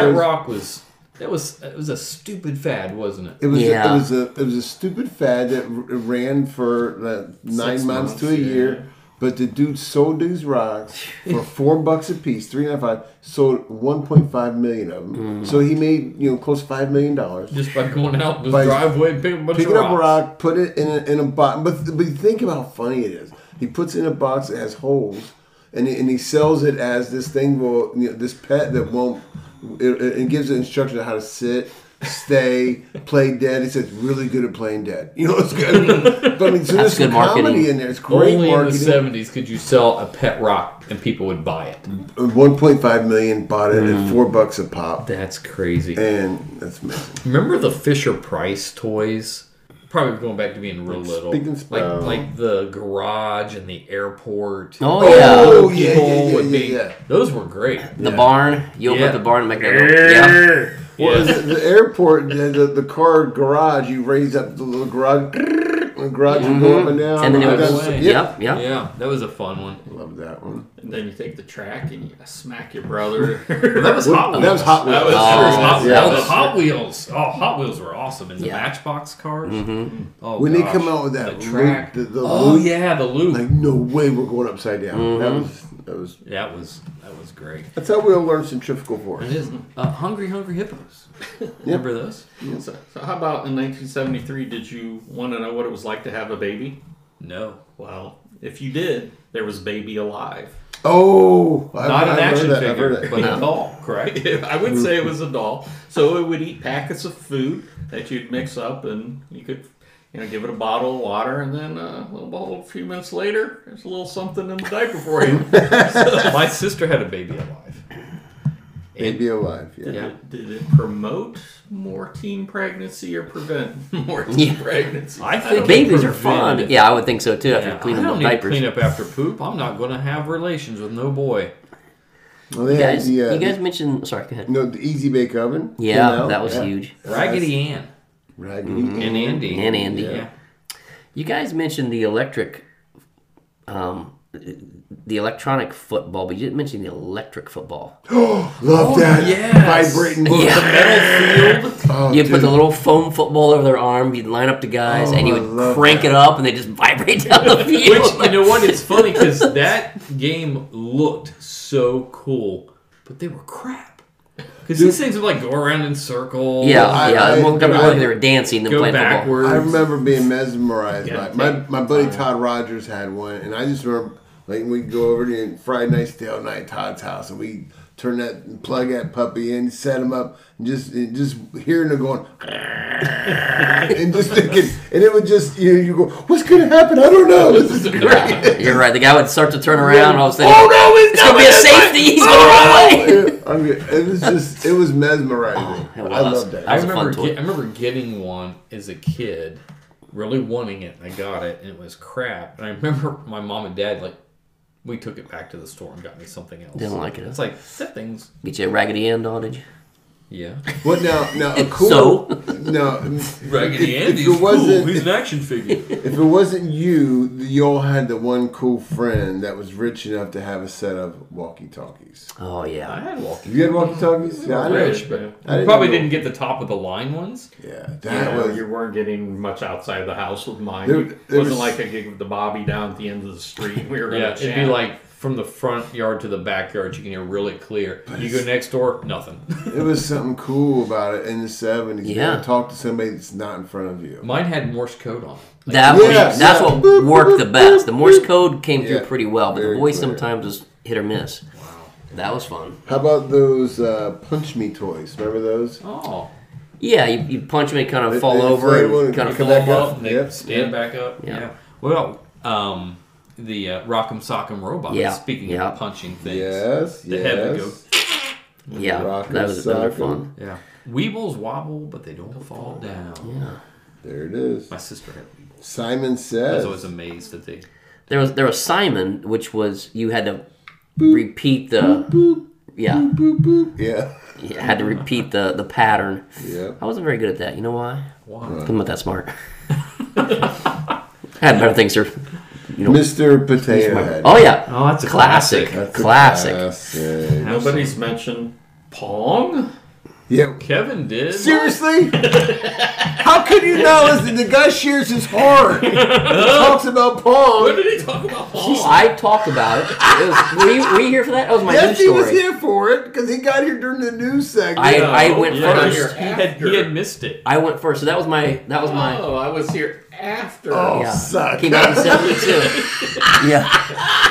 Speaker 11: the
Speaker 13: Pet
Speaker 11: Rock?
Speaker 13: Rock was that was it was a stupid fad, wasn't it?
Speaker 11: It was it was a it was a stupid fad that r- ran for like nine months,
Speaker 13: months,
Speaker 11: to a
Speaker 13: yeah.
Speaker 11: year. But the dude sold these rocks for four bucks a piece, three ninety five. Sold one point five million of them, so he made you know close to five million dollars
Speaker 13: just by going out in his driveway and picking a bunch
Speaker 11: picking
Speaker 13: of
Speaker 11: up a
Speaker 13: rocks.
Speaker 11: rock, put it in a, in a box. But but think about how funny it is. He puts it in a box that has holes, and he, and he sells it as this thing will you know, this pet that won't. It, it, it gives it instructions on how to sit, stay, play dead. He says really good at playing dead. You know it's good. but I mean, so there's some comedy in there. It's great
Speaker 13: Only in the
Speaker 11: marketing.
Speaker 13: seventies could you sell a pet rock and people would buy it.
Speaker 11: One point five million bought it
Speaker 13: Mm.
Speaker 11: at four bucks a pop.
Speaker 13: That's crazy.
Speaker 11: And that's amazing.
Speaker 13: Remember the Fisher Price toys? Probably going back to being real little,
Speaker 11: Speak and
Speaker 13: like
Speaker 11: spell.
Speaker 13: like the garage and the airport.
Speaker 15: Oh, yeah.
Speaker 13: Little
Speaker 15: Oh, yeah,
Speaker 13: people
Speaker 15: yeah, yeah,
Speaker 13: would be-
Speaker 15: yeah, yeah.
Speaker 13: Those were great.
Speaker 15: The barn, you open
Speaker 13: Yeah.
Speaker 15: up the barn and make that. Little, yeah.
Speaker 11: Well, the, the airport, the, the, the car garage, you raise up the little garage, the garage would go up and down.
Speaker 15: Mm-hmm. And then it
Speaker 11: I
Speaker 15: would
Speaker 11: got-
Speaker 15: go away. Yep, yep.
Speaker 13: Yeah, that was a fun one.
Speaker 11: Love that one.
Speaker 5: And then you take the track and you smack your brother.
Speaker 13: that was Hot Wheels.
Speaker 5: That was Hot Wheels.
Speaker 13: That was,
Speaker 5: Oh, yeah.
Speaker 13: Hot, Wheels.
Speaker 5: That's-
Speaker 13: Hot Wheels. Oh, Hot Wheels were awesome. And the
Speaker 5: Yeah.
Speaker 13: Matchbox cars.
Speaker 11: Mhm.
Speaker 13: Oh,
Speaker 11: when
Speaker 13: gosh.
Speaker 11: they come out with that
Speaker 13: the track.
Speaker 11: loop, the, the
Speaker 13: oh
Speaker 11: loop,
Speaker 13: yeah, the loop.
Speaker 11: like no way we're going upside down.
Speaker 15: Mm-hmm.
Speaker 11: That
Speaker 13: Mhm.
Speaker 11: was that was
Speaker 13: that was that was great.
Speaker 11: that's how we all learned centrifugal force.
Speaker 13: It is uh, Hungry Hungry Hippos. Remember those?
Speaker 5: So, so how about in 1973? Did you want to know what it was like to have a baby?
Speaker 13: No.
Speaker 5: Well, if you did, there was Baby Alive.
Speaker 11: Oh, I've-
Speaker 5: Not
Speaker 11: I've
Speaker 5: an
Speaker 11: heard
Speaker 5: action
Speaker 11: that, I've heard
Speaker 5: figure,
Speaker 11: that.
Speaker 5: but
Speaker 11: No.
Speaker 5: a doll, correct? I would say it was a doll. So it would eat packets of food that you'd mix up, and you could, you know, give it a bottle of water, and then uh, a little bottle. A few minutes later, there's a little something in the diaper for you.
Speaker 13: My sister had a baby alive.
Speaker 11: Baby alive. Yeah.
Speaker 5: Did, It, did it promote more teen pregnancy or prevent more teen
Speaker 15: Yeah.
Speaker 5: pregnancy?
Speaker 13: I
Speaker 5: don't
Speaker 13: think
Speaker 5: know.
Speaker 15: Babies are fun. Yeah, I would think so too. After
Speaker 13: Yeah,
Speaker 15: cleaning
Speaker 13: I
Speaker 15: up
Speaker 13: don't need to
Speaker 15: diapers.
Speaker 13: clean up after poop. I'm not going to have relations with no boy.
Speaker 11: Well, they
Speaker 15: you
Speaker 11: had
Speaker 15: guys,
Speaker 11: the, uh,
Speaker 15: you guys mentioned. Sorry, go ahead.
Speaker 11: No, the Easy Bake Oven.
Speaker 15: Yeah,
Speaker 11: came out,
Speaker 15: that was
Speaker 11: yeah.
Speaker 15: huge.
Speaker 13: Raggedy Ann.
Speaker 11: Raggedy
Speaker 15: Mhm.
Speaker 11: Ann.
Speaker 15: And Andy.
Speaker 11: Yeah.
Speaker 15: You guys mentioned the electric, um, the electronic football, but you didn't mention the electric football.
Speaker 11: Love that. Vibrating.
Speaker 15: Oh, Yeah.
Speaker 11: Oh,
Speaker 15: you put
Speaker 11: dude.
Speaker 15: the little foam football over their arm. You'd line up the guys,
Speaker 13: Oh,
Speaker 15: and you
Speaker 13: I
Speaker 15: would crank it up, and they just vibrate down the field.
Speaker 13: Which you know what? It's funny because that game looked so cool, but they were crap. Because these things would like go around in circles.
Speaker 15: Yeah,
Speaker 13: I-
Speaker 15: yeah.
Speaker 13: I-
Speaker 15: well, they, were,
Speaker 13: like,
Speaker 15: they were dancing, then
Speaker 13: go
Speaker 15: playing
Speaker 13: backwards.
Speaker 11: I remember being mesmerized by
Speaker 13: Yeah,
Speaker 11: it. My, my buddy Todd Rogers had one, and I just remember like we'd go over to Friday night stale night Todd's house, and we turn that plug that puppy in, set him up, and just and just hearing her going. and just thinking, and it would just you know, you go, what's gonna happen? I don't know. This is great.
Speaker 15: football. You're right. The guy would start to turn around. All of a sudden,
Speaker 11: Oh no, he's
Speaker 15: it's gonna be a safety. He's
Speaker 13: Oh,
Speaker 15: gonna run away.
Speaker 11: run away. it was just, it was mesmerizing.
Speaker 15: Oh,
Speaker 11: I loved that.
Speaker 13: I remember, get- I remember getting one as a kid, really wanting it. and I got it, and it was crap. And I remember my mom and dad like, we took it back to the store and got me something else.
Speaker 15: Didn't like it.
Speaker 13: It's like that thing's
Speaker 15: Get you a raggedy end on it.
Speaker 13: Yeah.
Speaker 11: What now? Now a cool.
Speaker 15: So?
Speaker 11: now,
Speaker 13: Raggedy
Speaker 11: if- if
Speaker 13: Andy's
Speaker 11: it wasn't-
Speaker 13: cool. He's an action figure.
Speaker 11: If it wasn't you, you all had the one cool friend that was rich enough to have a set of walkie talkies.
Speaker 15: Oh yeah,
Speaker 13: I had walkie.
Speaker 11: You had walkie talkies.
Speaker 13: We were rich, but we probably didn't get the top of the line ones.
Speaker 11: Yeah,
Speaker 5: you know, you weren't getting much outside the house with mine.
Speaker 13: There-
Speaker 5: it
Speaker 13: there
Speaker 5: wasn't
Speaker 13: was-
Speaker 5: like I gig with the Bobby down at the end of the street. We were gonna
Speaker 13: yeah, it'd be
Speaker 5: chat.
Speaker 13: like from the front yard to the backyard. You can hear really clear. You go next door, nothing.
Speaker 11: It was something cool about it in the seventies.
Speaker 13: Yeah.
Speaker 11: Yeah, talk to somebody that's not in front of you.
Speaker 13: Mine had Morse code on. it.
Speaker 15: That
Speaker 11: Yeah,
Speaker 15: was, that's
Speaker 11: yeah.
Speaker 15: what worked the best. The Morse code came through
Speaker 11: Yeah,
Speaker 15: pretty well, but the
Speaker 11: very
Speaker 15: voice
Speaker 11: clear.
Speaker 15: sometimes was hit or miss. That was fun.
Speaker 11: How about those uh, punch me toys? Remember those?
Speaker 13: Oh,
Speaker 15: Yeah, you, you punch them, they kind of
Speaker 11: They-
Speaker 15: fall
Speaker 11: they
Speaker 15: over
Speaker 11: inflatable
Speaker 15: and
Speaker 11: and
Speaker 15: kind of
Speaker 11: come
Speaker 15: fall
Speaker 11: back
Speaker 15: off.
Speaker 13: Up, and they stand back up.
Speaker 15: Yeah.
Speaker 13: Yeah. Well, um, the uh, Rock'em Sock'em Robots.
Speaker 15: Yeah,
Speaker 13: Speaking
Speaker 15: yeah.
Speaker 13: of punching things,
Speaker 11: Yes,
Speaker 13: the head would go.
Speaker 11: yes.
Speaker 15: Yeah,
Speaker 11: Rock'em
Speaker 15: that was another
Speaker 11: sock'em.
Speaker 15: fun.
Speaker 13: Yeah. Weebles wobble, but they don't fall down.
Speaker 15: Yeah.
Speaker 11: There it is.
Speaker 13: My sister had Weebles.
Speaker 11: Simon
Speaker 13: I was
Speaker 11: says.
Speaker 13: always amazed that they.
Speaker 15: There was there was Simon, which was you had to repeat the yeah
Speaker 11: yeah
Speaker 15: you had
Speaker 13: Mm-hmm.
Speaker 15: to repeat the the pattern.
Speaker 11: Yeah.
Speaker 15: I wasn't very good at that. You know why?
Speaker 13: Why?
Speaker 15: I'm not that smart. I had better things, sir. You
Speaker 11: Mr. Potato Head.
Speaker 15: Oh yeah.
Speaker 11: Oh, that's a
Speaker 15: classic.
Speaker 11: classic. That's a
Speaker 15: classic.
Speaker 11: classic.
Speaker 5: Nobody's mentioned Pong.
Speaker 11: Yeah.
Speaker 13: Kevin did.
Speaker 11: Seriously? How could you know? Listen, the guy shears his heart. He talks about Pong. What
Speaker 13: did he talk about
Speaker 15: Oh, I talked about it. it was, were, you, were you here for that? That was my
Speaker 11: yes,
Speaker 15: news
Speaker 11: he
Speaker 15: story.
Speaker 11: was here for it because he got here during the news segment.
Speaker 15: I, I went first.
Speaker 13: he had missed it.
Speaker 15: I went first, so that was my that was my.
Speaker 5: Oh, I was here after.
Speaker 15: Oh, Yeah.
Speaker 11: suck.
Speaker 15: Came out in '72. yeah.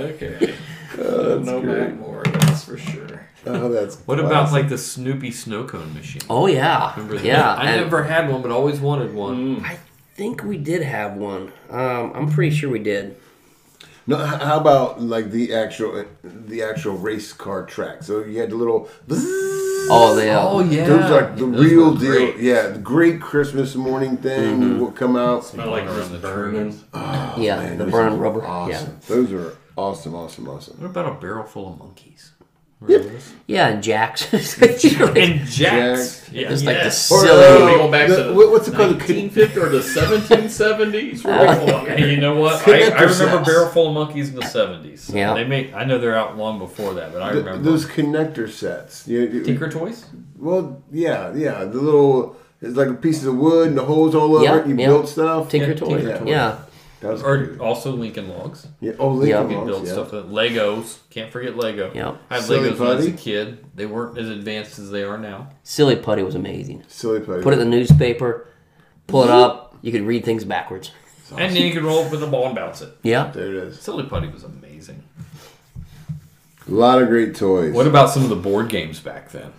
Speaker 5: Okay. no
Speaker 13: great.
Speaker 5: more. That's for sure.
Speaker 11: Oh, that's.
Speaker 13: What about like the Snoopy snow cone machine?
Speaker 15: Oh, yeah.
Speaker 13: Remember that?
Speaker 15: Yeah,
Speaker 13: I
Speaker 15: and-
Speaker 13: never had one, but always wanted one.
Speaker 15: I think we did have one. Um, I'm pretty sure we did.
Speaker 11: No, h- how about like the actual the actual race car track? So you had the little.
Speaker 15: Oh, they- Oh, yeah.
Speaker 11: Those are the
Speaker 15: Those
Speaker 11: real
Speaker 15: were
Speaker 11: deal.
Speaker 15: great.
Speaker 11: Yeah, the great Christmas morning thing
Speaker 15: Mhm.
Speaker 11: will come out.
Speaker 5: Smell like Around just the burning. trees.
Speaker 11: Oh,
Speaker 15: Yeah,
Speaker 11: man,
Speaker 15: the
Speaker 11: those
Speaker 15: burning
Speaker 11: are
Speaker 15: rubber,
Speaker 11: Awesome.
Speaker 15: yeah.
Speaker 11: those are awesome, awesome, awesome.
Speaker 13: What about a barrel full of monkeys?
Speaker 15: Yeah, and Jax. and Jax.
Speaker 11: Jax.
Speaker 5: Yeah.
Speaker 15: Just like the
Speaker 5: Yes.
Speaker 15: silly.
Speaker 5: Or, uh, we go back to the
Speaker 11: what- what's it called?
Speaker 5: 1950 or the 1770s? We're
Speaker 13: Uh,
Speaker 5: going
Speaker 13: hey, you know what? I,
Speaker 11: Connector
Speaker 13: I remember
Speaker 11: sets.
Speaker 13: Barrel Full of Monkeys in the seventies.
Speaker 15: Yeah.
Speaker 13: they make. I know they're out long before that, but I
Speaker 11: Th-
Speaker 13: remember
Speaker 11: those connector sets. You- you-
Speaker 13: Tinker Toys.
Speaker 11: Well, yeah, yeah. The little it's like pieces of wood and the holes all over
Speaker 15: Yeah,
Speaker 11: it. You
Speaker 15: yeah.
Speaker 11: built stuff.
Speaker 15: Tinker
Speaker 11: yeah,
Speaker 15: Toy, yeah. Yeah.
Speaker 11: That was
Speaker 13: or
Speaker 11: good.
Speaker 13: also Lincoln Logs.
Speaker 11: Yeah, oh, Lincoln
Speaker 13: You
Speaker 11: Logs,
Speaker 13: can build
Speaker 11: yeah.
Speaker 13: stuff. with- Legos. Can't forget Lego.
Speaker 15: Yeah.
Speaker 13: I had
Speaker 15: Silly
Speaker 13: Legos when I was a
Speaker 15: Putty.
Speaker 13: kid. They weren't as advanced as they are now.
Speaker 15: Silly putty was amazing.
Speaker 11: Silly putty.
Speaker 15: Put it in the newspaper. Pull it up. You could read things backwards.
Speaker 13: And then you could roll up with the ball and bounce it.
Speaker 15: Yeah.
Speaker 11: There it is.
Speaker 13: Silly Putty was amazing.
Speaker 11: A lot of great toys.
Speaker 13: What about some of the board games back then?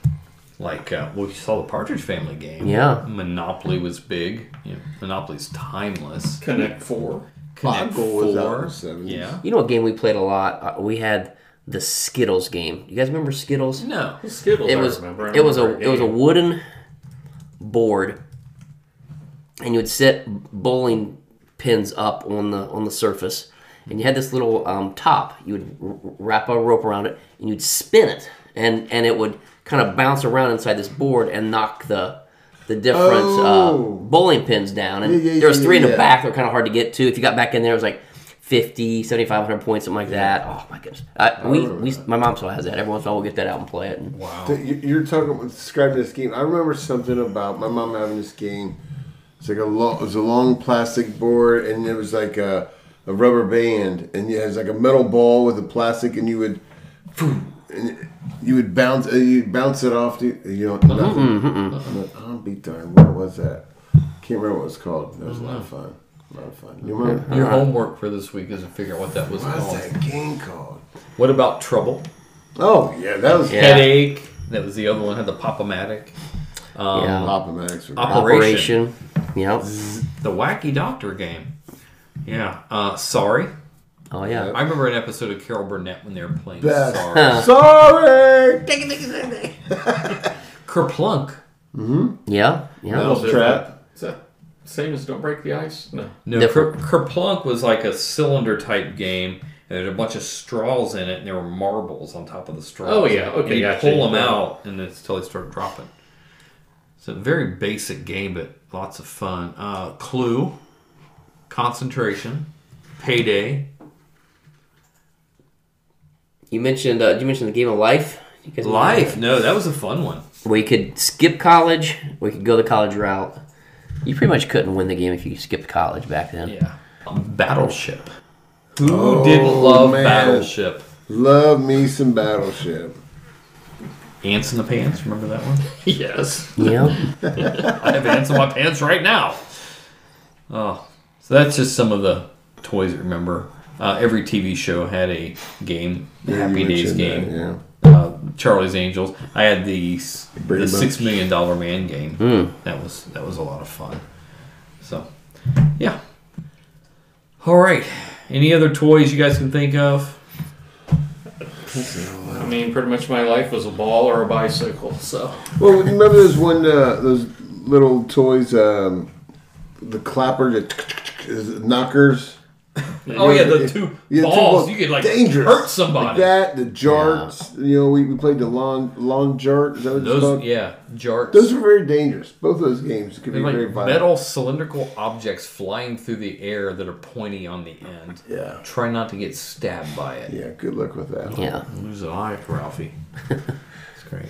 Speaker 13: Like, uh, well, you saw the Partridge Family game.
Speaker 15: Yeah.
Speaker 13: Monopoly was big. You know, Monopoly's timeless.
Speaker 5: Connect Four.
Speaker 13: Connect
Speaker 11: Bongo was out in
Speaker 13: Four.
Speaker 11: the 70s.
Speaker 13: yeah.
Speaker 15: You know what game we played a lot? Uh, we had the Skittles game. You guys remember Skittles?
Speaker 13: No.
Speaker 5: Skittles,
Speaker 15: It
Speaker 5: I
Speaker 15: was
Speaker 5: remember. I
Speaker 15: it was a
Speaker 5: remember a
Speaker 15: it was a
Speaker 5: game.
Speaker 15: wooden board, and you would set bowling pins up on the on the surface, and you had this little um, top. You would r- r- wrap a rope around it, and you'd spin it, and and it would kind of bounce around inside this board and knock the the different uh,
Speaker 26: Oh.
Speaker 15: bowling pins down. And
Speaker 26: Yeah, yeah,
Speaker 15: there was
Speaker 26: yeah,
Speaker 15: three in the
Speaker 26: yeah.
Speaker 15: back that were kind of hard to get to. If you got back in there, it was like 50, 7,500 points, something like that. Oh my goodness! I, we, we my mom still has that. Every once in a while, we'll get that out and play it. And
Speaker 11: Th- you- You're talking describing this game. I remember something about my mom having this game. It's like a long, it was a long plastic board, and it was like a, a rubber band, and it was like a metal ball with a plastic, and you would, and you would bounce, uh, you bounce it off. The, you know, nothing. I'll be darned. What was that? Can't remember what it was called. That was a lot of fun. A lot of fun. You remember?
Speaker 13: Your homework for this week is to figure out what that was
Speaker 11: What's
Speaker 13: called.
Speaker 11: that game called?
Speaker 13: What about trouble?
Speaker 11: Oh yeah, that was
Speaker 13: headache. That was the other one. Had the popomatic. Um,
Speaker 15: Yeah.
Speaker 11: Popomatics were-
Speaker 13: operation.
Speaker 15: Yeah.
Speaker 13: The wacky doctor game. Yeah. Uh, sorry.
Speaker 15: Oh yeah.
Speaker 13: I remember an episode of Carol Burnett when they were playing
Speaker 11: Best.
Speaker 13: Sorry.
Speaker 11: Sorry.
Speaker 13: Kerplunk.
Speaker 11: Mm-hmm.
Speaker 15: Yeah.
Speaker 13: yeah.
Speaker 5: Metal
Speaker 13: Trap.
Speaker 5: Is that same as Don't Break the Ice? No.
Speaker 13: No, Ker- Kerplunk was like a cylinder type game. And there had a bunch of straws in it, and there were marbles on top of the straws.
Speaker 5: Oh, yeah. Okay,
Speaker 13: And you
Speaker 5: gotcha.
Speaker 13: pull them out, and it's till they start dropping. It's a very basic game, but lots of fun. Uh, Clue, concentration, payday.
Speaker 15: You mentioned uh, did you mention the game of life? You guys remember
Speaker 13: Life. No, that was a fun one.
Speaker 15: We could skip college. We could go the college route. You pretty much couldn't win the game if you skipped college back then.
Speaker 13: Yeah. Um, Battleship. Who
Speaker 5: Oh,
Speaker 13: didn't love Battleship?
Speaker 11: Love me some Battleship.
Speaker 13: Ants in the pants. Remember that one? yes.
Speaker 15: Yeah.
Speaker 13: I have ants in my pants right now. Oh, so that's just some of the toys I remember. Uh, every TV show had a game, the
Speaker 11: Yeah, you
Speaker 13: Happy Days
Speaker 11: mentioned
Speaker 13: game.
Speaker 11: that,
Speaker 13: uh, Charlie's Angels. I had the s-
Speaker 11: Brady
Speaker 13: the
Speaker 11: Bunch.
Speaker 13: six million dollar man game.
Speaker 11: Mm.
Speaker 13: That was that was a lot of fun. So, yeah. All right. Any other toys you guys can think of?
Speaker 5: I mean, pretty much my life was a ball or a bicycle. So
Speaker 11: Well, remember those one uh, those little toys, um, the clapper, the is it knockers.
Speaker 13: Oh, yeah, the two balls. You could, like, hurt somebody.
Speaker 11: Like that the jarts. You know, we, we played the lawn lawn jart. Is that what it's
Speaker 13: Those
Speaker 11: called?
Speaker 13: yeah, jarts.
Speaker 11: Those were very dangerous. Both of those games could
Speaker 13: They're
Speaker 11: be
Speaker 13: like
Speaker 11: very violent.
Speaker 13: metal cylindrical objects flying through the air that are pointy on the end. Yeah. Try not to get stabbed by it.
Speaker 11: Yeah. Good luck with that.
Speaker 15: Yeah.
Speaker 13: Lose an eye, Ralphie. It's great.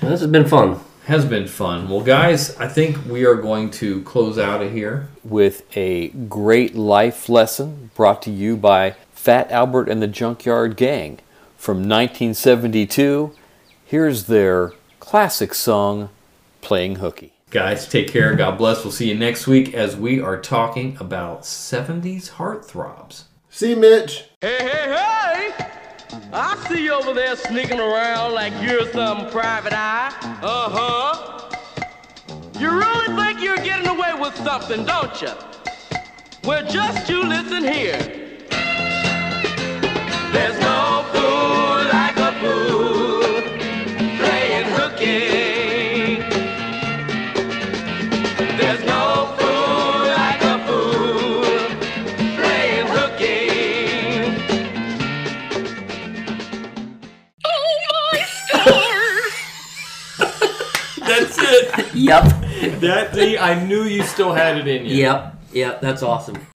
Speaker 15: Well, this has been fun.
Speaker 13: Has been fun. Well, guys, I think we are going to close out of here with a great life lesson brought to you by Fat Albert and the Junkyard Gang from 1972. Here's their classic song, Playing Hooky. Guys, take care. God bless. We'll see you next week as we are talking about 70s heartthrobs.
Speaker 11: See, Mitch.
Speaker 17: Hey, hey, hey! I see you over there sneaking around like you're some private eye. Uh huh. You really think you're getting away with something, don't you? Well, just you listen here. There's no fool like a fool playing hooky. There's no fool like a fool playing hooky.
Speaker 5: that's it.
Speaker 15: Yep.
Speaker 5: That I knew you still had it in you.
Speaker 15: Yep. Yep. That's awesome.